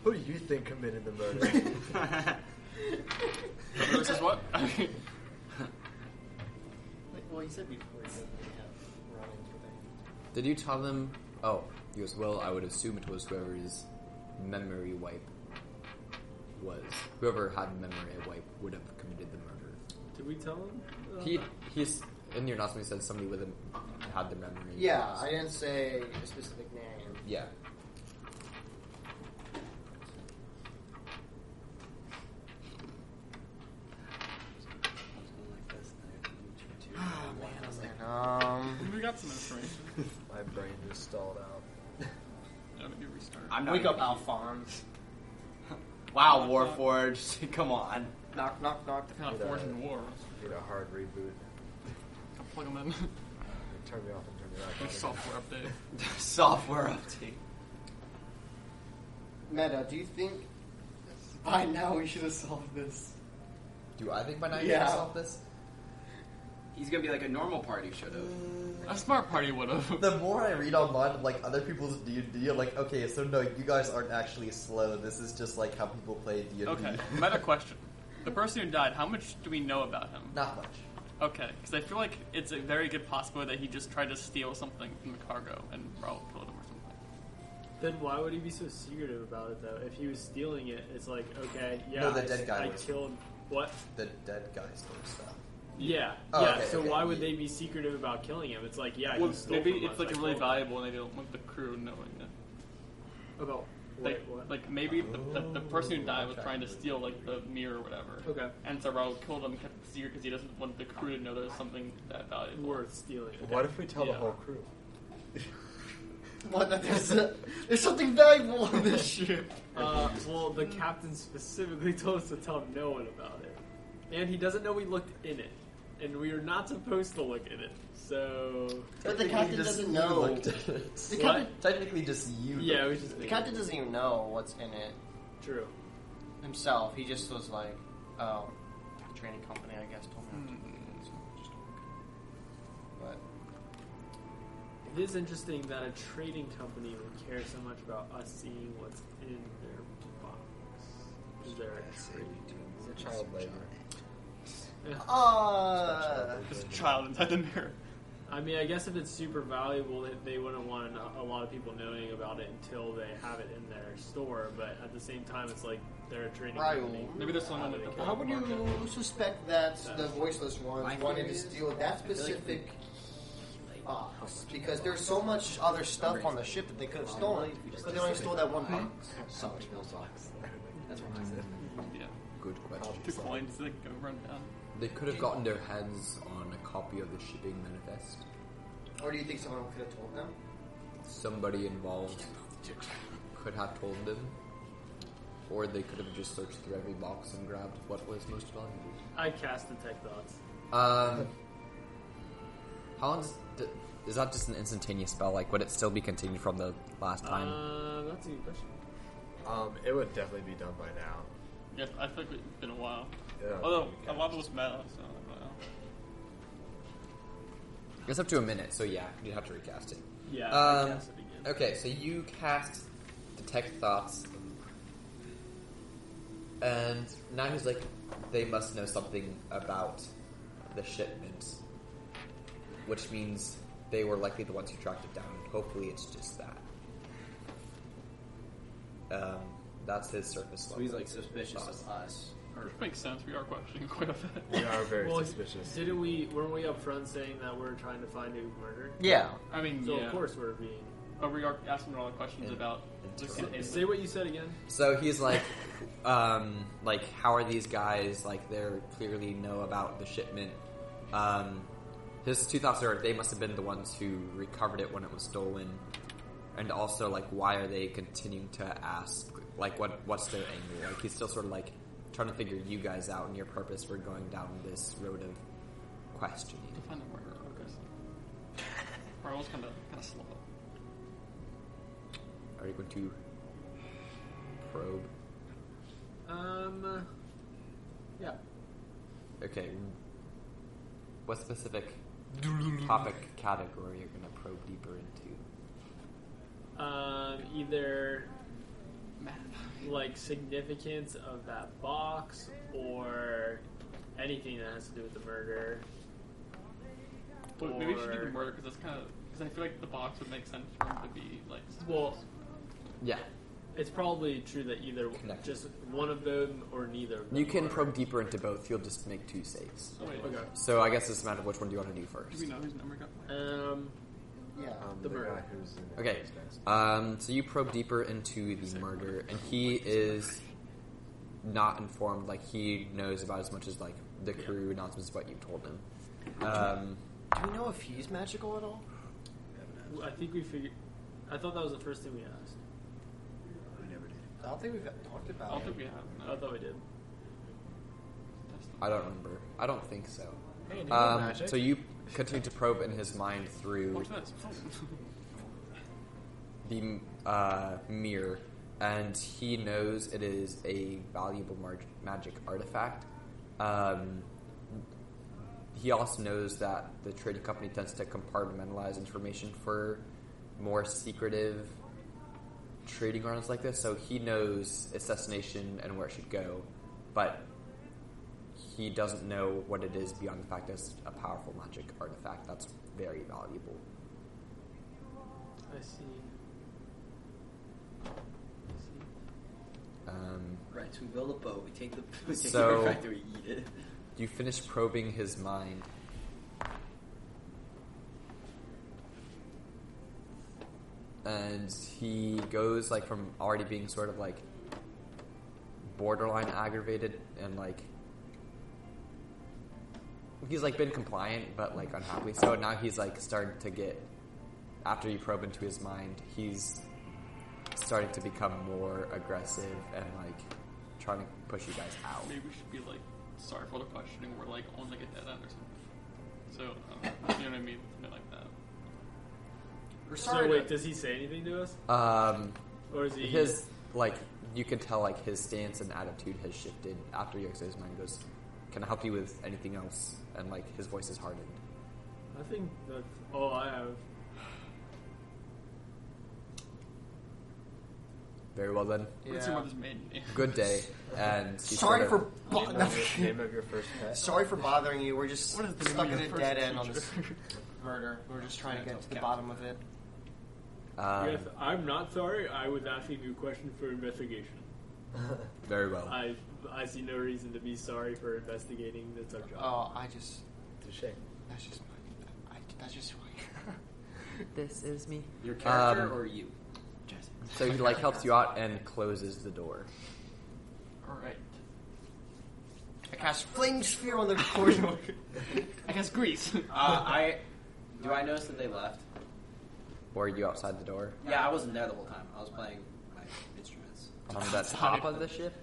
Speaker 5: Who do you think committed the murder?
Speaker 2: Mm.
Speaker 9: this is what.
Speaker 3: well, you said before you said we have run-ins with anyone.
Speaker 1: Did you tell them? Oh, he goes. Well, I would assume it was whoever's memory wipe was. Whoever had memory wipe would have committed the murder.
Speaker 4: Did we tell them? Uh,
Speaker 1: He he's in your announcement said somebody with him had the memory.
Speaker 3: Yeah, I didn't say a specific name.
Speaker 1: Yeah.
Speaker 3: Oh man, I was like, um,
Speaker 9: we got some information.
Speaker 5: My brain just stalled out.
Speaker 9: Yeah, maybe restart.
Speaker 2: I'm not.
Speaker 3: wake up,
Speaker 2: even-
Speaker 3: Alphonse.
Speaker 2: Wow, Warforged. Come on.
Speaker 3: Knock, knock, knock.
Speaker 9: Kind of
Speaker 5: Yeah.
Speaker 9: forging war.
Speaker 5: Need a hard reboot.
Speaker 9: Plug him in.
Speaker 5: Turn me off and turn me back. on again.
Speaker 9: Software update.
Speaker 2: Software update.
Speaker 3: Meta, do you think by now we should have solved this?
Speaker 1: Do I think by now you
Speaker 3: Yeah.
Speaker 1: can solve this?
Speaker 2: He's gonna be like a normal party should have.
Speaker 9: A smart party would have.
Speaker 16: The more I read online of like other people's D and D, like okay, so no, you guys aren't actually slow. This is just like how people play D and
Speaker 9: Okay,
Speaker 16: D.
Speaker 9: meta question. The person who died, how much do we know about him?
Speaker 16: Not much.
Speaker 9: Okay, because I feel like it's a very good possibility that he just tried to steal something from the cargo and Raul killed him or something.
Speaker 4: Then why would he be so secretive about it though? If he was stealing it, it's like okay, yeah,
Speaker 16: No, the
Speaker 4: I,
Speaker 16: dead guy
Speaker 4: I
Speaker 16: was.
Speaker 4: killed what?
Speaker 16: The dead guys and stuff.
Speaker 4: Yeah,
Speaker 16: Oh,
Speaker 4: yeah.
Speaker 16: okay,
Speaker 4: so
Speaker 16: okay.
Speaker 4: why would they be secretive about killing him? It's like yeah, he stole
Speaker 9: maybe
Speaker 4: from us,
Speaker 9: it's
Speaker 4: oh,
Speaker 9: like
Speaker 4: I
Speaker 9: really
Speaker 4: killed him.
Speaker 9: valuable and they don't want the crew knowing it.
Speaker 4: about what?
Speaker 9: Like,
Speaker 4: what? Oh.
Speaker 9: like maybe the, the, the person who died was trying to steal like the mirror or whatever.
Speaker 4: Okay.
Speaker 9: And so Raul killed him, kept it secret because he doesn't want the crew to know there's something that valuable.
Speaker 4: worth stealing.
Speaker 5: What if we tell the
Speaker 4: Yeah.
Speaker 5: whole crew?
Speaker 3: What? that There's, a, there's something valuable in this ship.
Speaker 4: Uh, well, the captain specifically told us to tell no one about it, and he doesn't know we looked in it, and we are not supposed to look in it. So
Speaker 3: But the captain doesn't know.
Speaker 16: Looked at it.
Speaker 3: The captain,
Speaker 16: Technically, just you.
Speaker 4: yeah, we just
Speaker 3: the captain doesn't even know what's in it
Speaker 4: true.
Speaker 3: himself. He just was like, oh, training company, I guess, told me. not to
Speaker 9: Hmm.
Speaker 3: But
Speaker 4: It is interesting that a trading company would care so much about us seeing what's in their box. Is there a
Speaker 5: Is it child labor?
Speaker 4: trade?
Speaker 3: uh,
Speaker 9: There's a child inside the mirror.
Speaker 4: I mean, I guess if it's super valuable, that they wouldn't want a a lot of people knowing about it until they have it in their store. But at the same time, it's like they're a trading
Speaker 3: Right.
Speaker 4: company.
Speaker 9: Maybe there's someone
Speaker 4: How
Speaker 9: at the
Speaker 4: they
Speaker 3: How would you suspect that the voiceless ones wanted to steal that specific box? Because there's so much other stuff on the ship that they could have stolen, but they only stole that one box.
Speaker 8: So much milk box. That's what I said.
Speaker 9: Yeah.
Speaker 1: Good question.
Speaker 9: Two coins that go run down.
Speaker 1: They could have gotten their hands on a copy of the shipping manifest.
Speaker 3: Or do you think someone could have told them?
Speaker 1: Somebody involved could have told them, or they could have just searched through every box and grabbed what was most valuable.
Speaker 4: I cast detect thoughts.
Speaker 1: Um, how long does, d- is that? Just an instantaneous spell? Like, would it still be continued from the last time?
Speaker 4: Uh, that's a good question.
Speaker 5: Um, it would definitely be done by now.
Speaker 9: Yeah, I feel like it's been a while.
Speaker 5: Yeah.
Speaker 9: Although a lot of us met, so I don't know.
Speaker 1: It's up to a minute, so yeah, you'd have to recast it.
Speaker 4: Yeah,
Speaker 1: Um,
Speaker 4: recast it again.
Speaker 1: Okay, so you cast detect thoughts, and now he's like, they must know something about the shipment, which means they were likely the ones who tracked it down. Hopefully, it's just that. Um, that's his surface
Speaker 2: So
Speaker 1: level.
Speaker 2: he's like suspicious
Speaker 1: thoughts.
Speaker 2: of us.
Speaker 9: Which makes sense. We are questioning quite a bit.
Speaker 5: We are very
Speaker 4: Well,
Speaker 5: suspicious.
Speaker 4: Didn't we? Weren't we up front saying that we're trying to find who murdered?
Speaker 3: Yeah.
Speaker 9: I mean,
Speaker 4: So
Speaker 9: yeah.
Speaker 4: of course we're being.
Speaker 9: But we are asking a lot of questions
Speaker 1: Yeah.
Speaker 9: about
Speaker 1: Yeah.
Speaker 9: the
Speaker 1: Yeah.
Speaker 4: Say what you said again.
Speaker 1: So he's like, um, like, how are these guys? Like, they're clearly know about the shipment. Um, his two thoughts are they must have been the ones who recovered it when it was stolen, and also like, why are they continuing to ask? Like, what what's their angle? Like, he's still sort of like trying to figure you guys out and your purpose for going down this road of questioning.
Speaker 9: To find the murderer, okay. We're always kind of kind of slow.
Speaker 1: Are you going to probe?
Speaker 4: Um. Yeah.
Speaker 1: Okay. What specific topic category you're going to probe deeper into?
Speaker 4: Um. Either
Speaker 9: Map.
Speaker 4: like significance of that box or anything that has to do with the murder.
Speaker 9: But maybe we should do the
Speaker 4: Or-
Speaker 9: murder because that's kind of because I feel like the box would make sense for him to be like.
Speaker 4: Well,
Speaker 1: Yeah,
Speaker 4: it's probably true that either
Speaker 1: Connected.
Speaker 4: just one of them or neither. Of them
Speaker 1: you can
Speaker 4: are.
Speaker 1: probe deeper into both. You'll just make two saves.
Speaker 9: Oh, wait.
Speaker 4: Okay.
Speaker 1: So I guess it's a matter of which one do you want to do
Speaker 9: Do
Speaker 1: first.
Speaker 9: we know whose number got?
Speaker 4: Um.
Speaker 3: Yeah.
Speaker 5: Um,
Speaker 4: The
Speaker 5: the,
Speaker 4: murder.
Speaker 5: guy who's in the
Speaker 1: Okay.
Speaker 5: next.
Speaker 1: Um, so you probe deeper into the murder, and he is not informed. Like he knows about as much as like the crew announcements, what you told him. Um,
Speaker 3: Do we know if he's magical at all?
Speaker 4: I think we figured. I thought that was the first thing we asked.
Speaker 5: We never did.
Speaker 3: I don't think we've talked
Speaker 9: I
Speaker 3: about
Speaker 9: don't
Speaker 3: it.
Speaker 9: think we have. No.
Speaker 4: I thought we did.
Speaker 9: That's not-
Speaker 1: I don't remember. I don't think so.
Speaker 5: Hey, new
Speaker 1: Um,
Speaker 5: magic.
Speaker 1: so you continue to probe in his mind through
Speaker 9: Watch this.
Speaker 1: the uh, mirror, and he knows it is a valuable mar- magic artifact. Um, he also knows that the trading company tends to compartmentalize information for more secretive trading grounds like this, so he knows its destination and where it should go, but he doesn't know what it is beyond the fact that it's a powerful magic artifact that's very valuable.
Speaker 4: I see.
Speaker 1: Um,
Speaker 8: Right, so we build a boat, we take the we take
Speaker 1: So-
Speaker 8: the factory, we eat it.
Speaker 1: You finish probing his mind. And he goes like from already being sort of like borderline aggravated and like he's like been compliant but like unhappy. So now he's like starting to get after you probe into his mind, he's starting to become more aggressive and like trying to push you guys out.
Speaker 9: Maybe we should be like sorry for the questioning. We're like on like a dead end or something. So um, you know what I mean? Something like that.
Speaker 3: We're sorry
Speaker 4: So wait,
Speaker 3: to-
Speaker 4: does he say anything to us,
Speaker 1: Um,
Speaker 4: or is he?
Speaker 1: his like you can tell like his stance and attitude has shifted after you exit his mind. He Goes, can I help you with anything else? And like his voice is hardened.
Speaker 4: I think that's all I have.
Speaker 1: Very well then.
Speaker 9: Let's see what this maiden is.
Speaker 1: Good day. And he
Speaker 3: Sorry
Speaker 1: sort
Speaker 3: for
Speaker 1: of-
Speaker 3: bo-
Speaker 5: Name of, your, name of your first pet.
Speaker 3: sorry for bothering you. We're just
Speaker 9: What is the
Speaker 3: stuck at
Speaker 9: name of
Speaker 3: a
Speaker 9: your first
Speaker 3: dead end on this
Speaker 9: teacher?
Speaker 3: murder. We're just trying to get to the
Speaker 2: Captain.
Speaker 3: bottom of it.
Speaker 1: um,
Speaker 4: yes, I'm not sorry. I was asking you a question for investigation.
Speaker 1: very well.
Speaker 4: I I see no reason to be sorry for investigating. That's our job.
Speaker 3: Oh, I just
Speaker 5: Touche.
Speaker 3: that's just my, I, that's just who I am.
Speaker 1: This is me.
Speaker 2: Your character
Speaker 1: Um,
Speaker 2: or you?
Speaker 3: Just-
Speaker 1: So he like helps you out and closes the door.
Speaker 9: Alright.
Speaker 3: I cast flame sphere on the corridor.
Speaker 9: I guess Greece.
Speaker 2: Uh, I do I notice that they left?
Speaker 1: Or are you outside the door?
Speaker 2: Yeah, I wasn't there the whole time. I was playing my instruments,
Speaker 1: On the top of the ship?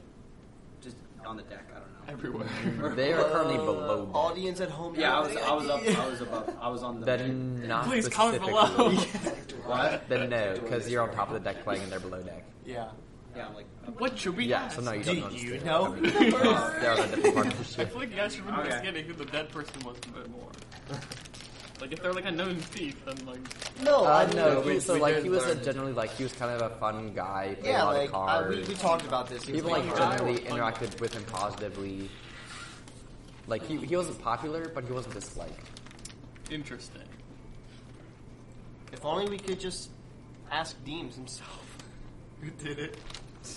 Speaker 2: just on the deck. I don't
Speaker 9: Everywhere.
Speaker 2: know.
Speaker 1: They are currently below deck.
Speaker 3: Audience at home.
Speaker 2: Yeah, I
Speaker 3: don't
Speaker 2: was.
Speaker 3: have
Speaker 2: I was up.
Speaker 3: any
Speaker 2: I was above. I was on the.
Speaker 1: Then not
Speaker 9: Please comment
Speaker 1: specifically.
Speaker 9: below.
Speaker 2: What?
Speaker 1: Then no, because you're on top of the deck playing and they're below deck.
Speaker 3: Yeah.
Speaker 2: Yeah, I'm like.
Speaker 9: what should we
Speaker 1: Yeah,
Speaker 9: ask?
Speaker 1: so no, you
Speaker 3: Do
Speaker 1: don't
Speaker 3: you
Speaker 1: understand.
Speaker 3: know?
Speaker 1: I mean, they're on a different part of the
Speaker 9: I
Speaker 1: ship.
Speaker 9: feel like you guys should be
Speaker 2: Okay.
Speaker 9: investigating who the dead person was a bit more. Like if they're like a known thief, then like
Speaker 3: No,
Speaker 1: Uh,
Speaker 3: I know.
Speaker 1: no, but so
Speaker 16: we
Speaker 1: like
Speaker 16: did
Speaker 1: he was a
Speaker 16: learn.
Speaker 1: generally like he was kind of a fun guy, played
Speaker 3: Yeah,
Speaker 1: a lot
Speaker 3: like
Speaker 1: of
Speaker 3: uh,
Speaker 1: cards.
Speaker 3: we, we talked about this. He was
Speaker 1: People
Speaker 3: like,
Speaker 1: like
Speaker 9: Like,
Speaker 1: generally
Speaker 9: I want-
Speaker 1: interacted with him positively. Like he, he wasn't popular, but he wasn't disliked.
Speaker 9: interesting.
Speaker 3: if only we could just ask Deems himself.
Speaker 9: Who did it?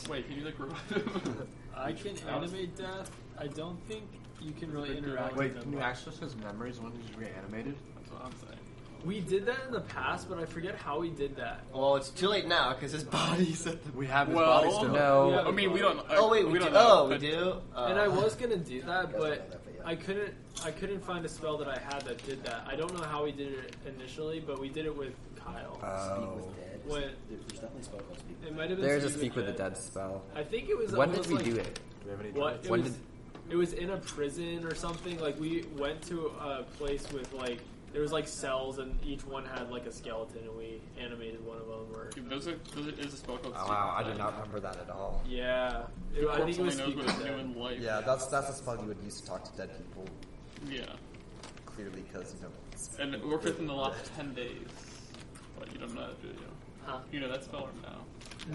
Speaker 9: Wait, can you like revive him?
Speaker 4: I can animate death. I don't think you can really interact with them.
Speaker 5: access his memories when he's reanimated?
Speaker 9: That's what I'm saying.
Speaker 4: We did that in the past, but I forget how we did that.
Speaker 3: Well, it's too late now because his body's at the.
Speaker 5: We have his
Speaker 9: Well,
Speaker 5: body still.
Speaker 1: No,
Speaker 4: Yeah.
Speaker 9: I mean we don't.
Speaker 3: Oh wait, we, do.
Speaker 9: don't know.
Speaker 3: Oh, we
Speaker 9: but
Speaker 3: do. Uh,
Speaker 4: and I was gonna do that,
Speaker 16: guys
Speaker 4: but
Speaker 16: don't know that, but yeah.
Speaker 4: I couldn't. I couldn't find a spell that I had that did that. I don't know how we did it initially, but we did it with Kyle.
Speaker 1: Oh.
Speaker 4: When
Speaker 8: There- There's definitely spell called speak.
Speaker 4: it might have been
Speaker 1: There's a
Speaker 4: Speak
Speaker 1: speak with the dead spell.
Speaker 4: I think it was.
Speaker 1: When
Speaker 4: almost
Speaker 1: did we
Speaker 4: like-
Speaker 1: do it?
Speaker 5: Do we have any
Speaker 4: What it
Speaker 1: When
Speaker 4: was, it was in a prison or something. Like we went to a place with like there was like cells, and each one had like a skeleton, and we animated one of them. Or
Speaker 9: Dude, There's a there's a spell called.
Speaker 1: Oh, wow, I did not remember that at all.
Speaker 4: yeah, It- I think it was.
Speaker 9: knows
Speaker 4: Speak
Speaker 9: what
Speaker 4: with
Speaker 9: it's
Speaker 4: Dead.
Speaker 9: new in life.
Speaker 16: Yeah, that's that's a spell you would use to talk to dead people,
Speaker 9: Yeah.
Speaker 16: clearly, because you know. it's-
Speaker 9: And we're within the last ten days. But you don't know that, do you?
Speaker 4: Huh?
Speaker 9: You know that spell or no?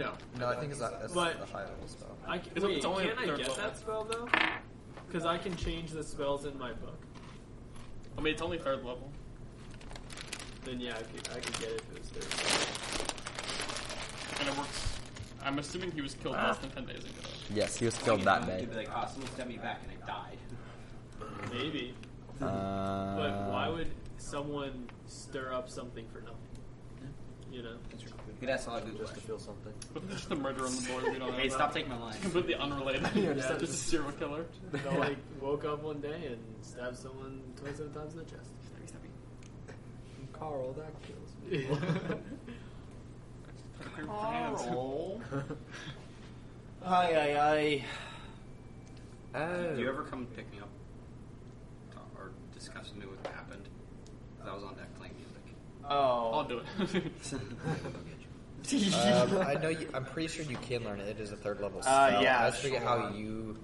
Speaker 4: No.
Speaker 16: No, I think it's a, it's
Speaker 4: But-
Speaker 16: a high level spell.
Speaker 4: I can,
Speaker 9: It's-
Speaker 4: wait,
Speaker 9: it's only
Speaker 4: can I
Speaker 9: third
Speaker 4: get
Speaker 9: level.
Speaker 4: that spell though? Because I can change the spells in my book.
Speaker 9: I mean, it's only third level.
Speaker 4: Then yeah, I could, I could get it if it was there.
Speaker 9: And it works. I'm assuming he was killed less
Speaker 4: Ah.
Speaker 9: than 10 days ago.
Speaker 1: Yes, he was killed that day.
Speaker 2: They constantly sent me back and I died.
Speaker 4: Maybe,
Speaker 1: Uh,
Speaker 4: but why would someone stir up something for nothing? You know.
Speaker 2: Dude, that's all I do.
Speaker 5: Just to feel something.
Speaker 9: But there's just a murder on the board we don't know
Speaker 2: Hey, stop
Speaker 9: about.
Speaker 2: taking my line.
Speaker 9: Completely unrelated.
Speaker 4: Yeah,
Speaker 9: just
Speaker 4: just-
Speaker 9: a serial killer.
Speaker 4: I like woke up one day and stabbed someone 27 times in the chest.
Speaker 5: Carl, that kills me.
Speaker 3: Hi, I,
Speaker 1: Uh,
Speaker 2: Do you ever come pick me up Talk- or discuss with me what happened? 'Cause I was on deck playing music.
Speaker 3: I. Oh.
Speaker 9: I'll do it.
Speaker 16: Um, I know. You, I'm pretty sure you can learn it. It is a third level spell.
Speaker 3: Uh, yeah,
Speaker 16: I just forget how
Speaker 3: sure.
Speaker 16: you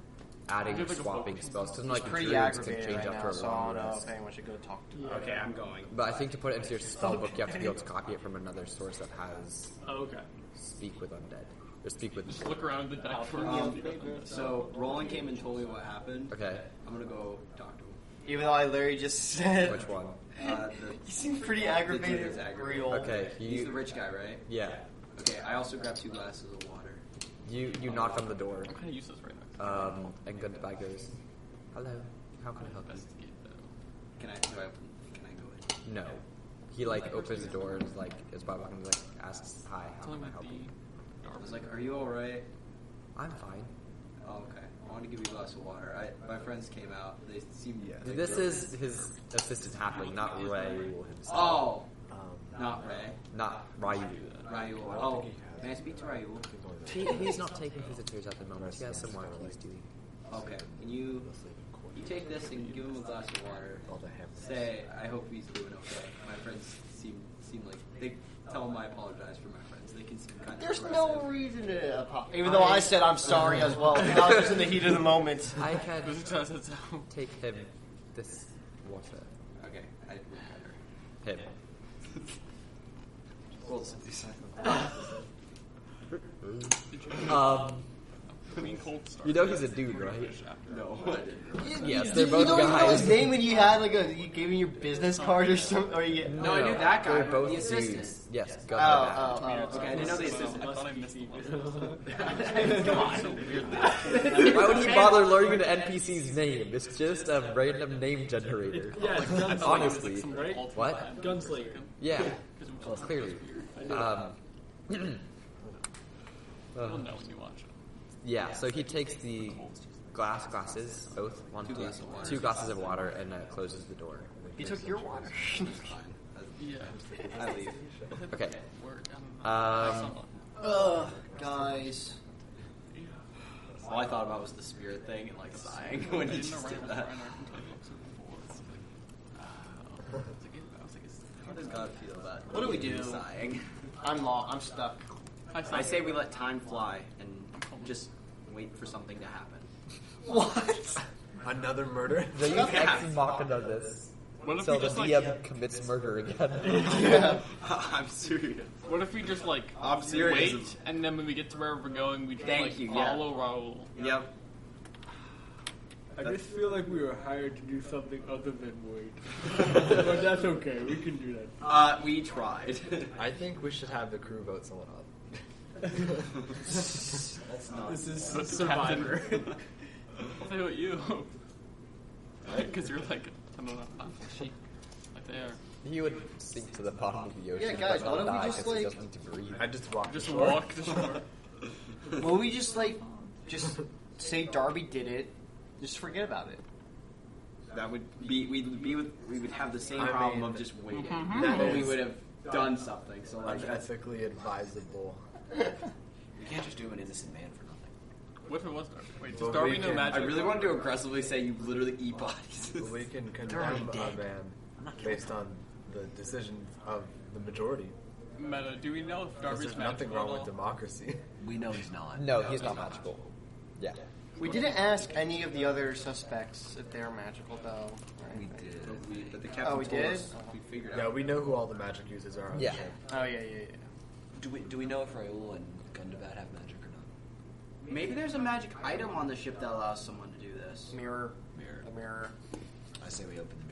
Speaker 16: adding
Speaker 9: Give, like, a
Speaker 1: swapping
Speaker 9: focus.
Speaker 1: spells. Doesn't like
Speaker 3: It's pretty
Speaker 1: druids can
Speaker 3: aggravated
Speaker 1: change
Speaker 3: right
Speaker 1: after
Speaker 3: now,
Speaker 1: a
Speaker 3: so I
Speaker 1: long
Speaker 3: don't know
Speaker 1: rest.
Speaker 3: if anyone should go talk to.
Speaker 2: Okay, I'm going.
Speaker 1: But I think to put it into your spell book, you have to be able to copy it from another source that has
Speaker 4: Oh, okay.
Speaker 1: speak with undead or speak with.
Speaker 9: just look around at the deck for
Speaker 2: Um, so Roland came and told me what happened.
Speaker 1: Okay,
Speaker 2: I'm gonna go talk to him.
Speaker 3: Even though I literally just said.
Speaker 1: which one?
Speaker 2: Uh, the,
Speaker 3: You seem pretty
Speaker 2: dude
Speaker 3: aggravated.
Speaker 2: is aggravated.
Speaker 3: Real.
Speaker 1: Okay,
Speaker 2: he's the
Speaker 1: you.
Speaker 2: rich guy, right?
Speaker 1: Yeah,
Speaker 2: Okay, I also grabbed two glasses of water.
Speaker 1: you you knock on the door,
Speaker 9: I'm kind of useless right now.
Speaker 1: um, and Gundabag goes, "Hello, how can I help you?"
Speaker 9: Investigate though.
Speaker 2: Can I? Do I can I go in?
Speaker 1: No. He like opens the door and is like is by walking like asks, "Hi, how
Speaker 9: Tell
Speaker 1: can
Speaker 9: him
Speaker 1: I help you?"
Speaker 2: I was like, "Are you all right?"
Speaker 1: I'm fine.
Speaker 2: Oh, okay. I want to give you a glass of water. I, my friends came out. They seemed. Yeah.
Speaker 1: This is his assistant halfling, not Raoul himself.
Speaker 2: Oh,
Speaker 5: Um,
Speaker 2: not Ray.
Speaker 1: Not Ryu.
Speaker 2: Raul.
Speaker 5: I
Speaker 2: Oh,
Speaker 5: don't think he has.
Speaker 2: may I speak to
Speaker 5: I
Speaker 2: Raul?
Speaker 5: think only the-
Speaker 1: He, he's not taking visitors at the moment. He has someone he's doing.
Speaker 2: Okay. Can you
Speaker 5: the sleep in court.
Speaker 2: you take this and give him a glass of water?
Speaker 5: All the hammers.
Speaker 2: Say, I hope he's doing okay. My friends seem seem like they tell him I apologize for my friends. They can seem kind of.
Speaker 3: There's no
Speaker 2: aggressive.
Speaker 3: reason to apologize. Even though I said I'm sorry as well. I was just in the heat of the moment.
Speaker 1: I can
Speaker 9: This is just it's out.
Speaker 1: take him this water.
Speaker 2: Okay, I look at her.
Speaker 1: Him.
Speaker 2: Roll something.
Speaker 17: Um,
Speaker 9: Clean cold start.
Speaker 17: you know he's a dude, right?
Speaker 18: No,
Speaker 17: Yes, they're both
Speaker 3: you don't know his
Speaker 17: guys.
Speaker 3: name when you had like a you gave him your business card or something. Or you,
Speaker 2: No, I knew that guy.
Speaker 17: They're both
Speaker 2: the
Speaker 17: dudes.
Speaker 2: assistant.
Speaker 17: Yes,
Speaker 3: Oh,
Speaker 17: go
Speaker 3: oh, oh,
Speaker 2: Okay, I didn't know the assistant.
Speaker 9: I thought I missed the
Speaker 2: Come on.
Speaker 17: Why would you bother learning an NPC's name? It's just a random name generator.
Speaker 4: Yeah, gunslinger.
Speaker 17: Honestly,
Speaker 4: right?
Speaker 17: what?
Speaker 4: Gunslinger.
Speaker 17: Yeah, clearly. Um,
Speaker 9: You'll
Speaker 17: uh,
Speaker 9: know when you watch it.
Speaker 17: yeah, so he takes the glass glasses, both one, two, two glasses of water, and uh, closes the door.
Speaker 3: He took your water.
Speaker 18: I leave.
Speaker 17: Okay. Um,
Speaker 3: Ugh, guys.
Speaker 18: All I thought about was the spirit thing and like sighing when you just did that. How does God feel about
Speaker 2: What do we
Speaker 18: you
Speaker 2: do?
Speaker 18: Sighing.
Speaker 3: I'm lost. I'm stuck.
Speaker 2: I say we let time fly and just wait for something to happen.
Speaker 3: What?
Speaker 5: Another murder?
Speaker 1: They use ex machina this.
Speaker 9: What if
Speaker 1: So
Speaker 9: we
Speaker 1: the
Speaker 9: just like?
Speaker 1: DM commits murder again.
Speaker 3: yeah.
Speaker 18: I'm serious.
Speaker 9: What if we just like
Speaker 18: I'm serious.
Speaker 9: wait, and then when we get to where we're going, we just
Speaker 2: Thank
Speaker 9: like
Speaker 2: you, yeah.
Speaker 9: follow Raul?
Speaker 2: Yep.
Speaker 4: I just feel like we were hired to do something other than wait. but that's okay. We can do that.
Speaker 2: Uh, we tried.
Speaker 5: I think we should have the crew vote someone up.
Speaker 18: That's not.
Speaker 4: This is
Speaker 9: But
Speaker 4: Survivor.
Speaker 9: I'll say what you. Because you're like, I don't know,
Speaker 5: Oh,
Speaker 9: not sheep. Like they are.
Speaker 1: you would sink to the bottom of the ocean.
Speaker 3: Yeah, guys,
Speaker 1: but
Speaker 3: why don't
Speaker 1: not
Speaker 3: we
Speaker 1: die
Speaker 3: just,
Speaker 1: 'cause it
Speaker 3: like-
Speaker 1: doesn't breathe.
Speaker 5: I just walked
Speaker 9: Just
Speaker 5: ashore.
Speaker 9: walk the shore.
Speaker 3: Will we just like just say Darby did it? Just forget about it.
Speaker 2: That would be we'd be with we would have the same
Speaker 5: I
Speaker 2: problem
Speaker 5: mean-
Speaker 2: of just waiting,
Speaker 9: Mhm.
Speaker 5: That
Speaker 2: but we
Speaker 5: is
Speaker 2: would have done something. So like,
Speaker 5: Unethically advisable.
Speaker 18: You can't just do an innocent man for nothing.
Speaker 9: What if it was Darby? Wait,
Speaker 5: Well,
Speaker 9: does Darby
Speaker 5: we
Speaker 9: know
Speaker 5: can-
Speaker 9: magic?
Speaker 2: I really wanted to aggressively say you literally eat bodies.
Speaker 5: We can condemn a
Speaker 18: dead.
Speaker 5: man based on the decision of the majority.
Speaker 9: Meta, do we know if
Speaker 5: 'Cause
Speaker 9: Darby's
Speaker 5: There's
Speaker 9: magical
Speaker 5: nothing
Speaker 9: at
Speaker 5: wrong with
Speaker 9: all?
Speaker 5: democracy.
Speaker 18: We know he's not.
Speaker 1: No, he's not magical. Yeah.
Speaker 3: We didn't ask any of the other suspects if they're magical though. Right?
Speaker 18: We did.
Speaker 2: But we- but the captain
Speaker 3: Oh, we
Speaker 2: told
Speaker 3: did?
Speaker 2: us we figured out.
Speaker 5: Yeah, we know who all the magic users are.
Speaker 1: Yeah.
Speaker 3: Oh yeah, yeah, yeah.
Speaker 18: Do we? Do we know if Raul and Gundabad have magic or not?
Speaker 2: Maybe there's a magic item on the ship that allows someone to do this.
Speaker 3: Mirror, a mirror.
Speaker 18: I say we open the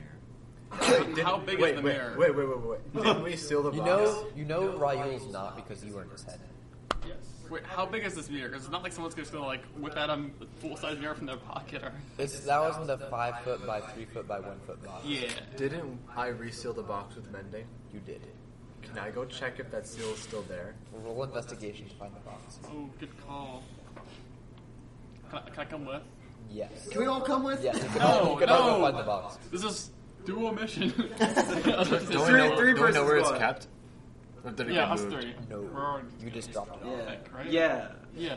Speaker 18: mirror.
Speaker 9: How big
Speaker 5: Wait,
Speaker 9: is the
Speaker 5: wait,
Speaker 9: mirror?
Speaker 5: wait, wait, wait, wait. Didn't we steal the
Speaker 1: You
Speaker 5: box?
Speaker 1: know, you know, Raul's not because you were in his head.
Speaker 9: Wait, how big is this mirror? Because it's not like someone's just gonna like whip out a full size mirror from their pocket or.
Speaker 1: It's that was the five foot by three foot by one foot box.
Speaker 9: Yeah.
Speaker 5: Didn't I reseal the box with mending?
Speaker 1: You did it.
Speaker 5: Can I go check if that seal is still there?
Speaker 1: Roll investigation to find the box.
Speaker 9: Oh, good call. Can I, can I come with?
Speaker 1: Yes.
Speaker 3: Can we all come with?
Speaker 1: Yes. You can
Speaker 9: No,
Speaker 1: all, you can all go
Speaker 9: no.
Speaker 1: find the box.
Speaker 9: This is dual mission.
Speaker 5: Don't we
Speaker 2: Three-
Speaker 5: know, don't we
Speaker 2: three
Speaker 5: know
Speaker 2: person
Speaker 5: where it's
Speaker 2: squad.
Speaker 5: kept? Or did it
Speaker 9: yeah,
Speaker 5: get
Speaker 9: us
Speaker 5: moved?
Speaker 9: three. We're
Speaker 1: No.
Speaker 9: already-
Speaker 1: You just dropped it.
Speaker 2: Yeah.
Speaker 1: off.
Speaker 9: right?
Speaker 2: Yeah.
Speaker 9: Yeah.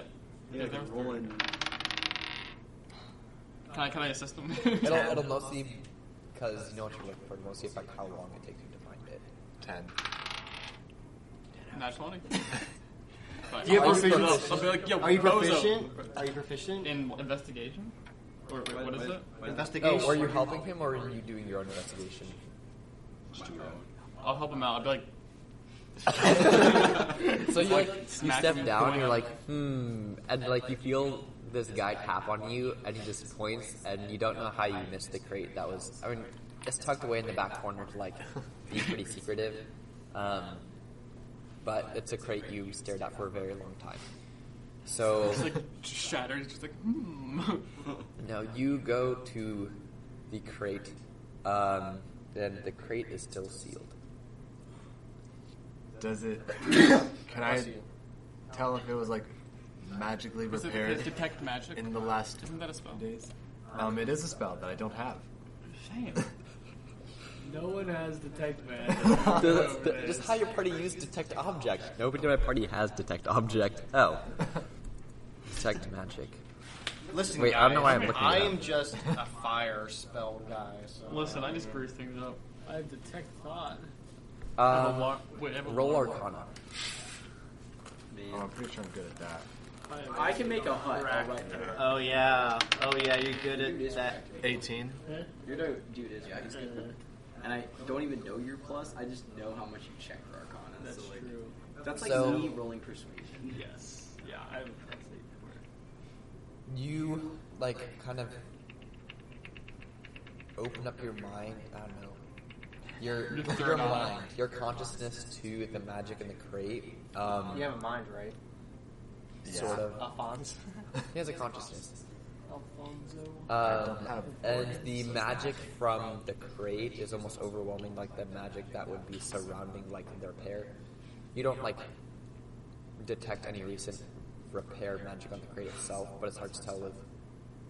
Speaker 9: Yeah,
Speaker 2: like
Speaker 9: there was
Speaker 2: rolling.
Speaker 9: Can I can I assist them?
Speaker 1: It'll, it'll mostly because you know what you're looking for. It'll mostly affect how long it takes you to find it.
Speaker 5: Ten.
Speaker 9: Not twenty. Fine.
Speaker 3: You have
Speaker 9: I'll pick it up.
Speaker 3: proficiency?
Speaker 9: I'll be like, yo,
Speaker 3: Are you
Speaker 9: bozo.
Speaker 3: proficient? Are you proficient?
Speaker 9: in investigation? Or wait, what is it?
Speaker 3: Investigation.
Speaker 1: Oh, were you helping him or are you doing your own investigation?
Speaker 9: I'll help him out. I'll be like,
Speaker 1: So you like you
Speaker 9: smack
Speaker 1: step
Speaker 9: him
Speaker 1: down and
Speaker 9: going
Speaker 1: you're
Speaker 9: up.
Speaker 1: like, hmm, and like you feel this guy tap on you and he just points and you don't know how you missed the crate that was. I mean, it's tucked away in the back corner to like be pretty secretive, um, but it's a crate you stared at for a very long time. So
Speaker 9: it's like shattered. It's just like, hmm.
Speaker 1: now you go to the crate, um, and the crate is still sealed.
Speaker 5: Does it? Can I tell if it was like magically
Speaker 9: Is it because
Speaker 5: repaired
Speaker 9: detect magic?
Speaker 5: in the last
Speaker 9: Isn't that a spell?
Speaker 5: days? Um, it is a spell that I don't have.
Speaker 9: Shame.
Speaker 4: No one has detect man.
Speaker 9: Oh,
Speaker 1: Just just how your party used detect object. Nobody in my party has detect object. Oh. Detect magic.
Speaker 3: Listen,
Speaker 1: Wait,
Speaker 3: guys,
Speaker 1: I don't know why I'm looking
Speaker 3: I
Speaker 1: it up.
Speaker 3: am just a fire spell guy. So
Speaker 9: Listen, I just screws things up.
Speaker 4: I have detect thought.
Speaker 9: I have a
Speaker 1: Um,
Speaker 9: wa- wait, I have a
Speaker 1: roll
Speaker 9: water-
Speaker 1: Arcana.
Speaker 5: Oh, I'm pretty sure I'm good at that.
Speaker 2: I can make a hut. I'll let you.
Speaker 3: Oh yeah, oh yeah, you're good at that.
Speaker 5: 18.
Speaker 2: You're the dude is yeah, he's good. And I don't even know your plus. I just know how much you check for Arcana.
Speaker 4: That's
Speaker 2: so like,
Speaker 4: true.
Speaker 2: That's like
Speaker 1: So-
Speaker 2: me rolling persuasion.
Speaker 4: Yes. Yeah, I have a plus eight for it.
Speaker 1: you like kind of open up your mind. I don't know. Your your mind, your consciousness to the magic in the crate. Um,
Speaker 19: You have a mind, right?
Speaker 1: sort
Speaker 9: Uh,
Speaker 1: of.
Speaker 19: Alphonse.
Speaker 1: He has a consciousness.
Speaker 4: Alfonso.
Speaker 1: Um,
Speaker 5: have
Speaker 1: and the magic from the crate is almost overwhelming, like the magic that would be surrounding like their pair. You don't like detect any recent repair magic on the crate itself, but it's hard to tell with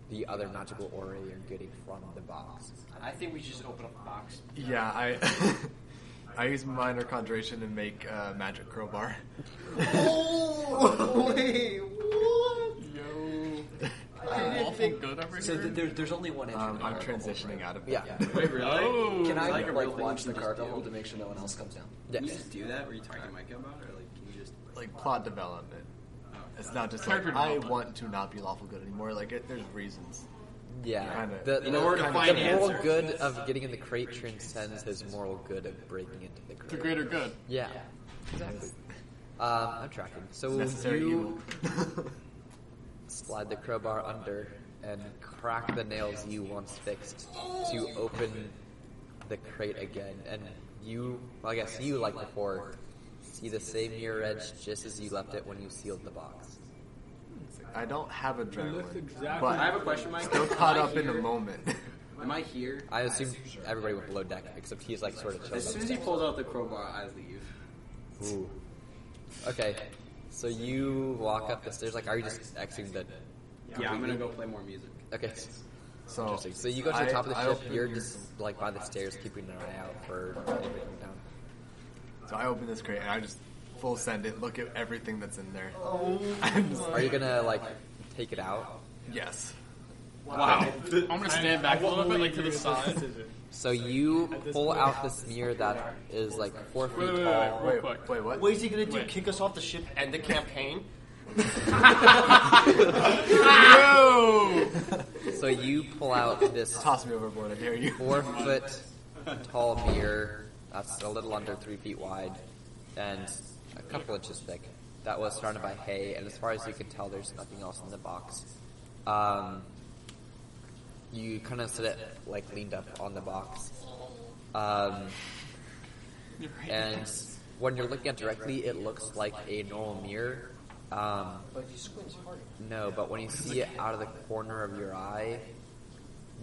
Speaker 1: the other magical aura you're getting from the box.
Speaker 2: I think we should just open up the box.
Speaker 5: Yeah, I I use minor conjuration to make uh, magic crowbar.
Speaker 3: Oh, wait, what?
Speaker 9: Awful good over
Speaker 20: So
Speaker 9: here.
Speaker 20: th- there, there's only one entry.
Speaker 5: Um, I'm transitioning out of
Speaker 1: Yeah.
Speaker 5: that.
Speaker 4: Wait, really?
Speaker 9: Oh,
Speaker 20: Can I
Speaker 4: Like
Speaker 20: like,
Speaker 4: a real thing
Speaker 20: watch
Speaker 4: you
Speaker 20: the
Speaker 4: just
Speaker 20: card the
Speaker 4: do.
Speaker 20: whole to make sure no one else comes down?
Speaker 2: Can you
Speaker 1: Yes.
Speaker 2: just do that? Were you talking to Mike about it? Or like, can you just.
Speaker 5: Like plot development. It's not just
Speaker 9: Sorry
Speaker 5: like
Speaker 9: for
Speaker 5: I
Speaker 9: development.
Speaker 5: want to not be lawful good anymore. Like it, there's reasons.
Speaker 1: Yeah.
Speaker 5: Kinda.
Speaker 1: The,
Speaker 2: In order to
Speaker 1: the
Speaker 2: find
Speaker 1: moral
Speaker 2: answers.
Speaker 1: good of getting in the crate transcends his moral good of breaking into the crate.
Speaker 9: the greater good.
Speaker 1: Yeah. Exactly. Um, I'm tracking. So
Speaker 5: Necessary
Speaker 1: you
Speaker 5: evil.
Speaker 1: slide the crowbar under and crack the nails you once fixed to open the crate again. And you, well, I guess you, like before, see the same mirror edge just as you left it when you sealed the box.
Speaker 5: I don't have adrenaline,
Speaker 4: looks exactly-
Speaker 5: but
Speaker 2: I have a question, Mike.
Speaker 5: still caught up in the moment.
Speaker 2: Am I here?
Speaker 1: I assume everybody went below deck, except he's like sort of chilled.
Speaker 2: As soon as he pulls out the crowbar, I leave.
Speaker 1: Ooh. Okay, so you walk up the stairs. Like, are you just exiting the?
Speaker 2: Yeah, I'm gonna go play more music.
Speaker 1: Okay,
Speaker 5: So
Speaker 1: interesting. So you go to the top of
Speaker 5: I-
Speaker 1: the
Speaker 5: I
Speaker 1: ship.
Speaker 5: open-
Speaker 1: You're just like by the stairs, keeping an eye out for anybody coming down.
Speaker 5: So I open this crate and I just full send it. Look at everything that's in there.
Speaker 9: Oh.
Speaker 5: I'm just-
Speaker 1: Are you gonna like take it out?
Speaker 5: yes.
Speaker 9: Wow. I'm gonna stand back a little bit, like to the side.
Speaker 1: So you pull out this mirror that is like four feet
Speaker 9: Wait, wait,
Speaker 1: tall.
Speaker 9: wait,
Speaker 5: Wait,
Speaker 9: real quick.
Speaker 5: wait, what?
Speaker 3: What is he gonna do?
Speaker 9: Wait.
Speaker 3: Kick us off the ship?
Speaker 19: End the campaign.
Speaker 1: So you pull out this
Speaker 5: Toss me overboard. I dare you.
Speaker 1: four foot tall mirror that's a little under three feet wide and a couple inches thick that was surrounded by hay and as far as you can tell there's nothing else in the box um, you kind of sit it like leaned up on the box um, and when you're looking at directly it looks like a normal mirror um, no but when you see it out of the corner of your eye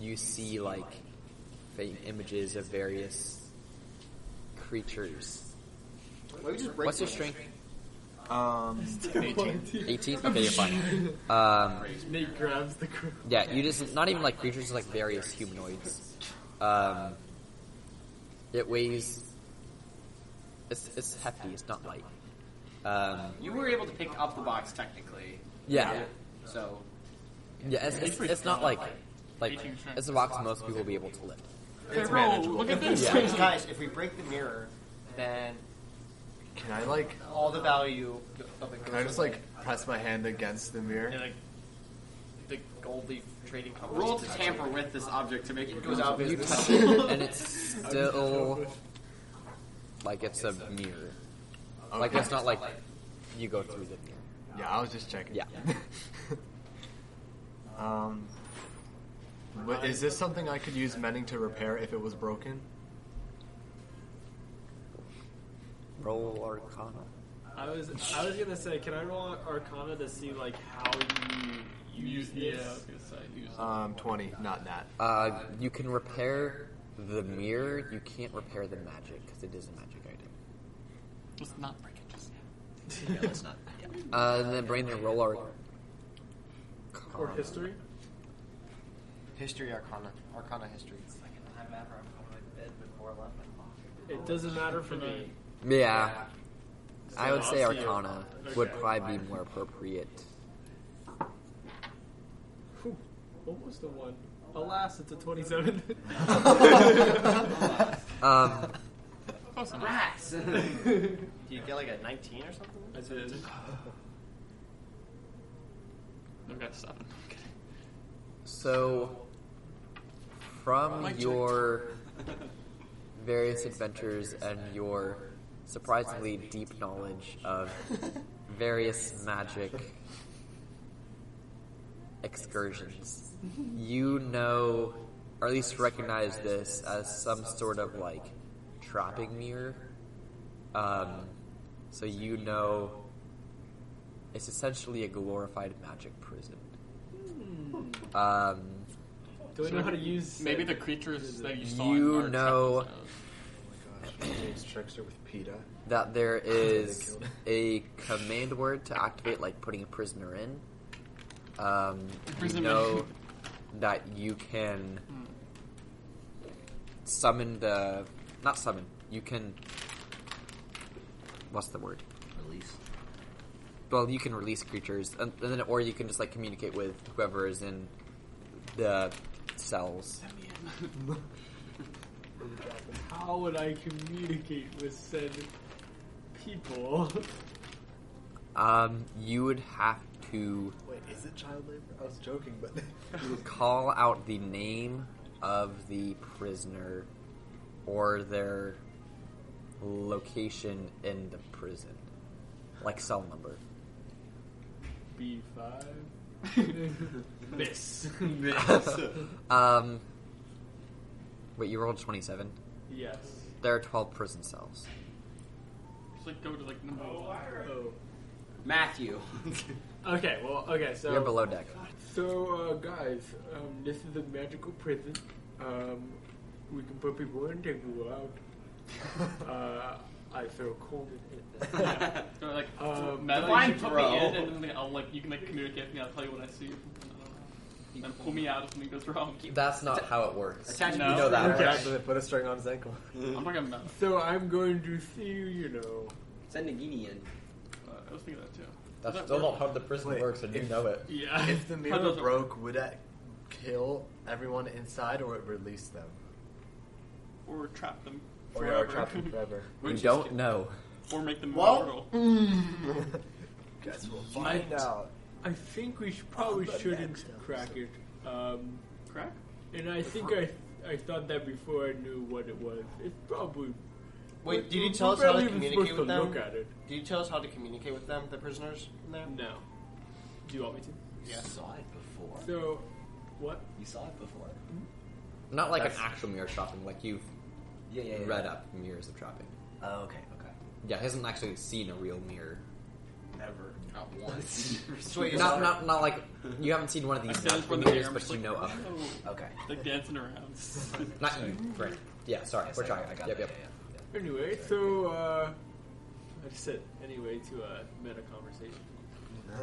Speaker 1: you see like faint images of various creatures. What's your strength?
Speaker 5: Um,
Speaker 1: 18? Okay, you're fine. Um,
Speaker 4: Nate grabs the crew.
Speaker 1: yeah, you just, not even like creatures, like various humanoids. Um, it weighs, it's, it's hefty, it's not light. Um,
Speaker 2: You were able to pick up the box technically.
Speaker 1: yeah,
Speaker 2: So
Speaker 1: yeah, it's, it's, it's not like, like,
Speaker 9: 18 strength.
Speaker 1: it's a box most people will be able to lift.
Speaker 9: Hey, bro, look at this.
Speaker 3: Guys, guys, if we break the mirror,
Speaker 19: Then
Speaker 5: can I like?
Speaker 3: all the value of it goes
Speaker 5: Can I just
Speaker 3: away.
Speaker 5: like press my hand against the mirror?
Speaker 19: and like the gold leaf trading company.
Speaker 2: roll to tamper with this object to make it goes out.
Speaker 1: You touch it, and it's still like it's a mirror. Like
Speaker 5: Okay.
Speaker 1: it's not like you go through the mirror.
Speaker 5: Yeah, I was just checking.
Speaker 1: Yeah.
Speaker 5: um, but is this something I could use mending to repair if it was broken?
Speaker 1: Roll Arcana.
Speaker 4: I was I was gonna say, can I roll Arcana to see like how you use
Speaker 9: Yeah, I
Speaker 4: this?
Speaker 9: was gonna say, use
Speaker 5: Um, twenty, not that.
Speaker 1: Uh, you can repair the mirror. You can't repair the magic because it is a magic item.
Speaker 9: Let's not break it just yet.
Speaker 1: Uh, and then Brandon, roll Arcana.
Speaker 4: Or history?
Speaker 3: history arcana, arcana history.
Speaker 4: It doesn't matter for me.
Speaker 1: Yeah, I would say
Speaker 4: I'll see you.
Speaker 1: Arcana would
Speaker 4: Okay.
Speaker 1: probably be more appropriate.
Speaker 4: Whew, almost a one. Alas, it's a twenty-seven.
Speaker 1: Um,
Speaker 9: Close enough.
Speaker 19: Do you get like a 19 or something?
Speaker 4: I did.
Speaker 9: I've got seven. I'm kidding.
Speaker 1: So, from
Speaker 9: Mic check.
Speaker 1: your various adventures and your surprisingly deep knowledge of various magic excursions. You know, or at least recognize this as some sort of like trapping mirror. Um, so you know, it's essentially a glorified magic prison. Um,
Speaker 4: Do we know how to use?
Speaker 9: Maybe the creatures that you saw.
Speaker 1: You
Speaker 9: in March
Speaker 1: know-
Speaker 9: have those.
Speaker 5: James Trickster with PETA.
Speaker 1: that there is
Speaker 5: killed him.
Speaker 1: a command word to activate, like putting a prisoner in. Um, you
Speaker 9: Imprisonment.
Speaker 1: know that you can summon the not summon. You can what's the word?
Speaker 8: Release.
Speaker 1: Well, you can release creatures, and, and then or you can just like communicate with whoever is in the cells.
Speaker 4: How would I communicate with said people?
Speaker 1: Um, you would have to
Speaker 5: Wait, is it child labor? I was joking, but
Speaker 1: call out the name of the prisoner or their location in the prison, like cell number.
Speaker 4: B five. Miss.
Speaker 1: um, wait, you rolled twenty-seven.
Speaker 4: yes.
Speaker 1: There are twelve prison cells.
Speaker 9: Just like go to like number one.
Speaker 4: Oh.
Speaker 2: Matthew.
Speaker 4: Okay. Well. Okay. So.
Speaker 1: You're below deck.
Speaker 4: So, uh, guys, um, this is a magical prison. Um, we can put people in, take people out. uh, I feel cold in it.
Speaker 9: Yeah. So, like
Speaker 4: Um,
Speaker 9: Madeline
Speaker 4: Divine
Speaker 9: should Uh, put
Speaker 4: throw.
Speaker 9: me in, and then like, I'll like you can like communicate with me. I'll tell you what I see. And then pull me out if something goes wrong.
Speaker 1: That's not how it works.
Speaker 2: Attach
Speaker 9: No.
Speaker 1: You know that,
Speaker 5: Okay,
Speaker 1: right?
Speaker 5: so they put a string on his ankle.
Speaker 9: I'm not gonna mess.
Speaker 4: so I'm going to see you, you know.
Speaker 2: Send Nagini in.
Speaker 9: Uh, I was thinking that too.
Speaker 16: That's
Speaker 9: Does that
Speaker 16: still
Speaker 9: work?
Speaker 16: not how the prison
Speaker 5: Wait,
Speaker 16: works, and you
Speaker 5: if-
Speaker 16: know it.
Speaker 9: Yeah.
Speaker 5: If the
Speaker 9: How
Speaker 5: mirror
Speaker 9: does it-
Speaker 5: broke, would that kill everyone inside, or it release them,
Speaker 9: or trap them
Speaker 5: or
Speaker 9: forever,
Speaker 5: are trapped in forever?
Speaker 9: Which
Speaker 1: You
Speaker 9: is-
Speaker 1: don't know.
Speaker 9: or make them
Speaker 3: Well-
Speaker 9: immortal.
Speaker 5: Guess we'll find out.
Speaker 4: I think we should, probably
Speaker 5: the
Speaker 4: shouldn't
Speaker 5: next
Speaker 4: crack it. Um,
Speaker 9: Crack.
Speaker 4: and I think I, I thought that before I knew what it was. It's probably.
Speaker 3: Wait,
Speaker 4: we're-
Speaker 3: did you
Speaker 4: we're
Speaker 3: tell us how to
Speaker 4: barely even
Speaker 3: communicate
Speaker 4: supposed
Speaker 3: with
Speaker 4: to
Speaker 3: them?
Speaker 4: Look at it.
Speaker 3: Do you tell us how to communicate with them, the prisoners in there?
Speaker 4: No. Do you want me to?
Speaker 8: You saw it before.
Speaker 4: So, what?
Speaker 8: You saw it before.
Speaker 1: Not like an actual mirror shopping, like you've
Speaker 8: Yeah, yeah, yeah.
Speaker 1: read up mirrors of trapping.
Speaker 8: Oh, okay, okay.
Speaker 1: Yeah, he hasn't actually seen a real mirror.
Speaker 8: Never. Not once.
Speaker 3: So wait,
Speaker 1: Not, not, not like you haven't seen one of
Speaker 9: I
Speaker 1: these
Speaker 9: stand in front of the
Speaker 1: mirrors,
Speaker 9: mirror. I'm
Speaker 1: but
Speaker 9: just
Speaker 1: you
Speaker 9: like,
Speaker 1: know of. it.
Speaker 9: "Whoa."
Speaker 8: okay.
Speaker 9: Like dancing around.
Speaker 1: Not you, Brent. Yeah, sorry, we're trying. Yep, yep.
Speaker 4: Anyway, so uh, I just said anyway to uh, meta conversation.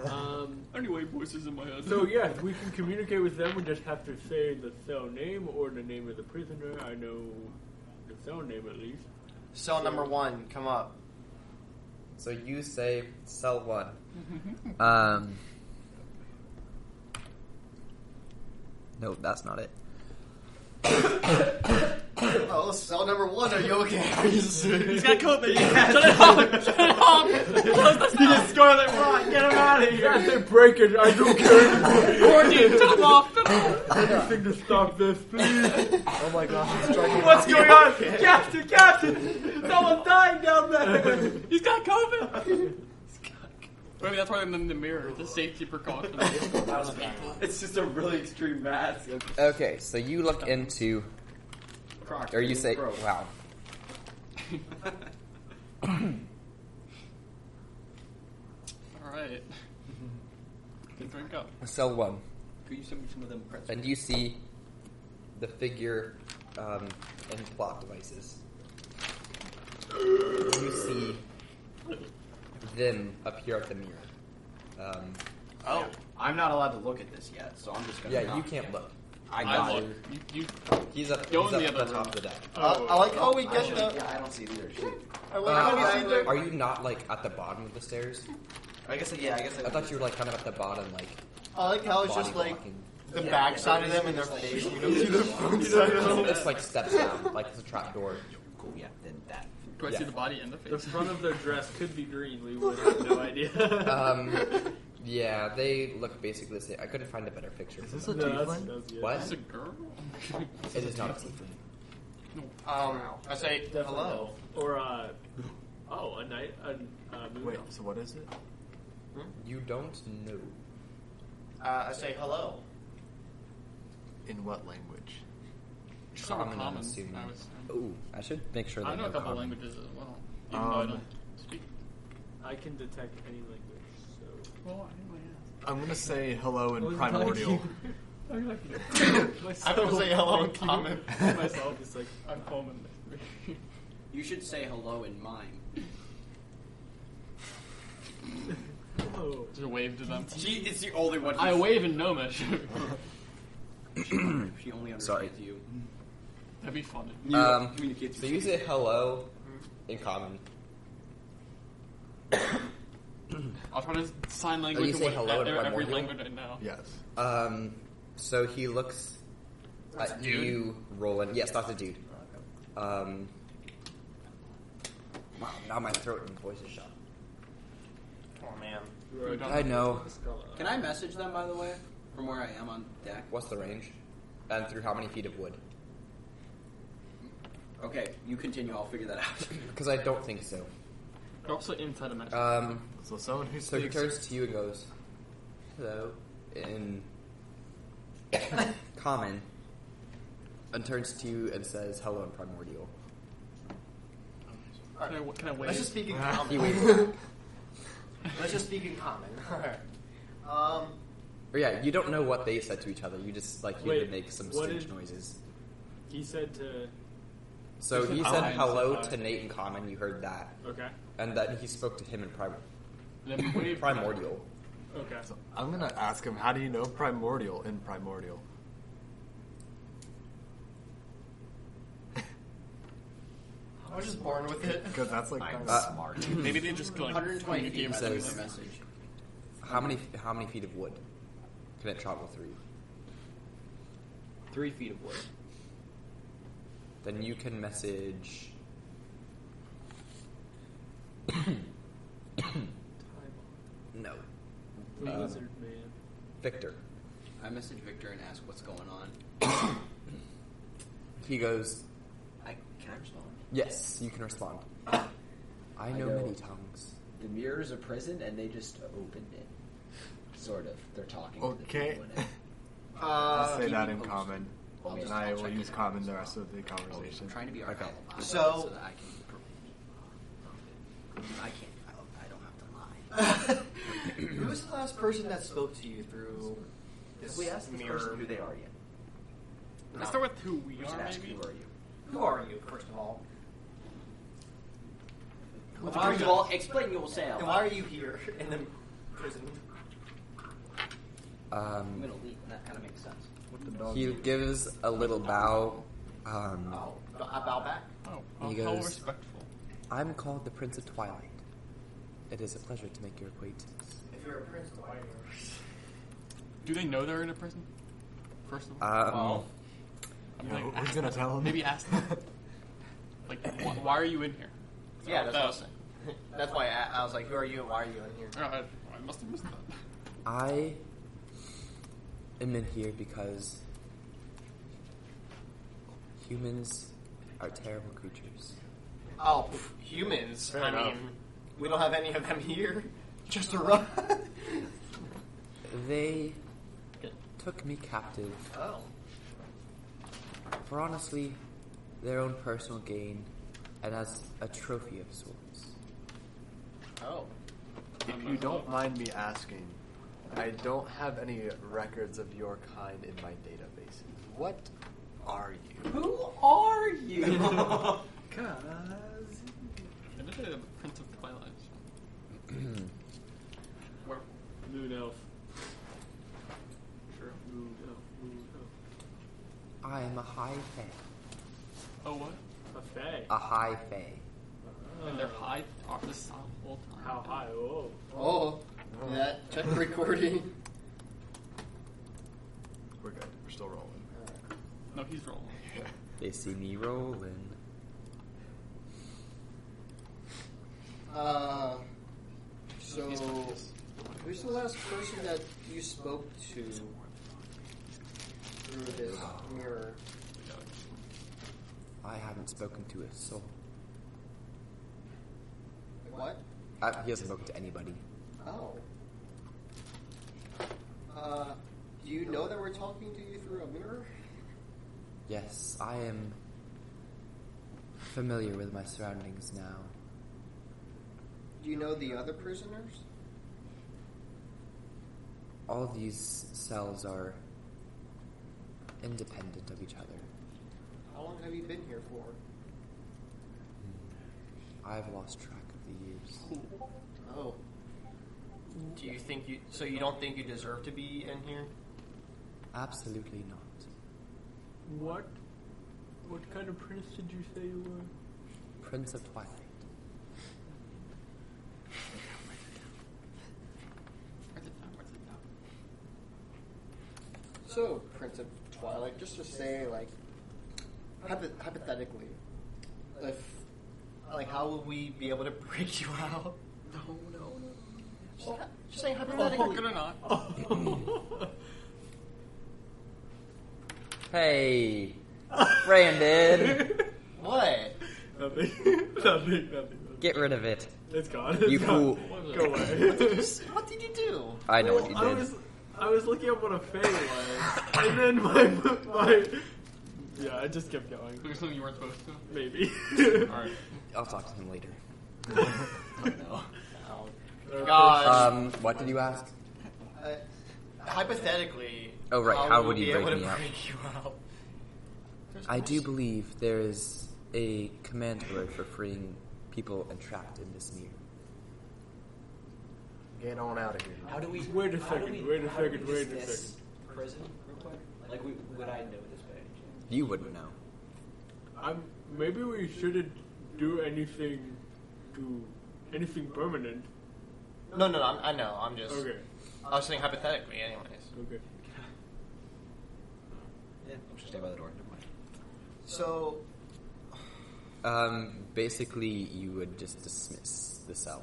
Speaker 4: Um,
Speaker 9: anyway, voices in my head.
Speaker 4: so yeah, we can communicate with them. We just have to say the cell name or the name of the prisoner. I know the cell name at least.
Speaker 3: Cell number one, come up.
Speaker 1: So you say cell one. um, no, that's not it.
Speaker 3: Oh, cell number one, are you okay?
Speaker 9: He's got COVID. Shut it off. Shut it off. Close this down. Scarlet Rot. Get him out of
Speaker 4: You guys say break it. I don't care.
Speaker 9: Quarantine. Shut him off. Shut him off.
Speaker 4: Anything to stop this, please.
Speaker 5: Oh my gosh, it's striking.
Speaker 9: What's going on? Captain, Captain. Someone's dying down there. He's got COVID. He's got COVID. Maybe that's why I'm in the mirror. It's a safety precaution.
Speaker 2: It's just a really extreme mask.
Speaker 1: Okay, so you look into,
Speaker 2: Croc,
Speaker 1: or you say,
Speaker 2: broke.
Speaker 1: wow.
Speaker 9: All right. Good drink up.
Speaker 1: Cell one,
Speaker 2: Could you send me some of them pretzels?
Speaker 1: and you see the figure um, in plot devices. You see them appear at the mirror. Um,
Speaker 2: Oh, I'm not allowed to look at this yet, so I'm just gonna.
Speaker 1: yeah,
Speaker 2: knock.
Speaker 1: you can't look.
Speaker 2: I
Speaker 9: I
Speaker 2: got
Speaker 9: look.
Speaker 2: it.
Speaker 9: You, you
Speaker 1: He's up, he's
Speaker 9: Go
Speaker 1: up
Speaker 9: in the
Speaker 1: at the
Speaker 9: other
Speaker 1: top
Speaker 9: room.
Speaker 1: of the deck.
Speaker 3: Uh, I like, oh, we
Speaker 8: I
Speaker 3: get
Speaker 8: should,
Speaker 3: the.
Speaker 8: yeah, I don't see it either. Shoot.
Speaker 3: I like,
Speaker 1: Uh,
Speaker 3: how we see the-
Speaker 1: are you not like at the bottom of the stairs?
Speaker 8: I guess. I, yeah, I guess.
Speaker 1: I thought you were like kind of at the bottom, like
Speaker 3: I like how it's
Speaker 1: body
Speaker 3: just like
Speaker 1: blocking.
Speaker 3: the backside of them and their face. You don't see the front side of them.
Speaker 1: it's like steps down, like it's a trap door.
Speaker 8: Cool. Yeah. Then that.
Speaker 9: do I
Speaker 1: Yeah.
Speaker 9: see the body and the face?
Speaker 4: The front of their dress could be green. We would have no idea.
Speaker 1: Um, yeah, they look basically the same. I couldn't find a better picture. for them.
Speaker 4: No, that's- that's good.
Speaker 1: What?
Speaker 9: Is this a girl?
Speaker 1: It is not a tiefling.
Speaker 3: Um, I say hello.
Speaker 4: Or uh, Oh, a night. A, uh, moon
Speaker 5: Wait,
Speaker 4: elf.
Speaker 5: so what is it?
Speaker 1: You don't know.
Speaker 3: Hmm? Uh, I say hello.
Speaker 5: In what language?
Speaker 9: Just over
Speaker 1: Common, I'm
Speaker 9: common,
Speaker 1: assuming.
Speaker 9: I was-
Speaker 1: Ooh, I should make sure.
Speaker 9: I
Speaker 1: they
Speaker 9: Oh, know a couple
Speaker 1: common.
Speaker 9: languages as well. Even though I
Speaker 5: Um,
Speaker 9: don't speak.
Speaker 4: I can detect any language, so.
Speaker 9: Well, anyway,
Speaker 5: I'm gonna say hello in
Speaker 4: Well,
Speaker 5: primordial.
Speaker 4: I like you. I like you.
Speaker 9: I would say hello in common.
Speaker 4: Myself is like,
Speaker 9: yeah. I'm common.
Speaker 2: You should say hello in mime.
Speaker 4: hello.
Speaker 9: Just wave to them.
Speaker 2: She is the only one.
Speaker 9: I wave in Gnomish.
Speaker 2: She only understands
Speaker 1: Sorry.
Speaker 2: you.
Speaker 9: That'd be funny.
Speaker 2: You
Speaker 1: Um,
Speaker 2: communicate.
Speaker 1: So you say hello
Speaker 9: Mm-hmm.
Speaker 1: in common.
Speaker 9: I'll try to sign language.
Speaker 1: you say
Speaker 9: with e-
Speaker 1: hello in
Speaker 9: every, every
Speaker 1: primordial?
Speaker 9: language I know.
Speaker 5: Yes.
Speaker 1: Um, so he looks at you, Roland. Yes, that's a dude.
Speaker 9: Oh,
Speaker 1: Um, wow, now my throat and voice is shot.
Speaker 3: Oh man.
Speaker 4: You're a
Speaker 1: I know.
Speaker 4: scholar.
Speaker 2: Can I message them by the way from where I am on deck?
Speaker 1: What's the range? And through how many feet of wood?
Speaker 2: Okay, you continue. I'll figure that out.
Speaker 1: Because I don't think so.
Speaker 9: They're also inside a magic.
Speaker 1: Um,
Speaker 5: So someone who
Speaker 1: so he
Speaker 5: speaks
Speaker 1: turns to you and goes, "Hello," in common, and turns to you and says, "Hello," in primordial.
Speaker 9: can, I, wa- can I wave?
Speaker 3: Let's just speak in
Speaker 1: He
Speaker 3: common.
Speaker 1: waves.
Speaker 3: Let's just speak in common. Alright. Um,
Speaker 1: Or yeah, you don't know what they said to each other. You just like you
Speaker 4: Wait,
Speaker 1: to make some
Speaker 4: what
Speaker 1: strange
Speaker 4: did-
Speaker 1: noises.
Speaker 4: He said to.
Speaker 1: So
Speaker 9: He
Speaker 1: he
Speaker 9: said
Speaker 1: said
Speaker 9: hi and said
Speaker 1: hello
Speaker 9: hi.
Speaker 1: to Nate in common. You heard that,
Speaker 4: Okay.
Speaker 1: and then he spoke to him in prim-
Speaker 9: Then wave.
Speaker 1: primordial.
Speaker 4: Okay.
Speaker 5: So I'm gonna ask him, how do you know primordial in primordial?
Speaker 3: I was just born with it.
Speaker 5: Because that's like
Speaker 8: I'm
Speaker 5: kind
Speaker 1: Uh,
Speaker 8: smart.
Speaker 9: Maybe they just go like
Speaker 2: 120 feet.
Speaker 9: communicate
Speaker 2: That's
Speaker 1: says-
Speaker 2: the message.
Speaker 1: How many how many feet of wood can it travel through?
Speaker 7: Three feet of wood.
Speaker 1: Then you can message. no, Um,
Speaker 4: Lizard man.
Speaker 1: Victor.
Speaker 2: I message Victor and ask what's going on.
Speaker 1: He goes.
Speaker 8: I can I respond?
Speaker 1: Yes, you can respond. I know
Speaker 8: know.
Speaker 1: many tongues.
Speaker 8: The mirror is a prison, and they just opened it. Sort of. They're talking.
Speaker 5: Okay.
Speaker 8: To the people in
Speaker 2: Oh,
Speaker 8: it.
Speaker 5: I'll
Speaker 3: Uh,
Speaker 5: say that in
Speaker 2: I'll
Speaker 5: common.
Speaker 2: I'll
Speaker 5: And
Speaker 2: just-
Speaker 5: I
Speaker 2: I'll
Speaker 5: will
Speaker 2: check
Speaker 5: use
Speaker 2: it out.
Speaker 5: common the rest of the
Speaker 2: I'm
Speaker 5: conversation.
Speaker 2: trying to be our
Speaker 1: Okay.
Speaker 2: alibi
Speaker 3: So-
Speaker 2: that I can. I can't. I, I don't have to lie.
Speaker 3: who was the last person that spoke to you through this
Speaker 8: We asked this person
Speaker 3: mirror?
Speaker 8: who they are yet.
Speaker 9: Let's start with who we
Speaker 8: We should
Speaker 9: are,
Speaker 8: ask
Speaker 9: maybe.
Speaker 8: who are you.
Speaker 3: Who are you, first of all?
Speaker 2: Well, First of all, explain yourself.
Speaker 3: And why are you here in the prison?
Speaker 2: I'm
Speaker 1: Um,
Speaker 2: gonna leave. That kind of makes sense.
Speaker 5: What the dog
Speaker 1: he gives a little bow. Um,
Speaker 3: Oh, I bow back.
Speaker 9: Oh, oh,
Speaker 1: He
Speaker 9: how
Speaker 1: goes-
Speaker 9: respectful.
Speaker 1: I'm called the Prince of Twilight. It is a pleasure to make your acquaintance.
Speaker 3: If you're a prince, why are you?
Speaker 9: Do they know they're in a prison? First of all,
Speaker 1: Um,
Speaker 9: Well, I'm
Speaker 5: Yeah,
Speaker 9: like,
Speaker 5: who's gonna tell him?
Speaker 9: maybe ask them. like, wh- why are you in here?
Speaker 3: Yeah, that's what
Speaker 9: That
Speaker 3: I
Speaker 9: was-
Speaker 3: was saying. That's why I, I was like, who are you and why are you in here?
Speaker 9: Oh, I, I must have missed that.
Speaker 1: I am in here because humans are terrible creatures.
Speaker 3: Oh, pff, humans. I
Speaker 5: enough.
Speaker 3: mean, we don't have any of them here. Just a run.
Speaker 1: They took me captive
Speaker 3: oh.
Speaker 1: for honestly their own personal gain and as a trophy of sorts.
Speaker 3: Oh.
Speaker 5: If you don't mind me asking, I don't have any records of your kind in my databases. What are you?
Speaker 2: Who are you?
Speaker 9: I did say the Prince of Twilight.
Speaker 4: Moon elf. Sure. Moon elf. Moon elf.
Speaker 1: I am a high fae.
Speaker 9: Oh, what?
Speaker 4: A fae.
Speaker 1: A high fae.
Speaker 3: Uh,
Speaker 9: And they're high off this whole time.
Speaker 4: How high? Oh.
Speaker 3: Oh. That check recording.
Speaker 5: We're good. We're still rolling.
Speaker 3: Uh,
Speaker 9: No, he's rolling.
Speaker 1: They see me rolling.
Speaker 3: Uh, so, who's the last person that you spoke to through this mirror?
Speaker 1: I haven't spoken to a soul.
Speaker 3: What?
Speaker 1: Uh, he hasn't spoken to anybody.
Speaker 3: Oh. Uh, do you know that we're talking to you through a mirror?
Speaker 1: Yes, I am familiar with my surroundings now.
Speaker 3: Do you know the other prisoners?
Speaker 1: All these cells are independent of each other.
Speaker 3: How long have you been here for?
Speaker 1: I've lost track of the years.
Speaker 3: Oh.
Speaker 7: Do you think you? So you don't think you deserve to be in here?
Speaker 1: Absolutely not.
Speaker 4: What? What kind of prince did you say you were?
Speaker 1: Prince of Twilight.
Speaker 3: So, Prince of Twilight, just to say, like, hypo- hypothetically, if, like, how would we be able to break you out? No, no, no. Just, hy- just saying
Speaker 1: Oh,
Speaker 3: hypothetically.
Speaker 9: Oh, good or not?
Speaker 4: Oh.
Speaker 1: Hey, Brandon,
Speaker 3: What?
Speaker 4: Nothing. nothing. Nothing.
Speaker 1: get rid of it.
Speaker 4: It's gone.
Speaker 1: You
Speaker 4: It's gone.
Speaker 1: fool.
Speaker 4: Go away.
Speaker 3: What did you do?
Speaker 1: I know
Speaker 4: Well,
Speaker 1: what you
Speaker 4: I
Speaker 1: did.
Speaker 4: was, I was looking up what a fae was, and then my, my, yeah, I just kept going.
Speaker 9: Look at something you weren't supposed to.
Speaker 4: Maybe.
Speaker 9: Alright.
Speaker 1: I'll talk to him later.
Speaker 4: God.
Speaker 1: Um, what did you ask?
Speaker 3: Uh, hypothetically.
Speaker 1: Oh, right, how would
Speaker 3: we
Speaker 1: you
Speaker 3: be
Speaker 1: break
Speaker 3: able
Speaker 1: me
Speaker 3: to
Speaker 1: out?
Speaker 3: break you out?
Speaker 1: I do believe there is a command word for freeing people entrapped in this mirror.
Speaker 5: Get on out of here.
Speaker 8: How do we?
Speaker 4: Wait a
Speaker 8: how do
Speaker 4: second,
Speaker 8: we-
Speaker 4: wait a
Speaker 8: how do we
Speaker 4: second, wait a
Speaker 8: dismiss
Speaker 4: second.
Speaker 8: Prison, real quick. Like, we, would I know this by any chance?
Speaker 1: You wouldn't know.
Speaker 4: I'm, maybe we shouldn't do anything to, anything permanent.
Speaker 3: No, no, no. I'm, I know. I'm just.
Speaker 4: Okay,
Speaker 3: I was saying hypothetically, anyways.
Speaker 4: okay.
Speaker 8: Yeah, I'll just stay by the door. Never mind.
Speaker 3: So,
Speaker 1: Um, basically, you would just dismiss the cell.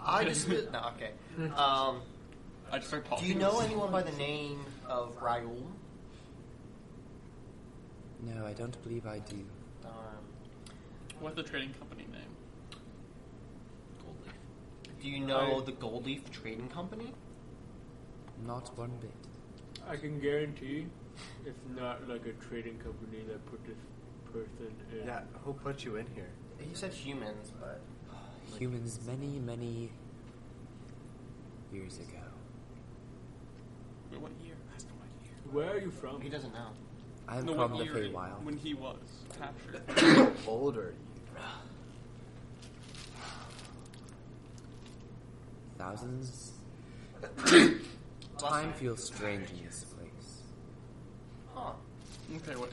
Speaker 3: I just. no, okay. Um,
Speaker 9: I just start
Speaker 3: do
Speaker 9: talking.
Speaker 3: you know anyone by the name of Raul?
Speaker 1: No, I don't believe I do.
Speaker 3: Um,
Speaker 9: What's the trading company name?
Speaker 8: Gold leaf.
Speaker 3: do you know
Speaker 4: I-
Speaker 3: the Gold Leaf Trading Company?
Speaker 1: Not one bit.
Speaker 4: I can guarantee it's not like a trading company that put this person in.
Speaker 5: Yeah, who put you in here?
Speaker 3: He said humans, but
Speaker 1: Humans many, many years ago.
Speaker 9: Wait, what year? Ask him what year.
Speaker 4: Where are you from?
Speaker 3: he doesn't know.
Speaker 1: I'm
Speaker 9: No,
Speaker 1: from
Speaker 9: what
Speaker 1: the
Speaker 9: year
Speaker 1: Fey
Speaker 9: it-
Speaker 1: Wild.
Speaker 9: When he was captured.
Speaker 5: Older.
Speaker 1: Thousands? Time feels strange in this place.
Speaker 3: Huh.
Speaker 9: okay, wait.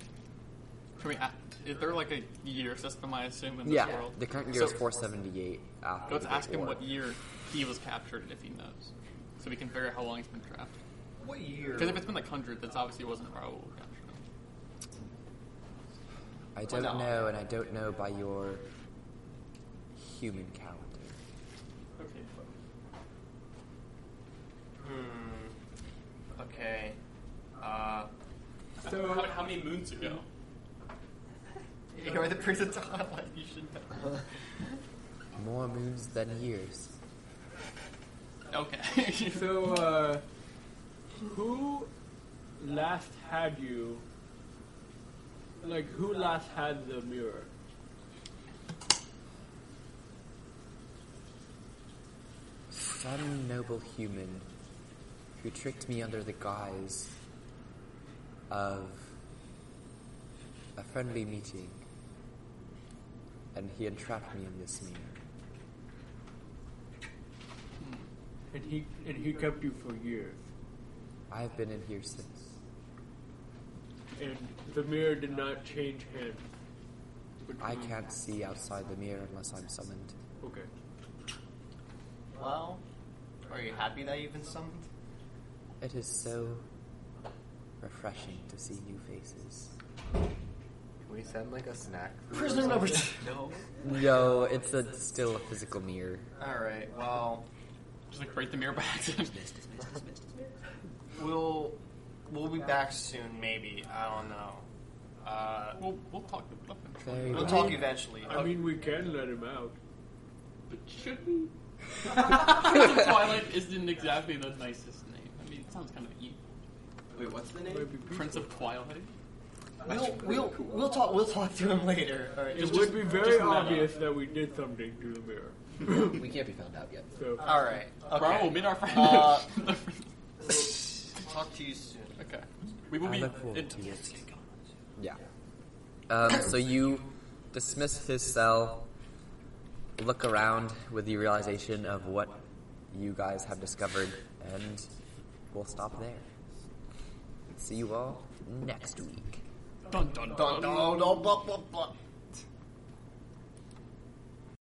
Speaker 9: Can we? ask- Is there like a year system? I assume in this
Speaker 1: Yeah,
Speaker 9: world.
Speaker 1: the current year is
Speaker 9: So-
Speaker 1: 478 after
Speaker 9: Let's
Speaker 1: the Great
Speaker 9: ask him
Speaker 1: War.
Speaker 9: what year he was captured, if he knows, so we can figure out how long he's been trapped.
Speaker 3: What year?
Speaker 9: Because if it's been like hundred, that's obviously wasn't Raoul who captured him.
Speaker 1: I don't
Speaker 3: No.
Speaker 1: know, and I don't know by your human calendar.
Speaker 9: Okay.
Speaker 3: Hmm. Okay. Uh,
Speaker 9: So how, how many moons ago?
Speaker 3: you're the Prince of Twilight.
Speaker 9: You should know.
Speaker 1: More moons than years.
Speaker 9: Okay.
Speaker 4: So, uh, who last had you? Like, who last had the mirror?
Speaker 1: Some noble human who tricked me under the guise of a friendly meeting, and he entrapped me in this mirror.
Speaker 4: And he and he kept you for years.
Speaker 1: I've been in here since.
Speaker 4: And the mirror did not change hands.
Speaker 1: I
Speaker 4: between-
Speaker 1: can't see outside the mirror unless I'm summoned.
Speaker 4: Okay.
Speaker 3: Well, are you happy that you've been summoned?
Speaker 1: It is so refreshing to see new faces.
Speaker 5: Can we send like a snack? through or
Speaker 3: Prisoner number
Speaker 5: something?
Speaker 3: two. No.
Speaker 1: No, it's a still a physical mirror.
Speaker 3: All right. Well,
Speaker 9: Just like break the mirror by accident.
Speaker 3: we'll we'll be back soon. Maybe I don't know.
Speaker 21: Uh,
Speaker 9: We'll, we'll talk to Blood Control.
Speaker 1: There you
Speaker 21: We'll
Speaker 1: go.
Speaker 21: talk eventually.
Speaker 4: I mean, we can let him out.
Speaker 9: But should we? Because Twilight isn't exactly the nicest name. I mean, it sounds kind of evil.
Speaker 2: Wait, what's the name?
Speaker 4: Maybe people-
Speaker 9: Prince of Twilight?
Speaker 3: We'll, we'll, we'll talk. We'll talk to him later. All right.
Speaker 4: It would be very
Speaker 9: let out.
Speaker 4: obvious that we did something to the mirror.
Speaker 22: We can't be found out yet.
Speaker 4: So
Speaker 3: All right. Okay.
Speaker 9: Bro, meet our friend.
Speaker 3: Uh,
Speaker 9: The friend-
Speaker 3: Talk to you soon.
Speaker 9: okay. We will
Speaker 1: I
Speaker 9: be.
Speaker 1: look forward
Speaker 9: in-
Speaker 1: to it. Yeah. Um, so you dismiss his cell, look around with the realization of what you guys have discovered, and we'll stop there. See you all next week.
Speaker 9: dun, dun,
Speaker 3: Dun,
Speaker 9: dun,
Speaker 3: dun, dun, blah, blah, blah.